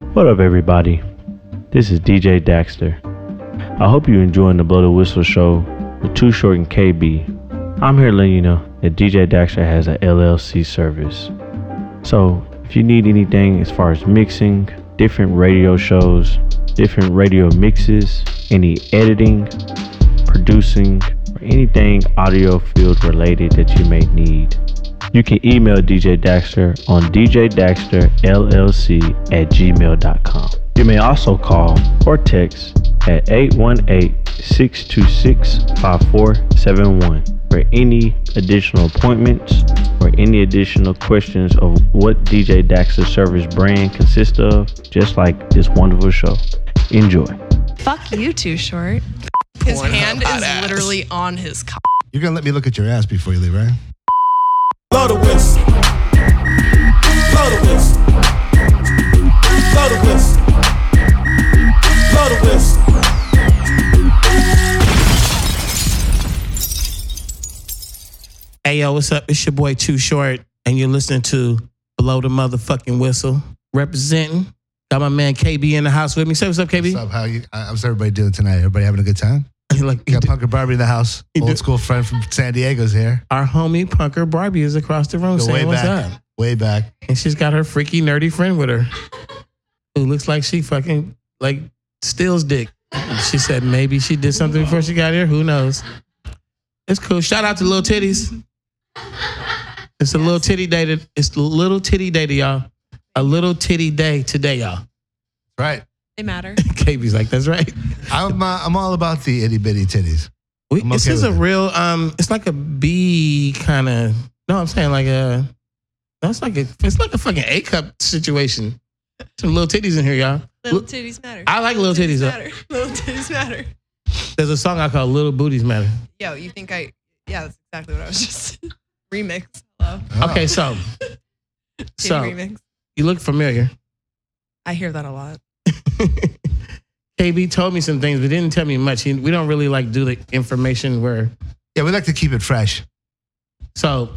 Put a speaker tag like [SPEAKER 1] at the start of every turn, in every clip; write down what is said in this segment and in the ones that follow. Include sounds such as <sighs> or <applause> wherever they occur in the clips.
[SPEAKER 1] What up, everybody? This is DJ Daxter. I hope you're enjoying the Blow the Whistle show with Too Short and KB. I'm here letting you know that DJ Daxter has an LLC service. So, if you need anything as far as mixing, different radio shows, different radio mixes, any editing, producing, or anything audio field related that you may need, you can email DJ Daxter on djdaxterllc at gmail.com. You may also call or text at 818-626-5471 for any additional appointments or any additional questions of what DJ Daxter service brand consists of, just like this wonderful show. Enjoy.
[SPEAKER 2] Fuck you, too short. His
[SPEAKER 3] Pornhub
[SPEAKER 2] hand
[SPEAKER 3] hot
[SPEAKER 2] is
[SPEAKER 3] ass.
[SPEAKER 2] literally on his cock.
[SPEAKER 4] You're gonna let me look at your ass before you leave, right?
[SPEAKER 5] Blow the whistle. Blow the whistle. Blow the whistle. Blow the whistle. Hey yo, what's up? It's your boy Too Short, and you're listening to Blow the Motherfucking Whistle. Representing. Got my man KB in the house with me. Say what's up, KB?
[SPEAKER 4] What's up? How you? uh, How's everybody doing tonight? Everybody having a good time?
[SPEAKER 5] <laughs> Like,
[SPEAKER 4] We got Punker Barbie in the house.
[SPEAKER 5] He
[SPEAKER 4] Old
[SPEAKER 5] did.
[SPEAKER 4] school friend from San Diego's here.
[SPEAKER 5] our homie Punker Barbie is across the room
[SPEAKER 4] Go way
[SPEAKER 5] saying Oh, what's
[SPEAKER 4] back.
[SPEAKER 5] up.
[SPEAKER 4] Way back.
[SPEAKER 5] and she's got her freaky nerdy friend with her, who looks like she fucking like steals dick. She said maybe she did something before she got here. Who knows? It's cool. Shout out to little titties. It's a little titty day. To, it's the little titty day to y'all. A little titty day today, y'all. <laughs>
[SPEAKER 4] Right.
[SPEAKER 2] They matter.
[SPEAKER 5] KB's like, that's right.
[SPEAKER 4] I'm uh, I'm all about the itty bitty titties.
[SPEAKER 5] We,
[SPEAKER 4] I'm
[SPEAKER 5] this
[SPEAKER 4] okay
[SPEAKER 5] is
[SPEAKER 4] with
[SPEAKER 5] a
[SPEAKER 4] it.
[SPEAKER 5] real. Um, it's like a B kind of. No, I'm saying like a. That's like a. It's like a fucking A cup situation. Some little titties in here, y'all.
[SPEAKER 2] Little titties matter.
[SPEAKER 5] I like little titties, though.
[SPEAKER 2] matter. Little titties matter. <laughs>
[SPEAKER 5] There's a song I call Little Booties Matter.
[SPEAKER 2] Yo, you think I? Yeah, that's exactly what I was just <laughs> remix. Hello,
[SPEAKER 4] Oh.
[SPEAKER 5] Okay, so
[SPEAKER 2] Titty
[SPEAKER 5] so
[SPEAKER 2] remix.
[SPEAKER 5] you look familiar.
[SPEAKER 2] I hear that a lot.
[SPEAKER 5] KB told me some things, but didn't tell me much. He, we don't really like do the information where.
[SPEAKER 4] Yeah, we like to keep it fresh.
[SPEAKER 5] So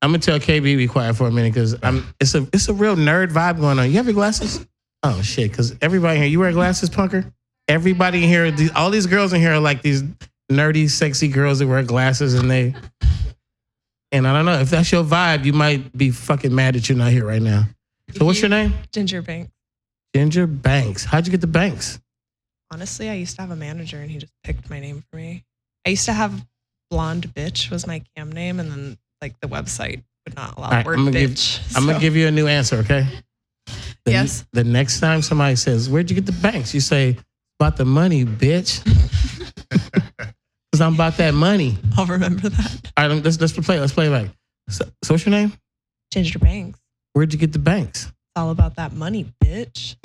[SPEAKER 5] I'm gonna tell KB be quiet for a minute because I'm. It's a it's a real nerd vibe going on. You have your glasses? Oh shit! Because everybody here, you wear glasses, punker. Everybody in here, these, all these girls in here are like these nerdy, sexy girls that wear glasses, and they. And I don't know if that's your vibe. You might be fucking mad that you're not here right now. So what's your name?
[SPEAKER 2] Ginger Bank.
[SPEAKER 5] Ginger Banks. How'd you get the Banks?
[SPEAKER 2] Honestly, I used to have a manager, and he just picked my name for me. I used to have blonde bitch was my cam name, and then like the website would not allow
[SPEAKER 5] All right,
[SPEAKER 2] the word
[SPEAKER 5] I'm gonna give-
[SPEAKER 2] bitch.
[SPEAKER 5] I'm gonna
[SPEAKER 2] so-
[SPEAKER 5] give you a new answer, okay? The,
[SPEAKER 2] Yes.
[SPEAKER 5] The next time somebody says, "Where'd you get the banks?" You say, "About the
[SPEAKER 2] <laughs>
[SPEAKER 5] money, bitch." Because I'm about that money.
[SPEAKER 2] <laughs> I'll remember that.
[SPEAKER 5] All right, let's let's play. Let's play back. So, so what's your name?
[SPEAKER 2] Ginger Banks.
[SPEAKER 5] Where'd you get the banks?
[SPEAKER 2] It's all about that money, bitch.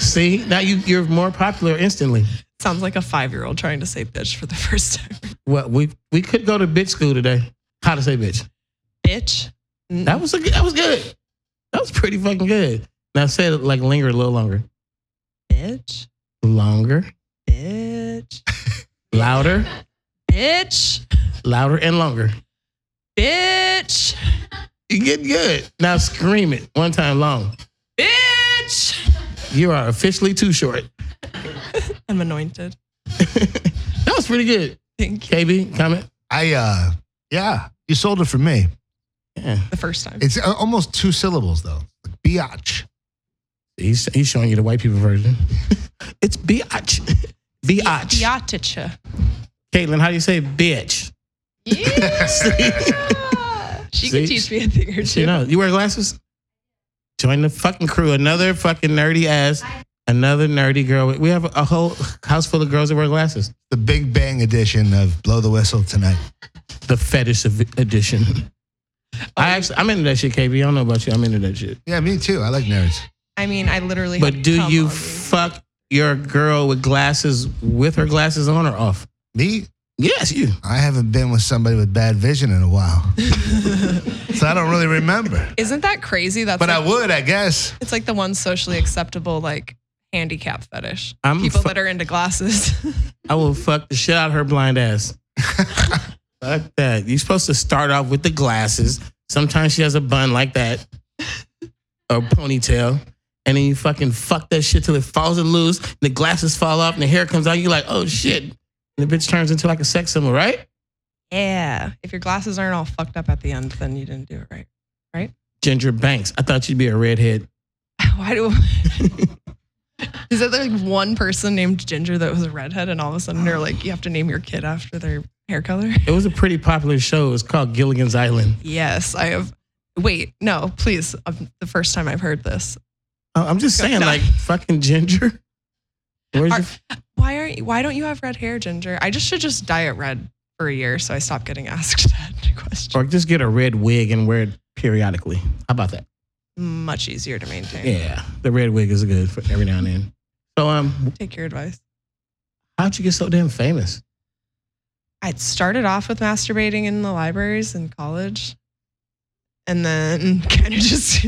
[SPEAKER 5] See, now you you're more popular instantly.
[SPEAKER 2] Sounds like a five year old trying to say bitch for the <laughs> first time.
[SPEAKER 5] Well, we we could go to bitch school today. How to say bitch?
[SPEAKER 2] bitch. Mm.
[SPEAKER 5] That was a good, that was good. That was pretty fucking good. Now say it like linger a little longer.
[SPEAKER 2] bitch,
[SPEAKER 5] Longer,
[SPEAKER 2] bitch,
[SPEAKER 5] louder,
[SPEAKER 2] bitch,
[SPEAKER 5] louder, and longer.
[SPEAKER 2] bitch,
[SPEAKER 5] You get good. Now scream it one time long.
[SPEAKER 2] bitch.
[SPEAKER 5] You are officially too short.
[SPEAKER 2] I'm anointed.
[SPEAKER 5] that was pretty good.
[SPEAKER 2] Thank you.
[SPEAKER 5] KB, comment.
[SPEAKER 4] I uh yeah, you sold it for me.
[SPEAKER 5] Yeah.
[SPEAKER 2] The first time.
[SPEAKER 4] It's uh, almost two syllables though. Biatch.
[SPEAKER 5] He's, he's showing you the white people version. <laughs> it's biatch. Biatch.
[SPEAKER 2] Biaticha.
[SPEAKER 5] Caitlin, how do you say <laughs> bitch?
[SPEAKER 2] Yeah. <laughs> she
[SPEAKER 5] See?
[SPEAKER 2] can teach me a thing or two.
[SPEAKER 5] You know, you wear glasses? Join the fucking crew. Another fucking nerdy ass. Another nerdy girl. We have a whole house full of girls that wear glasses.
[SPEAKER 4] The Big Bang edition of Blow the Whistle tonight.
[SPEAKER 5] The fetish of edition. I actually, I'm into that shit, KB. I don't know about you. I'm into that shit.
[SPEAKER 4] Yeah, me too. I like nerds.
[SPEAKER 2] I mean, I literally.
[SPEAKER 5] But
[SPEAKER 2] had
[SPEAKER 5] do
[SPEAKER 2] cum
[SPEAKER 5] you
[SPEAKER 2] on me.
[SPEAKER 5] fuck your girl with glasses with her glasses on or off?
[SPEAKER 4] Me,
[SPEAKER 5] Yes, you.
[SPEAKER 4] I haven't been with somebody with bad vision in a
[SPEAKER 5] <laughs>
[SPEAKER 4] while. so I don't really remember.
[SPEAKER 2] Isn't that crazy? That's
[SPEAKER 4] But I
[SPEAKER 2] like,
[SPEAKER 4] would, I guess.
[SPEAKER 2] it's like the one socially acceptable like handicap fetish.
[SPEAKER 5] I'm
[SPEAKER 2] People
[SPEAKER 5] fu-
[SPEAKER 2] that are into glasses. <laughs>
[SPEAKER 5] I will fuck the shit out of her blind <laughs> ass. fuck that. You're supposed to start off with the glasses. Sometimes she has a bun like that or ponytail. and then you fucking fuck that shit till it falls and loose, and the glasses fall off, and the hair comes out. You're like, oh shit. And the bitch turns into like a sex symbol, right?
[SPEAKER 2] Yeah. If your glasses aren't all fucked up at the end, then you didn't do it right.
[SPEAKER 5] Ginger Banks. I thought you'd be a redhead.
[SPEAKER 2] <laughs> Why do? Is that like one person named Ginger that was a redhead, and all of a sudden they're like, you have to name your kid after their hair color? <laughs>
[SPEAKER 5] It was a pretty popular show. It was called Gilligan's Island.
[SPEAKER 2] Yes, I have. Wait, no, please. Um, the first time I've heard this.
[SPEAKER 5] I-
[SPEAKER 2] <laughs>
[SPEAKER 5] I'm just saying,
[SPEAKER 2] No.
[SPEAKER 5] like fucking Ginger. Where's
[SPEAKER 2] Are-
[SPEAKER 5] your
[SPEAKER 2] Why aren't? Why don't you have red hair, Ginger? I just should just dye it red for a year, so I stop getting <laughs> asked that question.
[SPEAKER 5] Or just get a red wig and wear it periodically. How about that?
[SPEAKER 2] Much easier to maintain.
[SPEAKER 5] Yeah, the red wig is good for every now and then. So, um,
[SPEAKER 2] Take your advice.
[SPEAKER 5] how'd you get so damn famous?
[SPEAKER 2] I started off with masturbating in the libraries in college and then <laughs> kind of just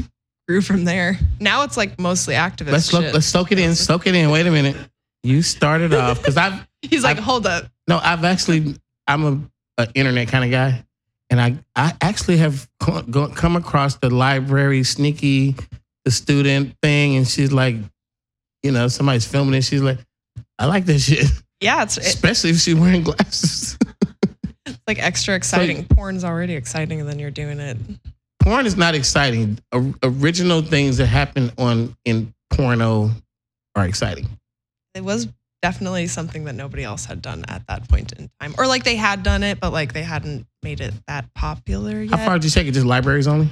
[SPEAKER 2] grew from there. Now it's like mostly activist
[SPEAKER 5] Let's look,
[SPEAKER 2] shit.
[SPEAKER 5] let's soak it in. Soak it in. Wait a minute. You started off because I've
[SPEAKER 2] <laughs> He's like,
[SPEAKER 5] I'm-
[SPEAKER 2] hold up.
[SPEAKER 5] no, I've actually I'm a, a internet kind of guy, and I I actually have co- go- come across the library sneaky the student thing, and she's like, you know, somebody's filming it. She's like, I like this shit,
[SPEAKER 2] Yeah, it's, it's
[SPEAKER 5] <laughs> especially if she's wearing glasses.
[SPEAKER 2] like extra exciting. Porn's already exciting, and then you're doing it.
[SPEAKER 5] <laughs> porn is not exciting. O- original things that happen on in porno are exciting.
[SPEAKER 2] It was definitely something that nobody else had done at that point in time. Or like they had done it, but like they hadn't made it that popular yet.
[SPEAKER 5] How far did you take it? Just libraries only?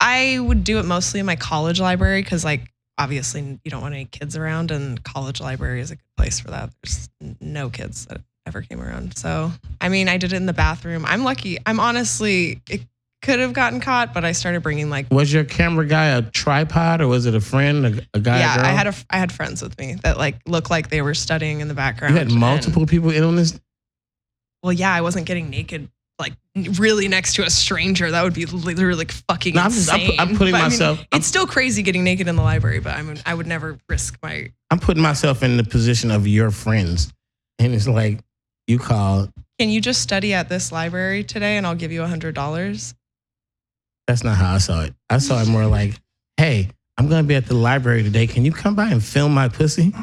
[SPEAKER 2] I would do it mostly in my college library because, like, obviously you don't want any kids around, and college library is a good place for that. There's no kids that ever came around. So, I mean, I did it in the bathroom. I'm lucky. I'm honestly, it could have gotten caught, but I started bringing like,
[SPEAKER 5] Was your camera guy a tripod or was it a friend, a, a guy?
[SPEAKER 2] yeah,
[SPEAKER 5] a girl?
[SPEAKER 2] I had a, I had friends with me that like looked like they were studying in the background.
[SPEAKER 5] You had
[SPEAKER 2] and-
[SPEAKER 5] multiple people in on this.
[SPEAKER 2] well, yeah, I wasn't getting naked. Like really next to a stranger, that would be literally like fucking
[SPEAKER 5] No, I'm just- I'm pu-
[SPEAKER 2] insane.
[SPEAKER 5] I'm putting
[SPEAKER 2] But, <laughs> I mean,
[SPEAKER 5] myself- I'm-
[SPEAKER 2] it's still crazy getting naked in the library, but I mean, I would never risk my
[SPEAKER 5] I'm putting myself in the position of your friends, and it's like you call.
[SPEAKER 2] can you just study at this library today and I'll give you a hundred dollars?
[SPEAKER 5] That's not how I saw it. I saw it more like, hey, I'm gonna be at the library today. Can you come by and film my pussy?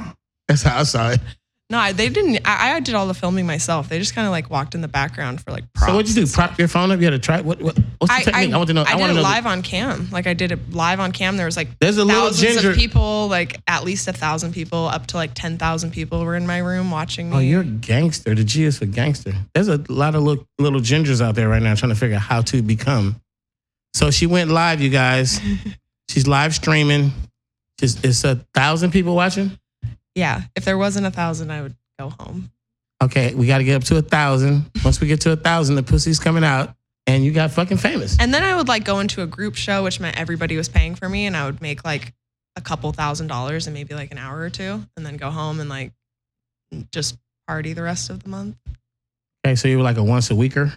[SPEAKER 5] That's how I saw it.
[SPEAKER 2] No, I, they didn't. I, I did all the filming myself. They just kind of like walked in the background for like props.
[SPEAKER 5] So what'd you do? Prop your phone up? You had a try? What, what? What's the
[SPEAKER 2] I, I,
[SPEAKER 5] technique? I, want to know. I,
[SPEAKER 2] did
[SPEAKER 5] want to
[SPEAKER 2] it
[SPEAKER 5] know. the-
[SPEAKER 2] live on cam. Like I did it live on cam. There was like
[SPEAKER 5] There's a little
[SPEAKER 2] thousands
[SPEAKER 5] ginger.
[SPEAKER 2] of people, like at least a thousand people, up to like ten thousand people were in my room watching me.
[SPEAKER 5] Oh, you're a gangster. The G is for gangster. There's a lot of little, little gingers out there right now trying to figure out how to become. So she went live,
[SPEAKER 2] <laughs>
[SPEAKER 5] you guys. She's live streaming. Just it's a thousand people watching.
[SPEAKER 2] yeah. If there wasn't a thousand, I would go home.
[SPEAKER 5] Okay, we got to get up to a thousand. Once we get to a thousand, the pussy's coming out, and you got fucking famous.
[SPEAKER 2] And then I would like go into a group show, which meant everybody was paying for me, and I would make like a couple thousand dollars in maybe like an hour or two, and then go home and like just party the rest of the month,
[SPEAKER 5] Okay, so you were like a once a weeker.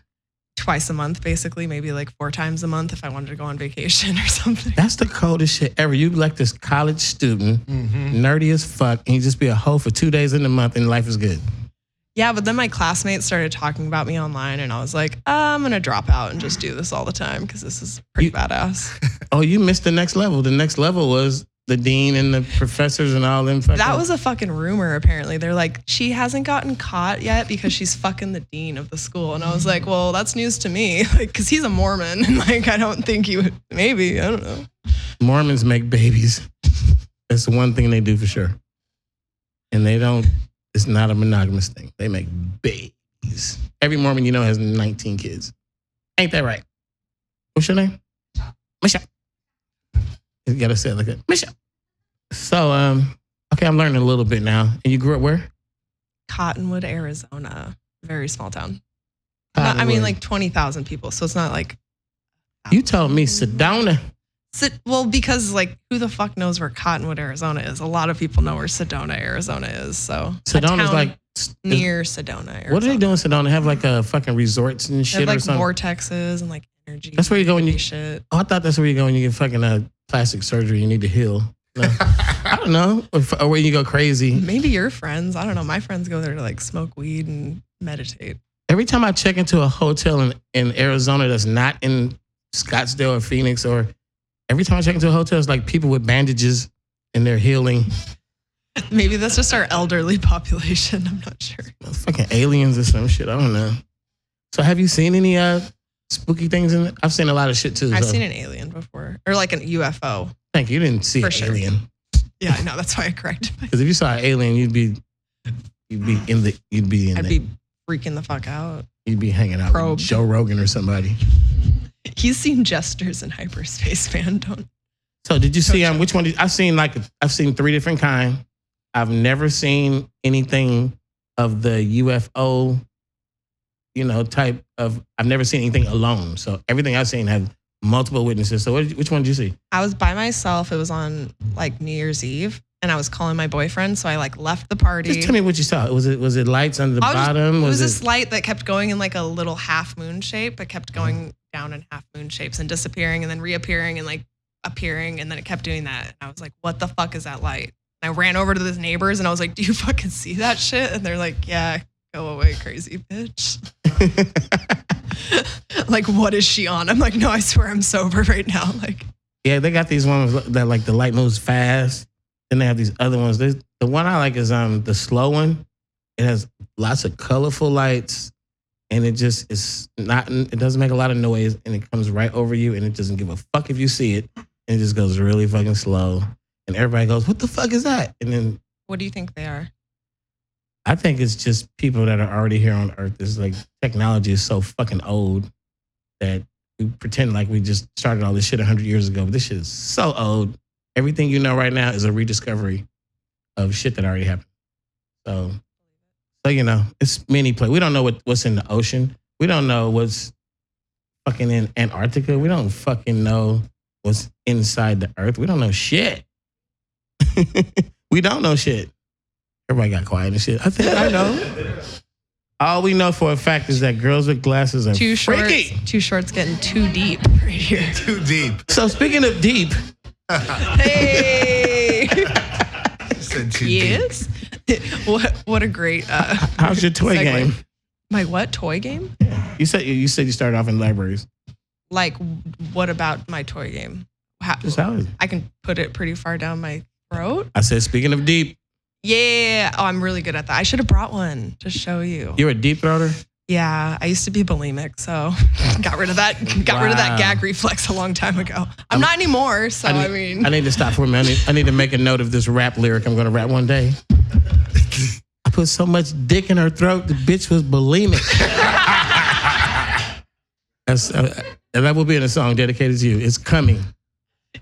[SPEAKER 2] twice a month, basically, maybe like four times a month if I wanted to go on vacation <laughs> or something.
[SPEAKER 5] That's the coldest shit ever. You like this college student,
[SPEAKER 4] Mm-hmm.
[SPEAKER 5] nerdy as fuck, and you just be a hoe for two days in the month, and life is good.
[SPEAKER 2] Yeah, but then my classmates started talking about me online, and I was like, I'm gonna drop out and just do this all the time because this is pretty
[SPEAKER 5] You-
[SPEAKER 2] badass.
[SPEAKER 5] Oh, you missed the next level. The next level was the dean and the professors and all them. Fucking,
[SPEAKER 2] That was a fucking rumor, apparently. They're like, she hasn't gotten caught yet because she's fucking the dean of the school. And I was like, well, that's news to me. <laughs> Like, cause he's a Mormon. <laughs> And like, I don't think he would, maybe, I don't know.
[SPEAKER 5] Mormons make babies. <laughs> That's the one thing they do for sure. And they don't. It's not a monogamous thing. They make babies. Every Mormon you know has 19 kids. Ain't that right? What's your name? Michelle. You gotta say it like that, Michelle. So, um, okay, I'm learning a little bit now. And you grew up where?
[SPEAKER 2] Cottonwood, Arizona, very small town. Not- I mean, like 20,000 people. So it's not like,
[SPEAKER 5] you told me Sedona.
[SPEAKER 2] Sit, well, because like, who the fuck knows where Cottonwood, Arizona is? A lot of people know where Sedona, Arizona is. So a
[SPEAKER 5] Sedona's
[SPEAKER 2] town
[SPEAKER 5] like is-
[SPEAKER 2] near Sedona. Arizona.
[SPEAKER 5] What are they doing in Sedona? Have like a fucking resorts and
[SPEAKER 2] They have,
[SPEAKER 5] shit or
[SPEAKER 2] like
[SPEAKER 5] something?
[SPEAKER 2] vortexes and like energy.
[SPEAKER 5] That's where you go when you-
[SPEAKER 2] shit.
[SPEAKER 5] oh, I thought that's where you go when you get fucking uh, plastic surgery. You need to heal. No.
[SPEAKER 2] <laughs>
[SPEAKER 5] I don't know. Or, f- or where you go crazy.
[SPEAKER 2] Maybe your friends. I don't know. My friends go there to like smoke weed and meditate. <laughs>
[SPEAKER 5] Every time I check into a hotel in, in Arizona that's not in Scottsdale or Phoenix, or every time I check into a hotel, it's like people with bandages and they're healing.
[SPEAKER 2] Maybe that's just our elderly <laughs> population. I'm not sure.
[SPEAKER 5] fucking aliens or some shit. I don't know. So have you seen any uh spooky things in it? I've seen a lot of shit too.
[SPEAKER 2] I've
[SPEAKER 5] so-
[SPEAKER 2] seen an alien before, or like an UFO.
[SPEAKER 5] Thank you. You didn't see
[SPEAKER 2] For
[SPEAKER 5] an
[SPEAKER 2] sure.
[SPEAKER 5] alien.
[SPEAKER 2] Yeah, I know. That's why I corrected my.
[SPEAKER 5] Because if you saw an alien, you'd be you'd be in the you'd be in
[SPEAKER 2] I'd
[SPEAKER 5] the,
[SPEAKER 2] be freaking the fuck out.
[SPEAKER 5] you'd be hanging out
[SPEAKER 2] probed.
[SPEAKER 5] with Joe Rogan or somebody.
[SPEAKER 2] He's seen gestures in hyperspace, <laughs> man. Don't.
[SPEAKER 5] So did you see um which one did, I've seen like I've seen three different kind. I've never seen anything of the UFO, you know, type of I've never seen anything alone. So everything I've seen have multiple witnesses. So what, did you- which one did you see?
[SPEAKER 2] I was by myself. It was on like New Year's Eve, and I was calling my boyfriend. So I like left the party.
[SPEAKER 5] Just tell me what you saw. Was it was it lights under the
[SPEAKER 2] I was just-
[SPEAKER 5] bottom?
[SPEAKER 2] it was
[SPEAKER 5] was
[SPEAKER 2] this
[SPEAKER 5] it
[SPEAKER 2] light that kept going in like a little half moon shape, but kept going down in half moon shapes and disappearing and then reappearing and like appearing and then it kept doing that. And I was like, what the fuck is that light? And I ran over to these neighbors and I was like, do you fucking see that shit? And they're like, yeah, go away, crazy bitch. <laughs>
[SPEAKER 5] <laughs>
[SPEAKER 2] like, what is she on? I'm like, no, I swear I'm sober right now. <laughs> Like,
[SPEAKER 5] Yeah, they got these ones that like the light moves fast. Then they have these other ones. There's, the one I like is um the slow one. It has lots of colorful lights, and it just is not. It doesn't make a lot of noise, and it comes right over you, and it doesn't give a fuck if you see it, and it just goes really fucking slow. And everybody goes, "What the fuck is that?" And then
[SPEAKER 2] what do you think they are?
[SPEAKER 5] I think it's just people that are already here on Earth. It's like technology is so fucking old that we pretend like we just started all this shit 100 years ago. But this shit is so old. Everything you know right now is a rediscovery of shit that already happened. So, so you know, it's many places. We don't know what, what's in the ocean. We don't know what's fucking in Antarctica. We don't fucking know what's inside the Earth. We don't know shit. <laughs> we don't know shit. Everybody got quiet and shit. I think I know. All we know for a fact is that girls with glasses are
[SPEAKER 2] Two shorts.
[SPEAKER 5] freaky.
[SPEAKER 2] Two shorts getting too deep right here.
[SPEAKER 4] Too deep.
[SPEAKER 5] So speaking of deep,
[SPEAKER 2] Hey.
[SPEAKER 4] You said too deep.
[SPEAKER 2] Yes. <laughs> what what a great uh
[SPEAKER 5] how's your toy
[SPEAKER 2] segue.
[SPEAKER 5] game?
[SPEAKER 2] My what toy game?
[SPEAKER 5] You said you said you started off in libraries.
[SPEAKER 2] Like what about my toy game? How,
[SPEAKER 5] Just how is it?
[SPEAKER 2] I can put it pretty far down my throat.
[SPEAKER 5] I said speaking of deep,
[SPEAKER 2] Yeah. Oh, I'm really good at that. I should have brought one to show you.
[SPEAKER 5] you're a deep throater.
[SPEAKER 2] Yeah, I used to be bulimic, so <laughs> got rid of that got rid of
[SPEAKER 5] Wow.
[SPEAKER 2] that gag reflex a long time ago. I'm not anymore, so I, mean
[SPEAKER 5] I need to stop for a minute. I need, I need to make a note of this rap lyric I'm going to rap one day. I put so much dick in her throat, the bitch was bulimic. <laughs> That's, uh, and that will be in a song dedicated to you. It's coming.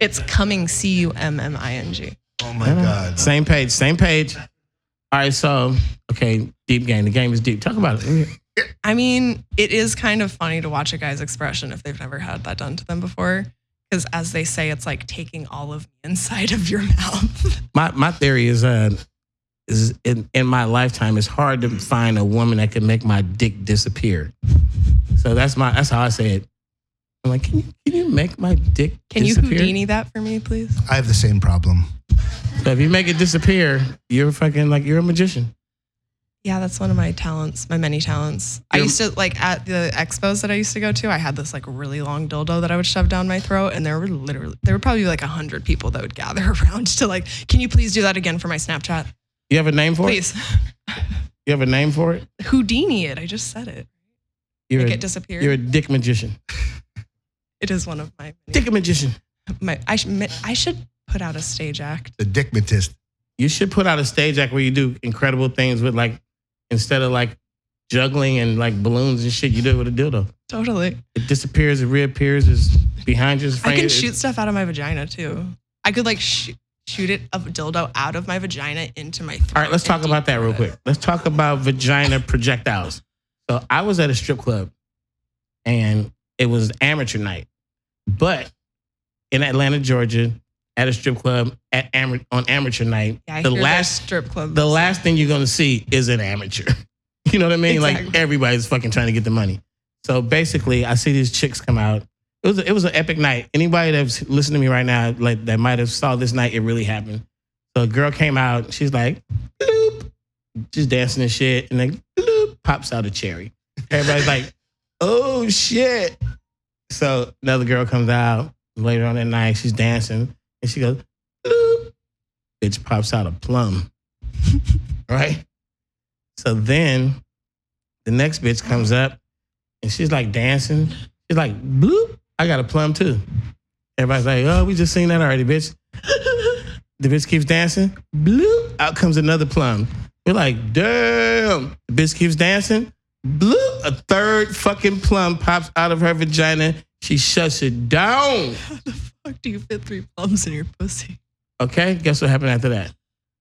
[SPEAKER 2] it's coming C U M M I N G.
[SPEAKER 4] Oh my God.
[SPEAKER 5] Same page, same page. All right, so, okay, deep game. The game is deep. Talk about it.
[SPEAKER 2] I mean, it is kind of funny to watch a guy's expression if they've never had that done to them before. Because as they say, it's like taking all of the inside of your <laughs> mouth.
[SPEAKER 5] my my theory is uh is in, in my lifetime it's hard to find a woman that can make my dick disappear. So that's my that's how I say it. I'm like, can you can you make my dick
[SPEAKER 2] Can you
[SPEAKER 5] disappear?
[SPEAKER 2] Houdini that for me, please?
[SPEAKER 4] I have the same problem.
[SPEAKER 5] So if you make it disappear, you're fucking like you're a magician.
[SPEAKER 2] Yeah, that's one of my talents, my many talents. I
[SPEAKER 5] Your-
[SPEAKER 2] used to like at the expos that I used to go to, I had this like really long dildo that I would shove down my throat, and there were literally there were probably like a hundred people that would gather <laughs> around to like, can you please do that again for my Snapchat,
[SPEAKER 5] You have a name for it?
[SPEAKER 2] please?
[SPEAKER 5] You have a name for it?
[SPEAKER 2] Houdini it. I just said it.
[SPEAKER 5] You're
[SPEAKER 2] Make
[SPEAKER 5] a,
[SPEAKER 2] it disappear.
[SPEAKER 5] you're a dick magician.
[SPEAKER 2] it is one of my many
[SPEAKER 5] Dick magician.
[SPEAKER 2] my I should I should put out a stage act.
[SPEAKER 4] The dickmatist.
[SPEAKER 5] You should put out a stage act where you do incredible things with like instead of like juggling and like balloons and shit, you do it with a dildo.
[SPEAKER 2] Totally.
[SPEAKER 5] It disappears, it reappears, it's behind you. it's
[SPEAKER 2] I can
[SPEAKER 5] framed.
[SPEAKER 2] shoot stuff out of my vagina too. I could like sh- shoot it a dildo out of my vagina into my throat.
[SPEAKER 5] All right, let's
[SPEAKER 2] and
[SPEAKER 5] talk
[SPEAKER 2] deep
[SPEAKER 5] about that real
[SPEAKER 2] throat it.
[SPEAKER 5] quick. Let's talk about vagina projectiles. So I was at a strip club and it was amateur night, but in Atlanta, Georgia, at a strip club at ama- on amateur night,
[SPEAKER 2] Yeah, I
[SPEAKER 5] the
[SPEAKER 2] hear there's
[SPEAKER 5] last
[SPEAKER 2] strip club.
[SPEAKER 5] the last thing you're gonna see is an amateur. <laughs> You know what I mean? Like
[SPEAKER 2] Exactly.
[SPEAKER 5] everybody's fucking trying to get the money. So basically, I see these chicks come out. It was it was an epic night. Anybody that's listening to me right now, like that might have saw this night, it really happened. So a girl came out. She's like, bloop, just dancing and shit, and then bloop, pops out a cherry. Everybody's like, <laughs> oh shit. So another girl comes out later on that night. She's dancing and she goes, bloop, bitch pops out a plum. <laughs> right? So then the next bitch comes up and she's like dancing. She's like, bloop, I got a plum too. Everybody's like, oh, we just seen that already, bitch. the bitch keeps dancing, bloop, out comes another plum. We're like, damn. The bitch keeps dancing, bloop, a third fucking plum pops out of her vagina. She shuts it down.
[SPEAKER 2] <laughs> How the fuck do you fit three plums in your pussy?
[SPEAKER 5] Okay, guess what happened after that?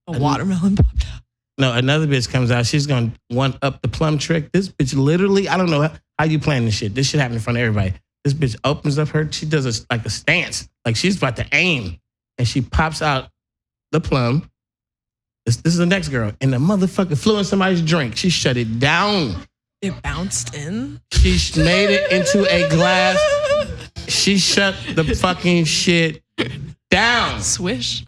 [SPEAKER 2] A watermelon popped out.
[SPEAKER 5] No, another bitch comes out. She's gonna one up the plum trick. This bitch literally, I don't know how, how you plan this shit. This shit happened in front of everybody. This bitch opens up her, she does a, like a stance, like she's about to aim, and she pops out the plum. This, this is the next girl, and the motherfucker flew in somebody's drink. She shut it down.
[SPEAKER 2] It bounced in.
[SPEAKER 5] She sh- made it into a glass. She shut the fucking shit down.
[SPEAKER 2] <laughs> Swish.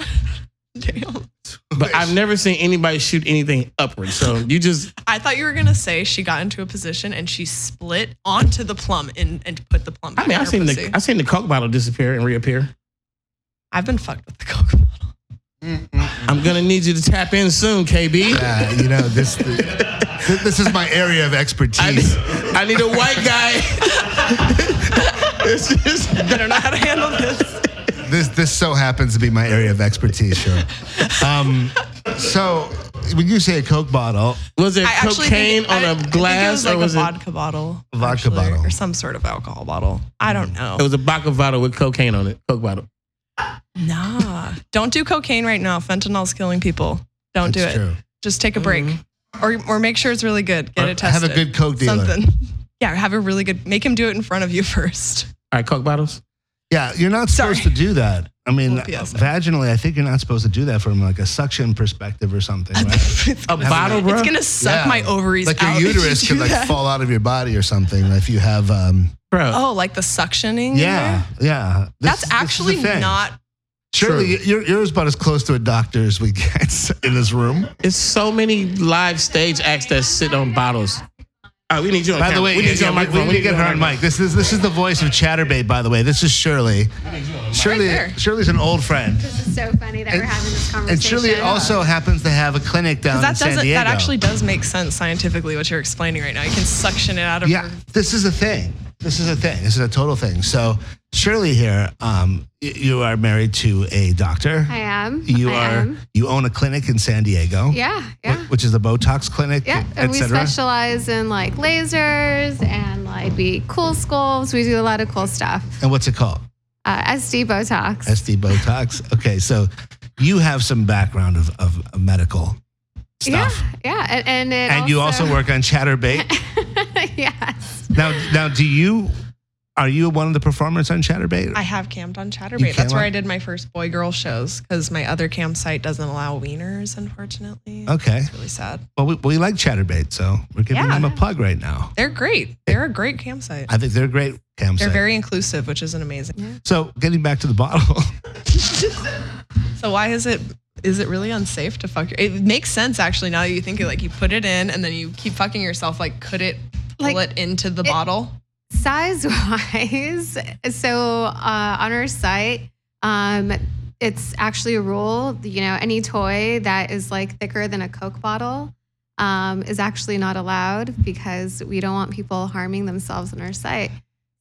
[SPEAKER 2] Damn.
[SPEAKER 5] But I've never seen anybody shoot anything upward. So you just
[SPEAKER 2] I thought you were gonna say she got into a position and she split onto the plum and, and put the plum. Back
[SPEAKER 5] I mean,
[SPEAKER 2] in
[SPEAKER 5] I've
[SPEAKER 2] her
[SPEAKER 5] seen
[SPEAKER 2] pussy.
[SPEAKER 5] the I've seen the Coke bottle disappear and reappear.
[SPEAKER 2] I've been fucked with the coke
[SPEAKER 5] <laughs>
[SPEAKER 2] bottle.
[SPEAKER 5] I'm gonna need you to tap in soon, KB.
[SPEAKER 4] Yeah, Uh, you know this. This, this is my area of
[SPEAKER 5] I
[SPEAKER 4] expertise.
[SPEAKER 5] need, I need a white guy. <laughs> It's just-
[SPEAKER 2] I don't know how to handle this.
[SPEAKER 4] this this so happens to be my area of expertise. Sure. Um, so when you say a Coke bottle,
[SPEAKER 5] was there
[SPEAKER 2] I actually
[SPEAKER 5] cocaine
[SPEAKER 2] think,
[SPEAKER 5] on
[SPEAKER 2] a
[SPEAKER 5] a glass
[SPEAKER 2] I think it
[SPEAKER 5] or
[SPEAKER 2] was
[SPEAKER 5] was
[SPEAKER 2] like a
[SPEAKER 5] it?
[SPEAKER 2] vodka bottle,
[SPEAKER 4] Vodka
[SPEAKER 2] actually,
[SPEAKER 4] bottle.
[SPEAKER 2] or some sort of alcohol bottle. I don't know.
[SPEAKER 5] It was a vodka bottle with cocaine on it. Coke bottle.
[SPEAKER 2] nah, don't do cocaine right now. Fentanyl's killing people. Don't
[SPEAKER 4] That's
[SPEAKER 2] do it.
[SPEAKER 4] true.
[SPEAKER 2] Just take a break,
[SPEAKER 5] Mm-hmm.
[SPEAKER 2] or or make sure it's really good. Get
[SPEAKER 4] Or
[SPEAKER 2] it
[SPEAKER 4] have
[SPEAKER 2] tested.
[SPEAKER 4] a good Coke dealer.
[SPEAKER 2] Something. <laughs> Yeah, have a really good. Make him do it in front of you <laughs> first.
[SPEAKER 5] All right, Coke bottles.
[SPEAKER 4] yeah, you're not
[SPEAKER 2] Sorry.
[SPEAKER 4] supposed to do that. I mean,
[SPEAKER 2] Well, yes.
[SPEAKER 4] vaginally, I think you're not supposed to do that from like a suction perspective or
[SPEAKER 2] <laughs>
[SPEAKER 4] something. Right?
[SPEAKER 2] it's
[SPEAKER 5] A
[SPEAKER 2] gonna,
[SPEAKER 5] bottle, bro.
[SPEAKER 2] it's gonna suck
[SPEAKER 4] Yeah.
[SPEAKER 2] my ovaries
[SPEAKER 4] like your
[SPEAKER 2] out if you
[SPEAKER 4] uterus
[SPEAKER 2] do
[SPEAKER 4] could like
[SPEAKER 2] that.
[SPEAKER 4] fall out of your body or something if you have. Um,
[SPEAKER 5] bro.
[SPEAKER 2] Oh, like the suctioning. in
[SPEAKER 4] yeah,
[SPEAKER 2] there?
[SPEAKER 4] yeah. This- this
[SPEAKER 2] that's
[SPEAKER 4] is the
[SPEAKER 2] actually
[SPEAKER 4] thing.
[SPEAKER 2] not.
[SPEAKER 4] Surely y- you're, you're about as close to a doctor as we get <laughs> in this room.
[SPEAKER 5] It's so many live stage acts that sit on bottles. All right, we need you on
[SPEAKER 4] By the
[SPEAKER 5] camera.
[SPEAKER 4] way,
[SPEAKER 5] we need
[SPEAKER 4] yeah,
[SPEAKER 5] you on
[SPEAKER 4] yeah, we, we
[SPEAKER 5] microphone.
[SPEAKER 4] need to get
[SPEAKER 5] you
[SPEAKER 4] her on mic. This is this is the voice of Chatterbait. By the way, this is Shirley. Shirley,
[SPEAKER 2] Right there.
[SPEAKER 4] Shirley's an old friend,
[SPEAKER 3] This is so funny that we're having this conversation.
[SPEAKER 4] and Shirley also happens to have a clinic down in
[SPEAKER 2] That
[SPEAKER 4] San
[SPEAKER 2] doesn't.
[SPEAKER 4] Diego.
[SPEAKER 2] That actually does make sense scientifically what you're explaining right now. You can suction it out of
[SPEAKER 4] yeah,
[SPEAKER 2] your
[SPEAKER 4] this is a thing. This is a thing. This is a total thing. So Shirley here, um, y- you are married to a doctor.
[SPEAKER 3] I am.
[SPEAKER 4] You
[SPEAKER 3] I
[SPEAKER 4] are
[SPEAKER 3] Am.
[SPEAKER 4] you own a clinic in San Diego.
[SPEAKER 3] Yeah. Yeah.
[SPEAKER 4] Which is the Botox clinic,
[SPEAKER 3] Yeah, and
[SPEAKER 4] et
[SPEAKER 3] we
[SPEAKER 4] cetera.
[SPEAKER 3] specialize in like lasers and like we cool sculpts. We do a lot of cool stuff.
[SPEAKER 4] And what's it called?
[SPEAKER 3] Uh, SD Botox.
[SPEAKER 4] SD Botox. Okay, so you have some background of, of, of medical
[SPEAKER 3] yeah,
[SPEAKER 4] stuff.
[SPEAKER 3] yeah, and, and, it
[SPEAKER 4] And you also work on Chatterbait.
[SPEAKER 3] <laughs> yes,
[SPEAKER 4] now, now, do you are you one of the performers on Chatterbait?
[SPEAKER 2] I have camped on Chatterbait.
[SPEAKER 4] You
[SPEAKER 2] That's where
[SPEAKER 4] cam-
[SPEAKER 2] I did my first boy girl shows because my other campsite doesn't allow wieners, unfortunately.
[SPEAKER 4] okay.
[SPEAKER 2] It's really sad.
[SPEAKER 4] Well, we, we like Chatterbait, so we're giving
[SPEAKER 2] Yeah.
[SPEAKER 4] them a plug right now.
[SPEAKER 2] They're great. They're a great campsite.
[SPEAKER 4] I think they're great campsite.
[SPEAKER 2] They're very inclusive, which is an amazing.
[SPEAKER 4] so, getting back to the bottle, <laughs>
[SPEAKER 2] So why is it is it really unsafe to fuck? Your, it makes sense actually now that you think it. Like you put it in and then you keep fucking yourself. Like could it pull
[SPEAKER 3] Like,
[SPEAKER 2] it into the bottle?
[SPEAKER 3] size wise. <laughs> So uh, on our site, um, it's actually a rule. You know, any toy that is like thicker than a Coke bottle um, is actually not allowed because we don't want people harming themselves on our site.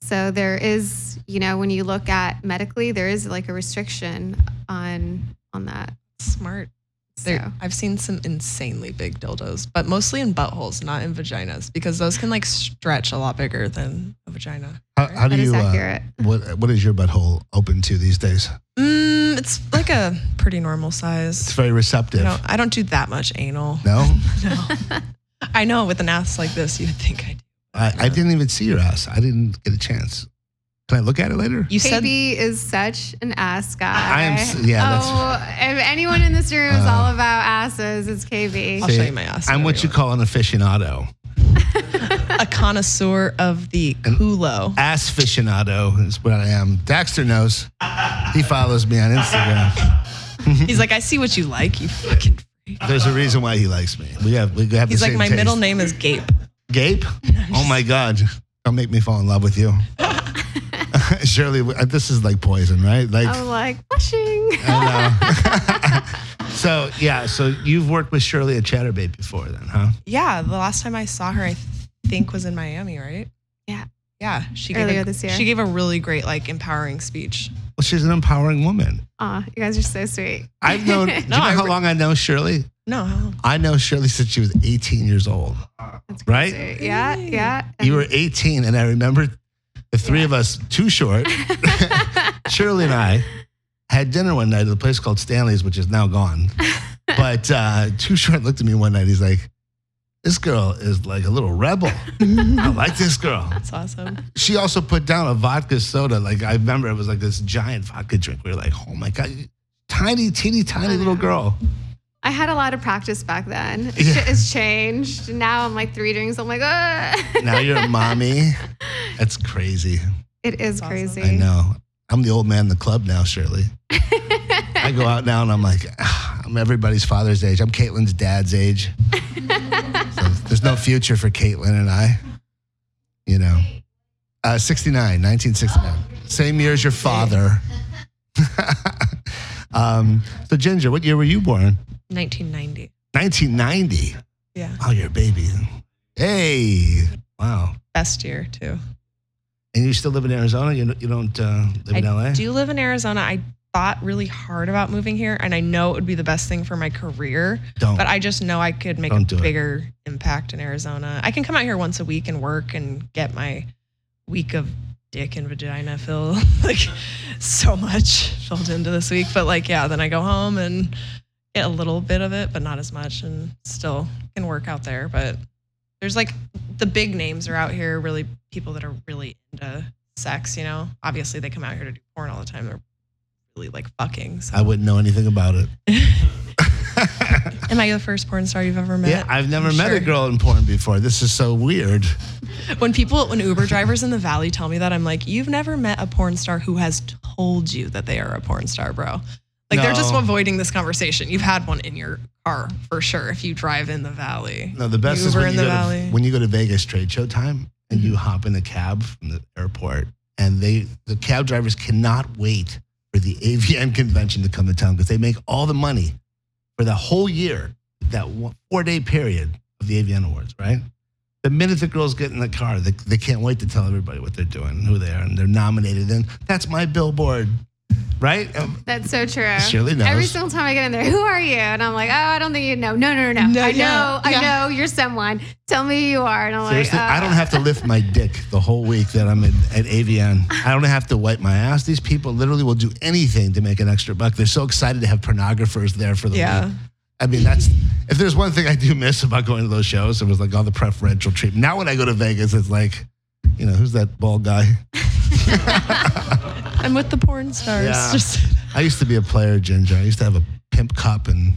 [SPEAKER 3] So there is, you know, when you look at medically, there is like a restriction on on that.
[SPEAKER 2] Smart.
[SPEAKER 3] So
[SPEAKER 2] There, I've seen some insanely big dildos, but mostly in buttholes, not in vaginas, because those can like stretch a lot bigger than a vagina.
[SPEAKER 4] how, how do
[SPEAKER 3] that is
[SPEAKER 4] you? Uh,
[SPEAKER 3] accurate.
[SPEAKER 4] what what is your butthole open to these days?
[SPEAKER 2] Mm, it's like a pretty normal size.
[SPEAKER 4] It's very receptive.
[SPEAKER 2] I don't, I don't do that much anal.
[SPEAKER 4] No,
[SPEAKER 2] <laughs> No. I know with an ass like this, you would think I do.
[SPEAKER 4] I, I didn't even see your ass. I didn't get a chance. Can I look at it later?
[SPEAKER 2] You said
[SPEAKER 3] KB is such an ass guy.
[SPEAKER 4] I am s- yeah, that's-
[SPEAKER 3] Oh, if anyone in this room is
[SPEAKER 4] Uh,
[SPEAKER 3] all about asses, it's KB.
[SPEAKER 2] I'll show you my ass.
[SPEAKER 4] I'm what you
[SPEAKER 2] everyone.
[SPEAKER 4] call an aficionado.
[SPEAKER 2] a connoisseur of the culo.
[SPEAKER 4] ass aficionado is what I am. Daxter knows. He follows me on Instagram. Mhm.
[SPEAKER 2] He's like, I see what you like. You fucking. freak."
[SPEAKER 4] There's a reason why he likes me. We have we have
[SPEAKER 2] He's
[SPEAKER 4] the
[SPEAKER 2] like,
[SPEAKER 4] same
[SPEAKER 2] my
[SPEAKER 4] taste.
[SPEAKER 2] middle name is Gape. <laughs>
[SPEAKER 4] Gape. Oh my God! Don't make me fall in love with you. Shirley, uh, this is like poison, right? Like,
[SPEAKER 2] Oh.
[SPEAKER 3] I'm Oh, like blushing.
[SPEAKER 4] I know. <laughs> so yeah, so you've worked with Shirley at Chatterbait before, then, huh?
[SPEAKER 2] Yeah, the last time I saw her, I think was in Miami, right?
[SPEAKER 3] Yeah.
[SPEAKER 2] Yeah, she gave
[SPEAKER 3] Earlier
[SPEAKER 2] a,
[SPEAKER 3] this year.
[SPEAKER 2] She gave a really great, like, empowering speech.
[SPEAKER 4] Well, she's an empowering woman.
[SPEAKER 3] <laughs> Aw, you guys are so sweet.
[SPEAKER 2] <laughs>
[SPEAKER 4] I've known. do you know
[SPEAKER 2] I
[SPEAKER 4] how
[SPEAKER 2] re-
[SPEAKER 4] long I know Shirley?
[SPEAKER 2] No,
[SPEAKER 4] I know Shirley since she was 18 years old.
[SPEAKER 3] That's
[SPEAKER 4] Right?
[SPEAKER 3] crazy. Yeah, yeah.
[SPEAKER 4] You were 18, and I remember the three of us, too short, <laughs> Shirley and I, had dinner one night at a place called Stanley's, which is
[SPEAKER 2] <laughs>
[SPEAKER 4] now gone. but uh, Too Short looked at me one night. He's like, "This girl is like a little rebel. I like this girl."
[SPEAKER 2] that's
[SPEAKER 3] Uh-uh.
[SPEAKER 2] awesome.
[SPEAKER 4] She also put down a vodka soda. Like I remember, it was like this giant vodka drink. We were like, "Oh my god." Tiny, teeny, tiny
[SPEAKER 2] Uh-huh.
[SPEAKER 4] little girl.
[SPEAKER 3] I had a lot of practice back then.
[SPEAKER 4] Yeah.
[SPEAKER 3] Shit has changed. Now I'm like three drinks. I'm like, ah.
[SPEAKER 4] Now you're a mommy. That's crazy.
[SPEAKER 3] <laughs> It is
[SPEAKER 2] awesome.
[SPEAKER 3] crazy.
[SPEAKER 4] I know. I'm the old man in the club now, Shirley. I go out now and I'm like, "Ah, I'm everybody's father's age. I'm Caitlin's dad's age. so there's no future for Caitlin and I, you know. Uh, 69, 1969. Same year as your father. <laughs> um, so, Ginger, what year were you born?
[SPEAKER 2] 1990.
[SPEAKER 4] 1990.
[SPEAKER 2] Yeah,
[SPEAKER 4] Oh, you're a baby. Hey. Wow.
[SPEAKER 2] best year too.
[SPEAKER 4] And you still live in Arizona? You, you don't uh, live in LA?
[SPEAKER 2] I do live in Arizona. I thought really hard about moving here, and I know it would be the best thing for my career.
[SPEAKER 4] don't.
[SPEAKER 2] But I just know I could make a
[SPEAKER 4] Don't do it.
[SPEAKER 2] bigger impact in Arizona. I can come out here once a week and work and get my week of dick and vagina filled <laughs> like so much filled into this week. But like yeah, then I go home and get a little bit of it, but not as much and still can work out there. But there's like the big names are out here, really people that are really into sex, you know. Obviously they come out here to do porn all the time. They're really like fucking. So
[SPEAKER 4] I wouldn't know anything about it.
[SPEAKER 2] am I the first porn star you've ever met?
[SPEAKER 4] yeah, I've never
[SPEAKER 2] I'm
[SPEAKER 4] met a
[SPEAKER 2] sure.
[SPEAKER 4] girl in porn before. This is so weird.
[SPEAKER 2] When people, when Uber drivers in the valley tell me that, I'm like, you've never met a porn star who has told you that they are a porn star, bro. Like they're just
[SPEAKER 4] No.
[SPEAKER 2] avoiding this conversation. You've had one in your car for sure if you drive in the valley.
[SPEAKER 4] No, the best is
[SPEAKER 2] Uber
[SPEAKER 4] when
[SPEAKER 2] in
[SPEAKER 4] you,
[SPEAKER 2] the
[SPEAKER 4] go to,
[SPEAKER 2] valley. Mm-hmm.
[SPEAKER 4] when you go to Vegas trade show time and you hop in the cab from the airport, and they the cab drivers cannot wait for the AVN <laughs> convention to come to town because they make all the money for the whole year that one, four day period of the AVN awards. Right, the minute the girls get in the car, they, they can't wait to tell everybody what they're doing, and who they are, and they're nominated. And that's my billboard, right? Um,
[SPEAKER 3] That's so true.
[SPEAKER 4] Shirley knows.
[SPEAKER 3] Every single time I get in there, who are you? And I'm like, oh, I don't think you know. No, no, no, no.
[SPEAKER 2] No,
[SPEAKER 3] I know,
[SPEAKER 2] yeah,
[SPEAKER 3] I
[SPEAKER 2] yeah.
[SPEAKER 3] know you're someone. Tell me who you are. And I'm
[SPEAKER 4] Seriously,
[SPEAKER 3] like,
[SPEAKER 4] I don't have to lift my dick the whole week that I'm at, at AVN. I don't have to wipe my ass. These people literally will do anything to make an extra buck. They're so excited to have pornographers there for the
[SPEAKER 2] Yeah.
[SPEAKER 4] week. I mean, that's if there's one thing I do miss about going to those shows, it was like all the preferential treatment. Now when I go to Vegas, it's like, you know, who's that bald guy?
[SPEAKER 2] I'm with the porn stars. <laughs>
[SPEAKER 4] Yeah.
[SPEAKER 2] Just
[SPEAKER 4] I used to be a player, Ginger. I used to have a pimp cup and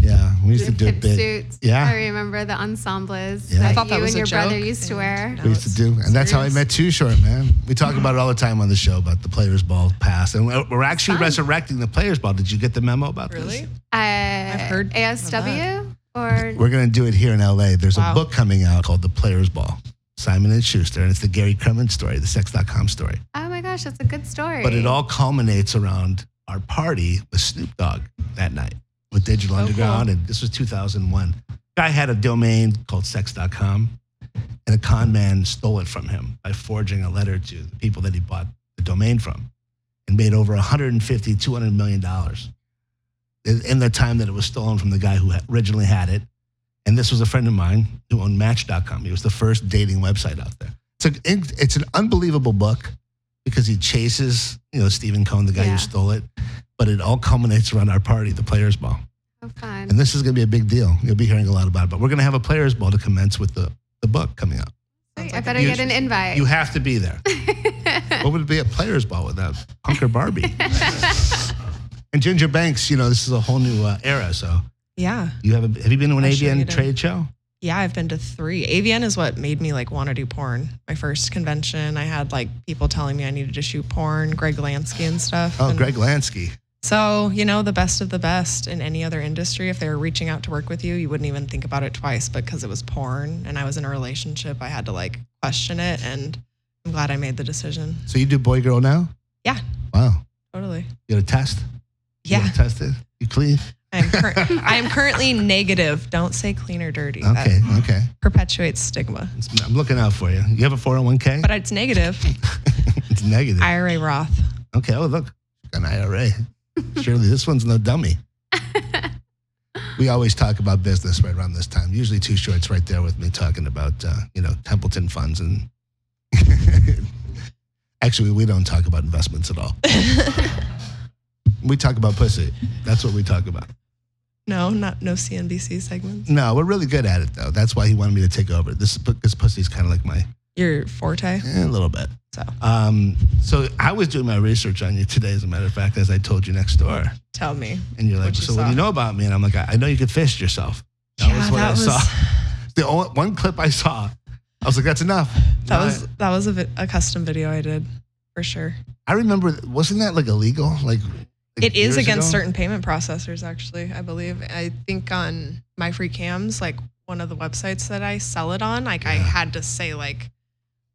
[SPEAKER 4] yeah, we used to do a
[SPEAKER 3] Pimp
[SPEAKER 4] bit.
[SPEAKER 3] suits.
[SPEAKER 4] Yeah.
[SPEAKER 3] I remember the ensembles
[SPEAKER 4] Yeah. I
[SPEAKER 3] that,
[SPEAKER 2] thought that
[SPEAKER 3] you
[SPEAKER 2] was
[SPEAKER 3] and
[SPEAKER 2] a
[SPEAKER 3] your brother
[SPEAKER 2] joke,
[SPEAKER 3] used to
[SPEAKER 2] and
[SPEAKER 3] wear.
[SPEAKER 2] now
[SPEAKER 4] We used to do, and that's how I
[SPEAKER 2] serious.
[SPEAKER 4] met Too Short, man. We talk about it all the time on the show about the Players Ball pass, and we're we're actually
[SPEAKER 3] fun.
[SPEAKER 4] resurrecting the Players Ball. Did you get the memo about
[SPEAKER 2] really?
[SPEAKER 4] this?
[SPEAKER 3] Uh,
[SPEAKER 2] heard of
[SPEAKER 3] ASW or
[SPEAKER 4] We're gonna do it here in LA. There's a
[SPEAKER 2] Wow.
[SPEAKER 4] book coming out called The Players Ball, Simon and Schuster, and it's the Gary Kremen story, the Sex.com story.
[SPEAKER 3] oh my gosh, that's a good story.
[SPEAKER 4] But it all culminates around our party with Snoop Dogg that night with Digital
[SPEAKER 2] cool.
[SPEAKER 4] Underground. And this was 2001. Guy had a domain called sex.com, and a con man stole it from him by forging a letter to the people that he bought the domain from and made over 150, 200 million dollars in in the time that it was stolen from the guy who had- originally had it. And this was a friend of mine who owned Match.com. He was the first dating website out there. It's, a, it's an unbelievable book because he chases, you know, Stephen Cohn, the guy
[SPEAKER 3] Yeah.
[SPEAKER 4] who stole it. But it all culminates around our party, the Players Ball.
[SPEAKER 3] so fun.
[SPEAKER 4] And this is going to be a big deal. You'll be hearing a lot about it. But we're going to have a Players Ball to commence with the, the book coming up.
[SPEAKER 3] I better
[SPEAKER 4] you-
[SPEAKER 3] get an invite.
[SPEAKER 4] You have to be there. what would it be a Players Ball without Hunker Barbie? and Ginger Banks, you know, this is a whole new uh, era. So
[SPEAKER 2] Yeah.
[SPEAKER 4] you have, a, have you been to an
[SPEAKER 2] I'll show you
[SPEAKER 4] ABN
[SPEAKER 2] the-
[SPEAKER 4] trade show?
[SPEAKER 2] Yeah, I've been to three. AVN is what made me like want to do porn. My first convention, I had like people telling me I needed to shoot porn, Greg Lansky and stuff.
[SPEAKER 4] Oh,
[SPEAKER 2] and-
[SPEAKER 4] Greg Lansky.
[SPEAKER 2] So, you know, the best of the best in any other industry, if they were reaching out to work with you, you wouldn't even think about it twice. But because it was porn and I was in a relationship, I had to like question it. And I'm glad I made the decision.
[SPEAKER 4] So you do boy girl now?
[SPEAKER 2] Yeah.
[SPEAKER 4] Wow.
[SPEAKER 2] Totally.
[SPEAKER 4] You got a test? You
[SPEAKER 2] Yeah.
[SPEAKER 4] got tested? You clean?
[SPEAKER 2] I'm cur- I am currently negative. Don't say clean or dirty.
[SPEAKER 4] Okay.
[SPEAKER 2] That
[SPEAKER 4] Okay.
[SPEAKER 2] perpetuates stigma.
[SPEAKER 4] It's- I'm looking out for you. You have a 401k?
[SPEAKER 2] But it's negative.
[SPEAKER 4] <laughs> it's negative.
[SPEAKER 2] IRA Roth.
[SPEAKER 4] Okay. Oh, look, an IRA. Surely this one's no dummy. we always talk about business right around this time. Usually, two shorts right there with me talking about uh, you know Templeton funds and. <laughs> Actually, we don't talk about investments at all. we talk about pussy. That's what we talk about.
[SPEAKER 2] No, not no CNBC segments.
[SPEAKER 4] No, we're really good at it though. That's why he wanted me to take over. This this pussy's kind of like my
[SPEAKER 2] Your forte.
[SPEAKER 4] eh, a little bit.
[SPEAKER 2] So
[SPEAKER 4] Um, so I was doing my research on you today, as a matter of fact, as I told you next door.
[SPEAKER 2] tell me.
[SPEAKER 4] And you're like,
[SPEAKER 2] What you
[SPEAKER 4] so what do
[SPEAKER 2] saw.
[SPEAKER 4] you know about me? And I'm like, I, I know you could fish yourself. That was what I saw. <laughs> The only, one clip I saw, I was like, that's enough.
[SPEAKER 2] That
[SPEAKER 4] No,
[SPEAKER 2] was that was a, vi- a custom video I did for sure.
[SPEAKER 4] I, I remember, wasn't that like illegal? Like, like
[SPEAKER 2] It is
[SPEAKER 4] years
[SPEAKER 2] against
[SPEAKER 4] ago?
[SPEAKER 2] certain payment processors, actually. I believe. I think on my free cams, like one of the websites that I sell it on, like I
[SPEAKER 4] Yeah.
[SPEAKER 2] had to say like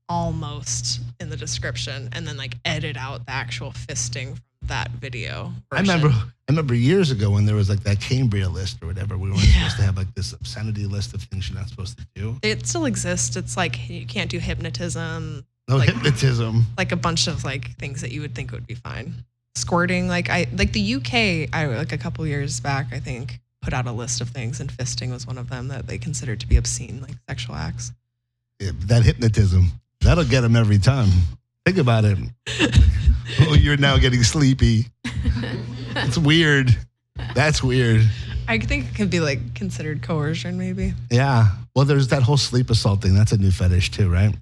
[SPEAKER 2] almost in the description, and then like edit out the actual fisting from that video.
[SPEAKER 4] I remember.
[SPEAKER 2] version.
[SPEAKER 4] I remember years ago when there was like that Cambria list or whatever. We weren't
[SPEAKER 2] Yeah.
[SPEAKER 4] supposed to have like this obscenity list of things you're not supposed to do.
[SPEAKER 2] It still exists. It's like you can't do hypnotism,
[SPEAKER 4] No
[SPEAKER 2] Like-
[SPEAKER 4] hypnotism.
[SPEAKER 2] like a bunch of like things that you would think would be fine. Squirting, like I like the UK, I like a couple years back, I think put out a list of things, and fisting was one of them that they considered to be obscene, like sexual acts.
[SPEAKER 4] Yeah, that hypnotism. That'll get them every time. Think
[SPEAKER 2] <laughs>
[SPEAKER 4] about it. oh, you're now getting sleepy. It's weird. That's weird.
[SPEAKER 2] I think it could be like considered coercion, maybe.
[SPEAKER 4] Yeah. Well, there's that whole sleep assault thing. That's a new fetish too, right?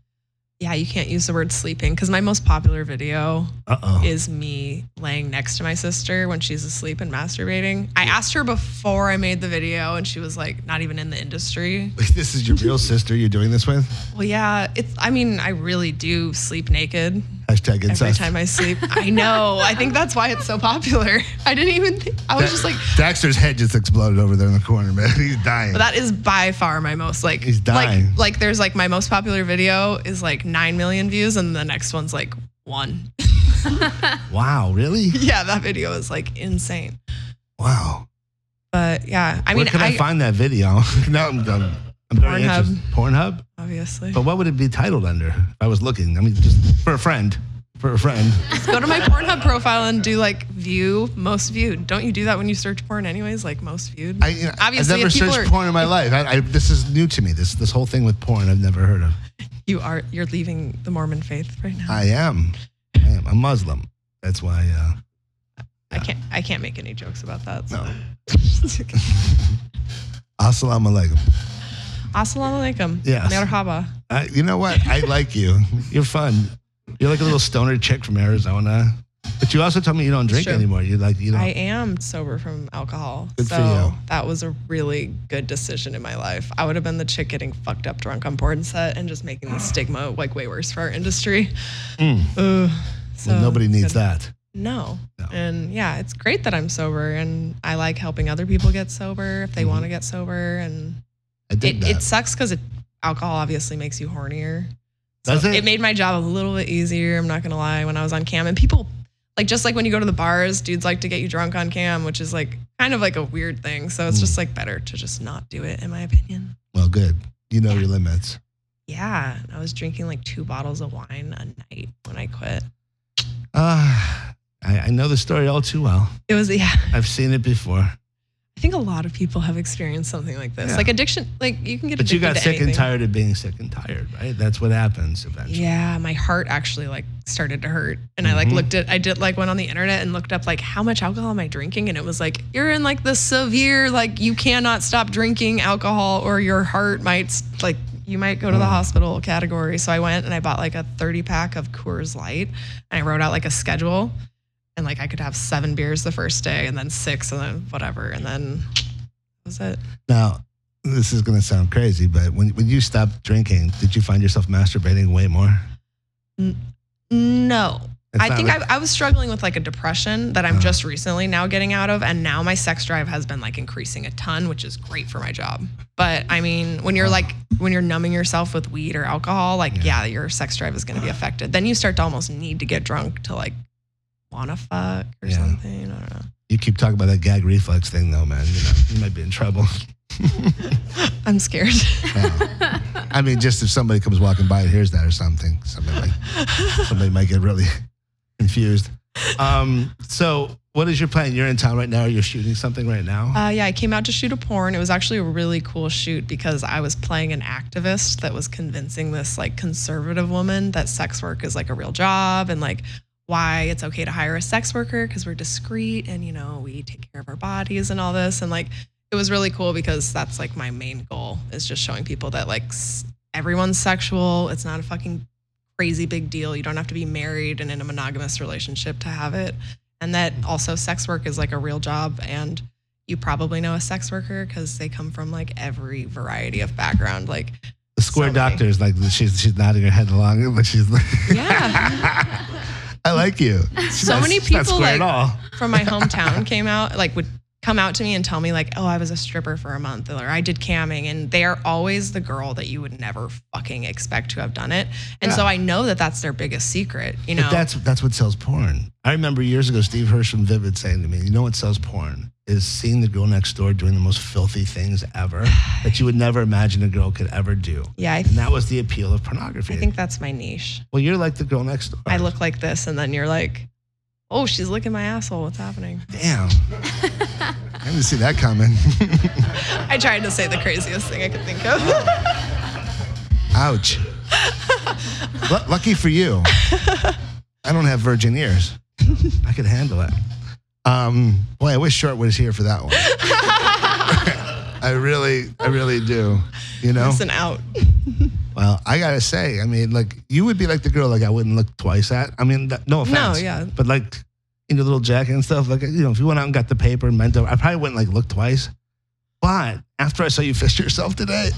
[SPEAKER 2] Yeah, you can't use the word sleeping because my most popular video
[SPEAKER 4] Uh oh.
[SPEAKER 2] is me laying next to my sister when she's asleep and masturbating. I asked her before I made the video, and she was like, not even in the industry.
[SPEAKER 4] <laughs> This is your real sister you're doing this with?
[SPEAKER 2] Well, yeah, it's, I mean, I really do sleep naked.
[SPEAKER 4] Hashtag
[SPEAKER 2] Every
[SPEAKER 4] incest.
[SPEAKER 2] time I sleep, I know. I think that's why it's so popular. I didn't even. Think, I was just like,
[SPEAKER 4] Daxter's head just exploded over there in the corner, man. <laughs> He's dying.
[SPEAKER 2] but that is by far my most like.
[SPEAKER 4] He's dying.
[SPEAKER 2] Like, like there's like my most popular video is like nine million views, and the next one's like one. <laughs>
[SPEAKER 4] wow, really?
[SPEAKER 2] yeah, that video is like insane.
[SPEAKER 4] Wow.
[SPEAKER 2] But yeah, I mean,
[SPEAKER 4] Where can I,
[SPEAKER 2] I
[SPEAKER 4] find that video? <laughs> now I'm done. I'm very
[SPEAKER 2] Pornhub.
[SPEAKER 4] interested. Pornhub?
[SPEAKER 2] obviously
[SPEAKER 4] But what would it be titled under? If I was looking. I mean, just for a friend. For a
[SPEAKER 2] <laughs>
[SPEAKER 4] friend.
[SPEAKER 2] go to my Pornhub profile and do like view most viewed. Don't you do that when you search porn anyways? Like most viewed.
[SPEAKER 4] I, you know,
[SPEAKER 2] Obviously,
[SPEAKER 4] I've never
[SPEAKER 2] if people
[SPEAKER 4] searched
[SPEAKER 2] are-
[SPEAKER 4] porn in my life. I, I, this is new to me. This this whole thing with porn, I've never heard of.
[SPEAKER 2] you are you're leaving the Mormon faith right now.
[SPEAKER 4] I am, I am a Muslim. That's why. Uh,
[SPEAKER 2] I can't I can't make any jokes about that. So. <laughs>
[SPEAKER 4] No.
[SPEAKER 2] It's okay.
[SPEAKER 4] Assalamu alaikum.
[SPEAKER 2] Assalamu alaikum.
[SPEAKER 4] Yes.
[SPEAKER 2] Merhaba.
[SPEAKER 4] I, you know what? I like you. <laughs> You're fun. You're like a little stoner chick from Arizona. But you also told me you don't drink
[SPEAKER 2] Sure.
[SPEAKER 4] anymore. You like you don't.
[SPEAKER 2] I am sober from alcohol.
[SPEAKER 4] Good for
[SPEAKER 2] so
[SPEAKER 4] you.
[SPEAKER 2] that was a really good decision in my life. I would have been the chick getting fucked up drunk on porn set and just making the stigma like way worse for our industry.
[SPEAKER 4] Mm.
[SPEAKER 2] Ugh. so
[SPEAKER 4] well, nobody needs
[SPEAKER 2] good.
[SPEAKER 4] that.
[SPEAKER 2] No.
[SPEAKER 4] No.
[SPEAKER 2] And yeah, it's great that I'm sober and I like helping other people get sober if they
[SPEAKER 4] Mm-hmm.
[SPEAKER 2] want to get sober and
[SPEAKER 4] I dig
[SPEAKER 2] it,
[SPEAKER 4] that.
[SPEAKER 2] it sucks because it, alcohol obviously makes you hornier.
[SPEAKER 4] Does it?
[SPEAKER 2] It made my job a little bit easier. I'm not gonna lie. When I was on cam, and people like just like when you go to the bars, dudes like to get you drunk on cam, which is like kind of like a weird thing. So it's
[SPEAKER 4] Mm.
[SPEAKER 2] just like better to just not do it, in my opinion.
[SPEAKER 4] well, good. You know your limits.
[SPEAKER 2] Yeah, and I was drinking like two bottles of wine a night when I quit.
[SPEAKER 4] Ah, I, I know the story all too well.
[SPEAKER 2] It was yeah.
[SPEAKER 4] I've seen it before.
[SPEAKER 2] I think a lot of people have experienced something like this,
[SPEAKER 4] Yeah.
[SPEAKER 2] like addiction. Like you can get
[SPEAKER 4] But you
[SPEAKER 2] addicted
[SPEAKER 4] got
[SPEAKER 2] to
[SPEAKER 4] sick and
[SPEAKER 2] anything.
[SPEAKER 4] tired of being sick and tired, right? That's what happens eventually.
[SPEAKER 2] Yeah, my heart actually like started to hurt. And I like
[SPEAKER 4] Mhm.
[SPEAKER 2] looked at I did like went on the internet and looked up like how much alcohol am I drinking and it was like you're in like the severe like you cannot stop drinking alcohol or your heart might s- like you might go to the
[SPEAKER 4] Mm.
[SPEAKER 2] hospital category. So I went and I bought like a 30 pack of Coors Light and I wrote out like a schedule and like I could have 7 beers the first day and then 6 and then whatever and then that was it?
[SPEAKER 4] Now, this is going to sound crazy, but when, when you stopped drinking, did you find yourself masturbating way more?
[SPEAKER 2] No.
[SPEAKER 4] It's
[SPEAKER 2] I
[SPEAKER 4] not
[SPEAKER 2] think
[SPEAKER 4] like-
[SPEAKER 2] I, I was struggling with like a depression that I'm
[SPEAKER 4] Uh-huh.
[SPEAKER 2] just recently now getting out of, and now my sex drive has been like increasing a ton, which is great for my job. But I mean, when you're like when you're numbing yourself with weed or alcohol, like yeah, your sex drive is going to be affected. Then you start to almost need to get drunk to like want to fuck or
[SPEAKER 4] Yeah.
[SPEAKER 2] something. I don't know.
[SPEAKER 4] you keep talking about that gag reflex thing, though, man. You know, you might be in trouble.
[SPEAKER 2] I'm scared. <laughs>
[SPEAKER 4] Yeah. I mean, just if somebody comes walking by and hears that or something, somebody might, somebody might get really <laughs> confused. Um, so, what is your plan? You're in town right now. You're shooting something right now.
[SPEAKER 2] Uh, yeah, I came out to shoot a porn. It was actually a really cool shoot because I was playing an activist that was convincing this like conservative woman that sex work is like a real job and like why it's okay to hire a sex worker because we're discreet and you know we take care of our bodies and all this and like it was really cool because that's like my main goal is just showing people that like s- everyone's sexual. It's not a fucking crazy big deal. You don't have to be married and in a monogamous relationship to have it. And that also sex work is like a real job and you probably know a sex worker because they come from like every variety of background. Like,
[SPEAKER 4] the square
[SPEAKER 2] somebody.
[SPEAKER 4] doctor is like she's she's nodding her head along, but she's like,
[SPEAKER 2] Yeah.
[SPEAKER 4] <laughs> I like you. She's
[SPEAKER 2] So
[SPEAKER 4] not-
[SPEAKER 2] many
[SPEAKER 4] she's not
[SPEAKER 2] people,
[SPEAKER 4] square
[SPEAKER 2] like-
[SPEAKER 4] at all.
[SPEAKER 2] from my
[SPEAKER 4] <laughs>
[SPEAKER 2] hometown came out, like would come out to me and tell me like, oh, I was a stripper for a month or I did camming. And they are always the girl that you would never fucking expect to have done it. And so
[SPEAKER 4] Yeah.
[SPEAKER 2] I know that that's their biggest secret, you know?
[SPEAKER 4] But that's that's what sells porn. I remember years ago, Steve Hirsch from Vivid saying to me, "You know what sells porn is seeing the girl next door doing the most filthy things ever
[SPEAKER 2] <sighs>
[SPEAKER 4] that you would never imagine a girl could ever do."
[SPEAKER 2] yeah,
[SPEAKER 4] <laughs>
[SPEAKER 2] I,
[SPEAKER 4] And that was the appeal of pornography.
[SPEAKER 2] I think that's my niche.
[SPEAKER 4] well, you're like the girl next door.
[SPEAKER 2] I look like this and then you're like, oh, she's licking my asshole. What's happening? <laughs>
[SPEAKER 4] Damn. I didn't see that coming. <laughs>
[SPEAKER 2] I tried to say the craziest thing I could think of.
[SPEAKER 4] Ouch. Lu lucky for you, I don't have virgin ears. I could handle it. Um, boy, I wish Short was here for that one. <laughs> I really, I really do. You know.
[SPEAKER 2] Listen
[SPEAKER 4] <laughs>
[SPEAKER 2] out.
[SPEAKER 4] Well, I gotta say, I mean, like you would be like the girl like I wouldn't look twice at. I mean, th- no offense.
[SPEAKER 2] yeah.
[SPEAKER 4] But like in your little jacket and stuff, like you know, if you went out and got the paper and meant to, I probably wouldn't like look twice. But after I saw you <laughs> fist yourself today,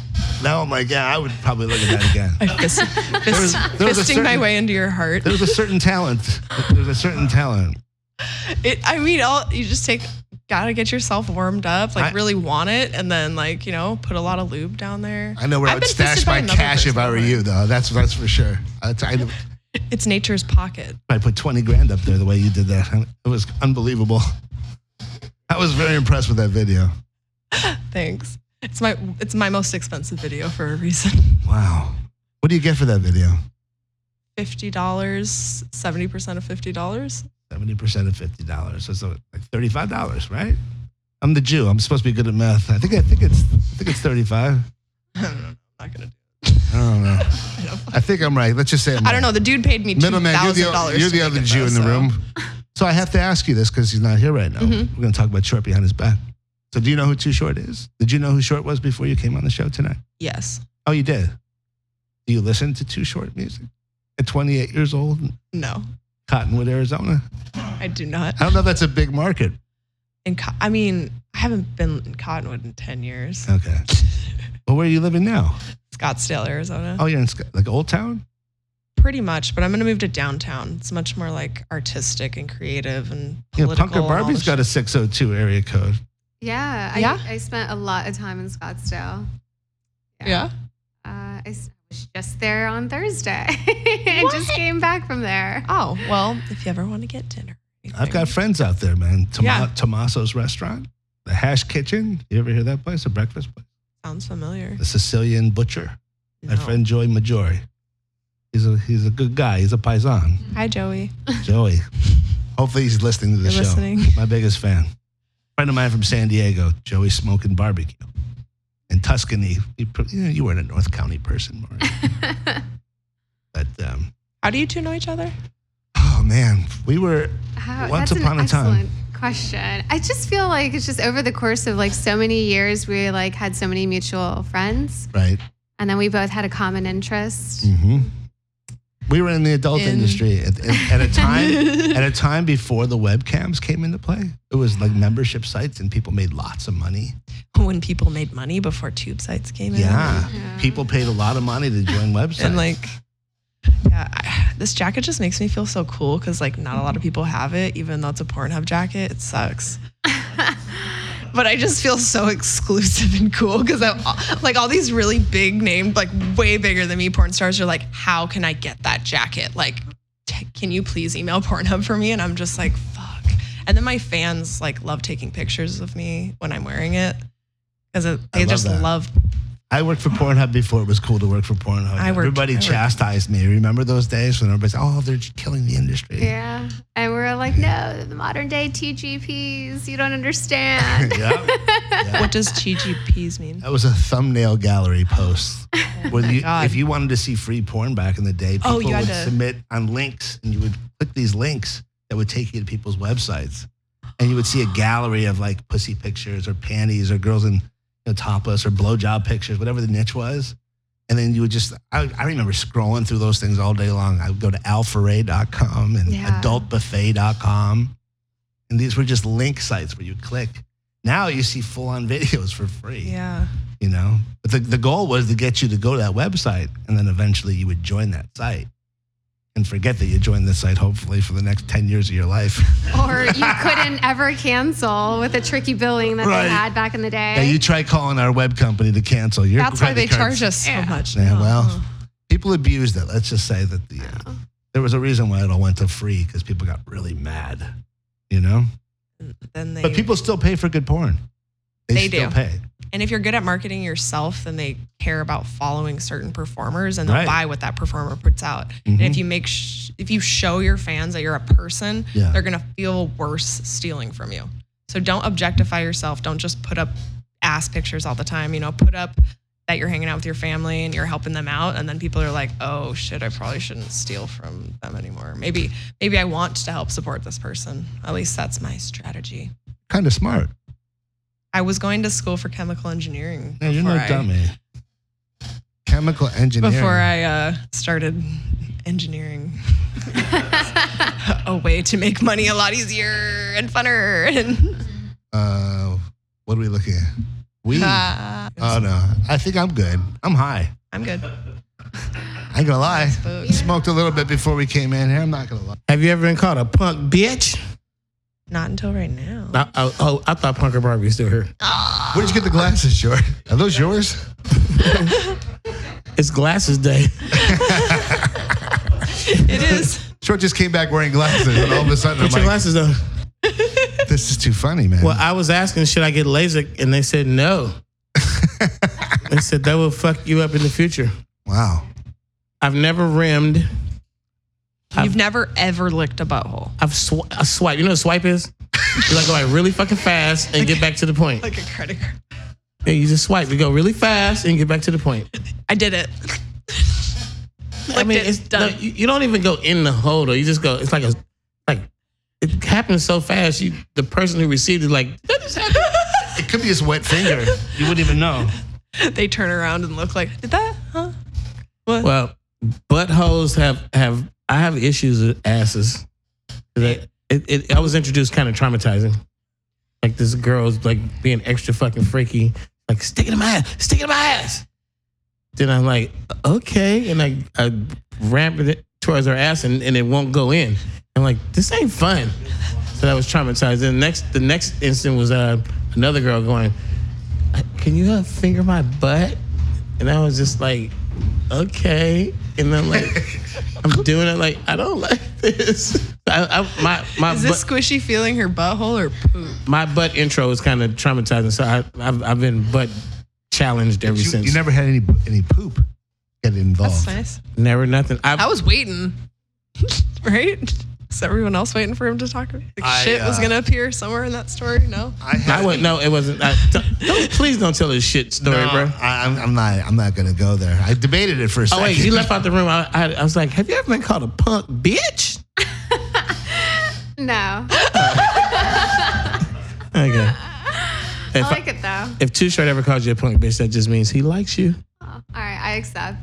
[SPEAKER 4] now I'm like, yeah, I would probably look at that again.
[SPEAKER 2] I fist, fist,
[SPEAKER 4] there was a
[SPEAKER 2] fisting my
[SPEAKER 4] certain-
[SPEAKER 2] way into your heart.
[SPEAKER 4] There's a certain talent. There's a certain talent.
[SPEAKER 2] It, I mean, all you just take gotta get yourself warmed up, like
[SPEAKER 4] I-
[SPEAKER 2] really want it, and then like you know put a lot of lube down there.
[SPEAKER 4] I know where i
[SPEAKER 2] I've
[SPEAKER 4] would
[SPEAKER 2] been fisted
[SPEAKER 4] stash
[SPEAKER 2] by
[SPEAKER 4] my
[SPEAKER 2] another
[SPEAKER 4] cash if
[SPEAKER 2] person
[SPEAKER 4] I were
[SPEAKER 2] before.
[SPEAKER 4] you, though. That's that's for sure. I'd, I'd,
[SPEAKER 2] It's nature's pocket.
[SPEAKER 4] I put 20 grand up there the way you did that. It was unbelievable. I was very impressed with that video.
[SPEAKER 2] Thanks. It's my it's my most expensive video for a reason. <laughs>
[SPEAKER 4] Wow. What do you get for that video?
[SPEAKER 2] Fifty dollars, seventy percent of fifty dollars.
[SPEAKER 4] 70% of $50. So it's uh, like $35, right? I'm the Jew. I'm supposed to be good at math. I think I think it's I think it's 35.
[SPEAKER 2] <laughs> I don't know. I'm not gonna do.
[SPEAKER 4] I don't know.
[SPEAKER 2] It. <laughs> I, don't,
[SPEAKER 4] I think I'm right. Let's just say I'm
[SPEAKER 2] I don't know. The dude paid me two
[SPEAKER 4] Middleman, you're
[SPEAKER 2] thousand
[SPEAKER 4] the,
[SPEAKER 2] dollars.
[SPEAKER 4] you're the other Jew in the room. So I have to ask you this because he's not here right now.
[SPEAKER 2] Mhm.
[SPEAKER 4] We're going to talk about Short behind his back. So do you know who Too Short is? Did you know who Short was before you came on the show tonight?
[SPEAKER 2] Yes.
[SPEAKER 4] Oh, you did. Do you listen to Too Short music at 28 years old in
[SPEAKER 2] No,
[SPEAKER 4] Cottonwood, Arizona?
[SPEAKER 2] I do not.
[SPEAKER 4] I don't know if that's a big market.
[SPEAKER 2] And co- I mean, I haven't been in Cottonwood in ten years. <laughs>
[SPEAKER 4] Okay. Well, where are you living now?
[SPEAKER 2] Scottsdale, Arizona.
[SPEAKER 4] Oh, you're in Sc- like Old Town.
[SPEAKER 2] Pretty much, but I'm gonna move to downtown. It's much more like artistic and creative and
[SPEAKER 4] Yeah,
[SPEAKER 2] political.
[SPEAKER 4] Punker Barbie's got a 602 area code.
[SPEAKER 3] <laughs> Yeah, I,
[SPEAKER 2] Yeah?
[SPEAKER 3] I spent a lot of time in Scottsdale.
[SPEAKER 2] yeah.
[SPEAKER 3] Uh, I s- was just there on Thursday. <laughs> I just came back from there.
[SPEAKER 2] Oh well, if you ever want to get dinner. or
[SPEAKER 4] I've got
[SPEAKER 2] anything.
[SPEAKER 4] friends out there, man. Toma-
[SPEAKER 2] Yeah.
[SPEAKER 4] Tommaso's Restaurant, the Hash Kitchen. You ever hear that place? A breakfast place.
[SPEAKER 2] Sounds familiar.
[SPEAKER 4] The Sicilian Butcher. My
[SPEAKER 2] No.
[SPEAKER 4] friend Joey Maggiore. He's a he's a good guy. He's
[SPEAKER 2] <laughs>
[SPEAKER 4] a paisan.
[SPEAKER 2] Hi Joey.
[SPEAKER 4] Joey. Hopefully he's listening to the
[SPEAKER 2] You're
[SPEAKER 4] show.
[SPEAKER 2] listening.
[SPEAKER 4] My biggest fan. Friend of mine from San Diego, Joey Smoking Barbecue. In Tuscany, you, pr- you, know, you weren't a North County person, Maureen.
[SPEAKER 2] <laughs>
[SPEAKER 4] but um,
[SPEAKER 2] How do you two know each other?
[SPEAKER 4] oh man, we were
[SPEAKER 3] How-
[SPEAKER 4] Once
[SPEAKER 3] that's
[SPEAKER 4] upon
[SPEAKER 3] an
[SPEAKER 4] a time.
[SPEAKER 3] excellent Question. I just feel like it's just over the course of like so many years, we like had so many mutual friends,
[SPEAKER 4] right.
[SPEAKER 3] and then we both had a common interest.
[SPEAKER 4] hmm We were in the adult
[SPEAKER 2] In-
[SPEAKER 4] industry at, at, at a time at a time before the webcams came into play. It was like membership sites, and people made lots of money.
[SPEAKER 2] When people made money before tube sites came in.
[SPEAKER 4] Yeah,
[SPEAKER 3] Yeah.
[SPEAKER 4] people paid a lot of money to join websites.
[SPEAKER 2] And like Yeah, I, this jacket just makes me feel so cool because like not a lot of people have it, even though it's a Pornhub jacket. It sucks, but I just feel so exclusive and cool because like all these really big named, like way bigger than me porn stars are like, how can I get that jacket? Like, t- can you please email Pornhub for me? And I'm just like, fuck. And then my fans like love taking pictures of me when I'm wearing it because they
[SPEAKER 4] love
[SPEAKER 2] just
[SPEAKER 4] that.
[SPEAKER 2] love
[SPEAKER 4] I worked for Pornhub before it was cool to work for Pornhub.
[SPEAKER 2] I worked-
[SPEAKER 4] Everybody
[SPEAKER 2] I worked-
[SPEAKER 4] chastised me. Remember those days when everybody's, oh, they're killing the industry.
[SPEAKER 3] Yeah. And we're like, no, the modern day TGPs, you don't understand.
[SPEAKER 4] <laughs> yeah. <laughs> Yeah.
[SPEAKER 2] What does TGPs
[SPEAKER 4] <laughs>
[SPEAKER 2] mean?
[SPEAKER 4] That was a thumbnail gallery
[SPEAKER 2] <laughs>
[SPEAKER 4] post. Where
[SPEAKER 2] Mm-hmm.
[SPEAKER 4] you,
[SPEAKER 2] Oh God.
[SPEAKER 4] if you wanted to see free porn back in the day, people
[SPEAKER 2] Oh, you had
[SPEAKER 4] would
[SPEAKER 2] to-
[SPEAKER 4] submit on links, and you would click these links that would take you to people's websites, and you would
[SPEAKER 2] <gasps>
[SPEAKER 4] see a gallery of like pussy pictures or panties or girls in you know, topless or blowjob pictures, whatever the niche was. And then you would just, I, I remember scrolling through those things all day long. I would go to alforay.com and
[SPEAKER 3] Yeah.
[SPEAKER 4] adultbuffet.com. And these were just link sites where you click. Now you see full on <laughs> videos for free
[SPEAKER 2] Yeah.
[SPEAKER 4] you know but the, the goal was to get you to go to that website and then eventually you would join that site and forget that you joined this site hopefully for the next 10 years of
[SPEAKER 2] <laughs>
[SPEAKER 4] your life
[SPEAKER 3] <laughs> or you couldn't ever cancel with the tricky billing that
[SPEAKER 4] Right.
[SPEAKER 3] they had back in the day.
[SPEAKER 4] yeah you try calling our web company to cancel your
[SPEAKER 2] That's why
[SPEAKER 4] credit
[SPEAKER 2] they
[SPEAKER 4] cards.
[SPEAKER 2] charge us so
[SPEAKER 3] Yeah.
[SPEAKER 2] much. Uh-huh.
[SPEAKER 4] Yeah,
[SPEAKER 2] now.
[SPEAKER 4] well. people abused it let's just say that the
[SPEAKER 2] Uh-huh.
[SPEAKER 4] uh, there was a reason why it all went to free because people got really mad you know
[SPEAKER 2] Then they,
[SPEAKER 4] but people still pay for good porn they,
[SPEAKER 2] They
[SPEAKER 4] still
[SPEAKER 2] do.
[SPEAKER 4] pay
[SPEAKER 2] and if you're good at marketing yourself, then they care about following certain performers and they'll
[SPEAKER 4] Right. Mm-hmm.
[SPEAKER 2] buy what that performer puts out. And if you make sh- if you show your fans that you're a person,
[SPEAKER 4] Yeah.
[SPEAKER 2] they're gonna feel worse stealing from you. So don't objectify yourself. Don't just put up ass pictures all the time. You know, put up that you're hanging out with your family and you're helping them out, and then people are like, "Oh shit, I probably shouldn't steal from them anymore. Maybe maybe I want to help support this person. At least that's my strategy."
[SPEAKER 4] kind of smart
[SPEAKER 2] I was going to school for chemical engineering.
[SPEAKER 4] yeah, you're
[SPEAKER 2] before
[SPEAKER 4] no
[SPEAKER 2] I-
[SPEAKER 4] dummy chemical engineering
[SPEAKER 2] Before I uh, started engineering, a way to make money a lot easier and funner. And
[SPEAKER 4] <laughs> uh, what are we looking at we
[SPEAKER 2] Ah,
[SPEAKER 4] Oh no, I think I'm good. I'm high.
[SPEAKER 2] I'm good.
[SPEAKER 4] I ain't gonna lie. Smoked a little bit before we came in here. I'm not gonna lie.
[SPEAKER 5] Have you ever been called a punk bitch?
[SPEAKER 2] Not until right now.
[SPEAKER 5] I, I, oh, I thought Punker Barbie's still here.
[SPEAKER 2] Uh.
[SPEAKER 4] Where'd you get the glasses, Short? Are those yours?
[SPEAKER 5] It's glasses day.
[SPEAKER 2] It
[SPEAKER 4] <laughs>
[SPEAKER 2] is.
[SPEAKER 4] Short just came back wearing glasses, and all of a sudden I'm
[SPEAKER 5] Get your
[SPEAKER 4] like,
[SPEAKER 5] glasses on.
[SPEAKER 4] "This is too funny, man."
[SPEAKER 5] Well, I was asking, should I get LASIK? And they said no. they said that will fuck you up in the future.
[SPEAKER 4] wow.
[SPEAKER 5] I've never rimmed.
[SPEAKER 2] You've never ever licked a butthole.
[SPEAKER 5] I've sw- I swipe. You know what swipe is? You like go like really fucking fast and get back to the point.
[SPEAKER 2] Like a credit card.
[SPEAKER 5] Yeah, you just swipe. You go really fast and get back to the point.
[SPEAKER 2] I did it. <laughs>
[SPEAKER 5] I mean,
[SPEAKER 2] it,
[SPEAKER 5] it's
[SPEAKER 2] done.
[SPEAKER 5] done. you, you don't even go in the hole though. You just go. It's like a like. It happens so fast. You the person who received it like that just happened.
[SPEAKER 4] It could be his wet
[SPEAKER 5] <laughs>
[SPEAKER 4] finger. <laughs> You wouldn't even know.
[SPEAKER 2] they turn around and look like, did that? Huh? What?
[SPEAKER 5] Well, buttholes have have I have issues with asses. It, it, I was introduced kind of traumatizing. Like this girl's like being extra fucking freaky, like stick it in my ass, stick it in my ass. Then I'm like, okay, and I I ramp it towards her ass and, and it won't go in. I'm like, this ain't fun. So that was traumatized. Then next the next instant was uh, another girl going, can you uh, finger my butt? And I was just like, okay. And then like, I'm doing it like I don't like this. I, I, my my
[SPEAKER 4] Um,
[SPEAKER 2] is this
[SPEAKER 5] butt,
[SPEAKER 2] squishy feeling her butthole or poop?
[SPEAKER 5] my butt intro is kind of traumatizing, so I, I've I've been butt challenged ever
[SPEAKER 4] You,
[SPEAKER 5] since.
[SPEAKER 4] you never had any any poop get
[SPEAKER 2] That's
[SPEAKER 4] involved.
[SPEAKER 2] nice.
[SPEAKER 5] never nothing. I've,
[SPEAKER 2] I was waiting, <laughs> right? Is everyone else waiting for him to talk? Like
[SPEAKER 4] I,
[SPEAKER 2] shit was
[SPEAKER 4] uh,
[SPEAKER 2] gonna appear somewhere in that story. No,
[SPEAKER 4] I
[SPEAKER 5] I was no, it wasn't. I, don't, don't- please don't tell this shit story,
[SPEAKER 4] no,
[SPEAKER 5] bro.
[SPEAKER 4] I, am I'm not. I'm not gonna go there. I debated it for a
[SPEAKER 5] Oh
[SPEAKER 4] second.
[SPEAKER 5] wait, you left out the room. I, I I was like, have you ever been called a punk bitch?
[SPEAKER 3] no.
[SPEAKER 5] Okay. If,
[SPEAKER 3] I like it though. Oh,
[SPEAKER 5] if Too Short ever calls you a punk bitch, that just means he likes you.
[SPEAKER 3] all right, I accept.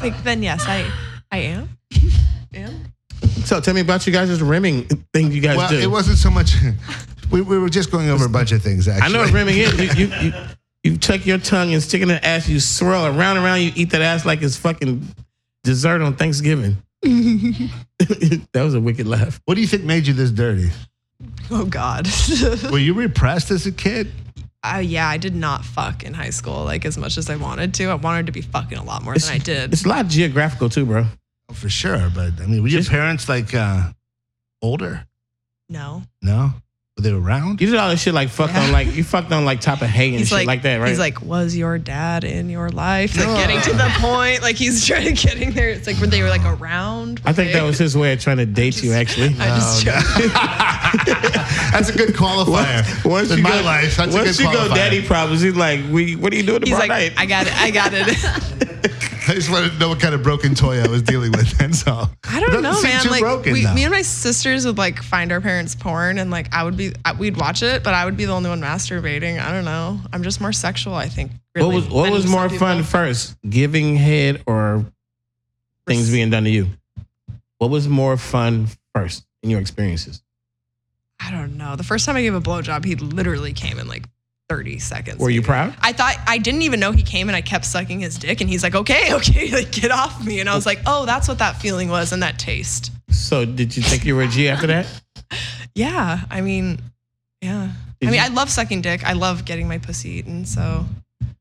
[SPEAKER 2] like then yes, I, I am. am.
[SPEAKER 5] So tell me about you guys' rimming thing you guys
[SPEAKER 4] Well, <laughs>
[SPEAKER 5] do.
[SPEAKER 4] it wasn't so much. We, we were just going over a bunch of things.
[SPEAKER 5] I
[SPEAKER 4] Actually,
[SPEAKER 5] know what rimming is. You, you, you, You tuck your tongue and stick it in the ass. You swirl around and around. You eat that ass like it's fucking dessert on Thanksgiving. <laughs> that was a wicked laugh.
[SPEAKER 4] What do you think made you this dirty?
[SPEAKER 2] Oh God. <laughs>
[SPEAKER 4] Were you repressed as a kid?
[SPEAKER 2] uh, yeah, I did not fuck in high school like as much as I wanted to. I wanted to be fucking a lot more than I did.
[SPEAKER 5] It's a lot geographical too, bro.
[SPEAKER 4] Oh, for sure. But I mean, were your
[SPEAKER 5] Just-
[SPEAKER 4] parents like uh, older?
[SPEAKER 2] No.
[SPEAKER 4] No? Were they around?
[SPEAKER 5] You did all this shit like fucked
[SPEAKER 2] Yeah.
[SPEAKER 5] on like you fucked on like top of hay and
[SPEAKER 2] He's
[SPEAKER 5] shit
[SPEAKER 2] like,
[SPEAKER 5] like, that, right?
[SPEAKER 2] He's like, was your dad in your life? Like getting to <laughs> the point, like he's trying to getting there. It's like were they were like around?
[SPEAKER 5] I think that was his way of trying to date you. Actually,
[SPEAKER 2] I just
[SPEAKER 5] <laughs>
[SPEAKER 4] No,
[SPEAKER 2] joking.
[SPEAKER 4] Oh, That's a good qualifier. in my life, that's
[SPEAKER 5] once
[SPEAKER 4] a
[SPEAKER 5] you
[SPEAKER 4] good qualifier.
[SPEAKER 5] go daddy problems, he's like, we, what are you doing
[SPEAKER 2] He's
[SPEAKER 5] tomorrow
[SPEAKER 2] like,
[SPEAKER 5] night?
[SPEAKER 2] I got it. I got <laughs> it.
[SPEAKER 4] I just wanted to know what kind of broken toy I was dealing with. That's all.
[SPEAKER 2] I don't
[SPEAKER 4] Doesn't
[SPEAKER 2] know,
[SPEAKER 4] seem
[SPEAKER 2] man.
[SPEAKER 4] too
[SPEAKER 2] Like
[SPEAKER 4] broken,
[SPEAKER 2] we,
[SPEAKER 4] though.
[SPEAKER 2] me and my sisters would like find our parents' porn, and like I would be, I, we'd watch it, but I would be the only one masturbating. I don't know. I'm just more sexual, I think.
[SPEAKER 5] what
[SPEAKER 2] really,
[SPEAKER 5] was what
[SPEAKER 2] than
[SPEAKER 5] was
[SPEAKER 2] some
[SPEAKER 5] more
[SPEAKER 2] people.
[SPEAKER 5] fun first, giving head or things being done to you? What was more fun first in your experiences?
[SPEAKER 2] I don't know. The first time I gave a blowjob, he literally came in like 30 seconds.
[SPEAKER 5] Were you
[SPEAKER 2] maybe.
[SPEAKER 5] proud?
[SPEAKER 2] I thought I didn't even know he came, and I kept sucking his dick, and he's like, "Okay, <laughs> okay, like get off me," and I was like, "Oh, that's what that feeling was, and that taste."
[SPEAKER 5] So did you think you were a G after that?
[SPEAKER 2] Yeah, I mean, yeah.
[SPEAKER 5] Did
[SPEAKER 2] I mean,
[SPEAKER 5] you-
[SPEAKER 2] I love sucking dick. I love getting my pussy eaten, so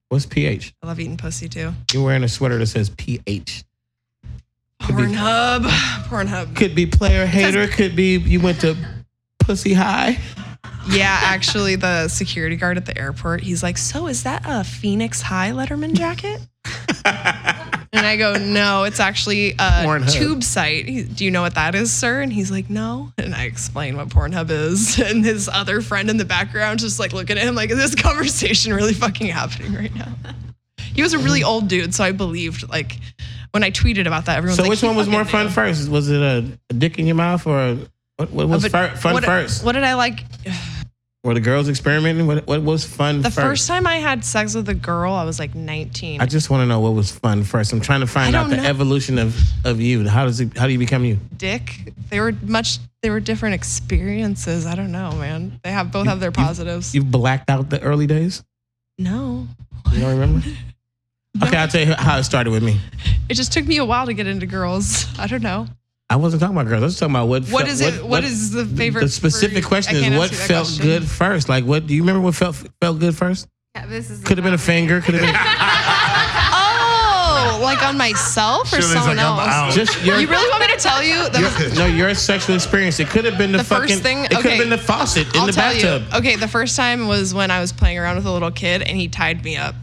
[SPEAKER 5] What's pH?
[SPEAKER 2] I love eating pussy too.
[SPEAKER 5] You're wearing a sweater that says pH. Could be-
[SPEAKER 2] Pornhub, Pornhub. <sighs>
[SPEAKER 5] Could be player hater. Could be you went to pussy high.
[SPEAKER 2] Yeah, actually, the security guard at the airport, he's like, "So is that a Phoenix High Letterman
[SPEAKER 5] <laughs>
[SPEAKER 2] jacket?" and I go, "No, it's actually a
[SPEAKER 5] Pornhub.
[SPEAKER 2] tube site. He- Do you know what that is, sir?" And he's like, "No." And I explain what Pornhub is, <laughs> and his other friend in the background just like looking at him like, "Is this conversation really fucking happening right now?" He was a really old dude, so I believed like when I tweeted about that, everyone.
[SPEAKER 5] So
[SPEAKER 2] like,
[SPEAKER 5] which
[SPEAKER 2] "He
[SPEAKER 5] one was
[SPEAKER 2] fucking
[SPEAKER 5] more fun
[SPEAKER 2] knew."
[SPEAKER 5] first? Was it a, a dick in your mouth or a, what, what was
[SPEAKER 2] But
[SPEAKER 5] fir- fun
[SPEAKER 2] what-
[SPEAKER 5] first?
[SPEAKER 2] What did I like?
[SPEAKER 5] Were the girls experimenting? What, what was fun
[SPEAKER 2] The
[SPEAKER 5] first?
[SPEAKER 2] first. time I had sex with a girl, I was like 19.
[SPEAKER 5] I
[SPEAKER 2] I,
[SPEAKER 5] just want to know what was fun first. I'm trying to find
[SPEAKER 2] I
[SPEAKER 5] out the
[SPEAKER 2] don't know.
[SPEAKER 5] evolution of, of you. How does it, how do you become you?
[SPEAKER 2] Dick, they were much, they were different experiences. I don't know, man. They have both have their positives.
[SPEAKER 5] You blacked out the early days.
[SPEAKER 2] no,
[SPEAKER 5] You
[SPEAKER 2] <laughs>
[SPEAKER 5] don't remember? Okay, I'll tell you how it started with me.
[SPEAKER 2] it just took me a while to get into girls. <laughs> I don't know.
[SPEAKER 5] I wasn't talking about girls. I was talking about what.
[SPEAKER 2] What
[SPEAKER 5] felt-
[SPEAKER 2] is it? what is the favorite?
[SPEAKER 5] The specific
[SPEAKER 2] fruit?
[SPEAKER 5] question
[SPEAKER 2] I
[SPEAKER 5] is
[SPEAKER 2] can't
[SPEAKER 5] what
[SPEAKER 2] answer that
[SPEAKER 5] felt
[SPEAKER 2] question.
[SPEAKER 5] good first. Like what? Do you remember what felt felt good first?
[SPEAKER 3] Yeah, this is
[SPEAKER 5] Could have been a finger. Could
[SPEAKER 2] <laughs>
[SPEAKER 5] have been
[SPEAKER 2] Oh, like on myself or
[SPEAKER 4] Shirley's
[SPEAKER 2] someone
[SPEAKER 4] like, "I'm
[SPEAKER 2] else?
[SPEAKER 4] out."
[SPEAKER 5] just your
[SPEAKER 2] You really want me to tell you? That was-
[SPEAKER 5] no your sexual experience. It could have been the,
[SPEAKER 2] The
[SPEAKER 5] fucking.
[SPEAKER 2] first thing-
[SPEAKER 5] it could
[SPEAKER 2] okay.
[SPEAKER 5] have been the faucet in
[SPEAKER 2] I'll
[SPEAKER 5] the
[SPEAKER 2] tell
[SPEAKER 5] bathtub.
[SPEAKER 2] you. Okay, the first time was when I was playing around with a little kid and he tied me up.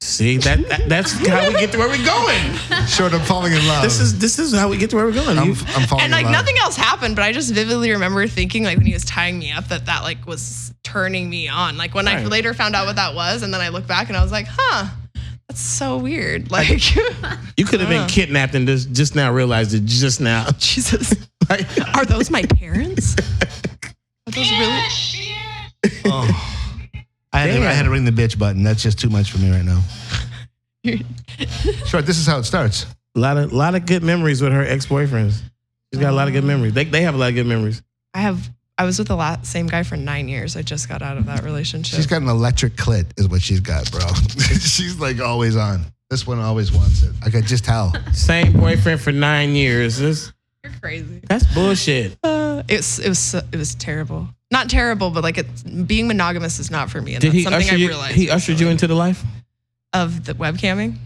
[SPEAKER 5] See that, that that's how we get to where we're going.
[SPEAKER 4] Short of falling in love.
[SPEAKER 5] This is this is how we get to where we're going.
[SPEAKER 4] Um, I'm,
[SPEAKER 5] You-
[SPEAKER 4] I'm falling
[SPEAKER 2] and
[SPEAKER 4] in
[SPEAKER 2] like
[SPEAKER 4] love.
[SPEAKER 2] nothing else happened but i just vividly remember thinking like when he was tying me up that that like was turning me on like when i
[SPEAKER 5] Right.
[SPEAKER 2] later found out what that was and then i looked back and i was like huh that's so weird like <laughs>
[SPEAKER 5] You could have been
[SPEAKER 2] Uh-huh.
[SPEAKER 5] kidnapped and just just now realized it just now.
[SPEAKER 2] <laughs> jesus
[SPEAKER 5] <laughs> Like,
[SPEAKER 2] are those my parents are those really
[SPEAKER 4] Oh. I, had to, I had to ring the bitch button. That's just too much for me right
[SPEAKER 5] <laughs>
[SPEAKER 4] now. Short, this is how it starts.
[SPEAKER 5] a lot of lot of good memories with her ex boyfriends. She's got a lot of good memories. They they have a lot of good memories.
[SPEAKER 2] i have i was with the last, same guy for nine years i just got out of that relationship
[SPEAKER 4] She's got an electric clit, is what she's got, bro. <laughs> she's like always on. This one always wants it. I could just tell.
[SPEAKER 5] Same boyfriend for nine years. That's
[SPEAKER 2] you're crazy
[SPEAKER 5] that's bullshit.
[SPEAKER 2] uh, it was it was so- it was terrible not terrible but like it's being monogamous is not for me and
[SPEAKER 5] Did
[SPEAKER 2] that's
[SPEAKER 5] he
[SPEAKER 2] something
[SPEAKER 5] usher
[SPEAKER 2] i
[SPEAKER 5] you?
[SPEAKER 2] realized
[SPEAKER 5] He ushered you into the life.
[SPEAKER 2] of the webcamming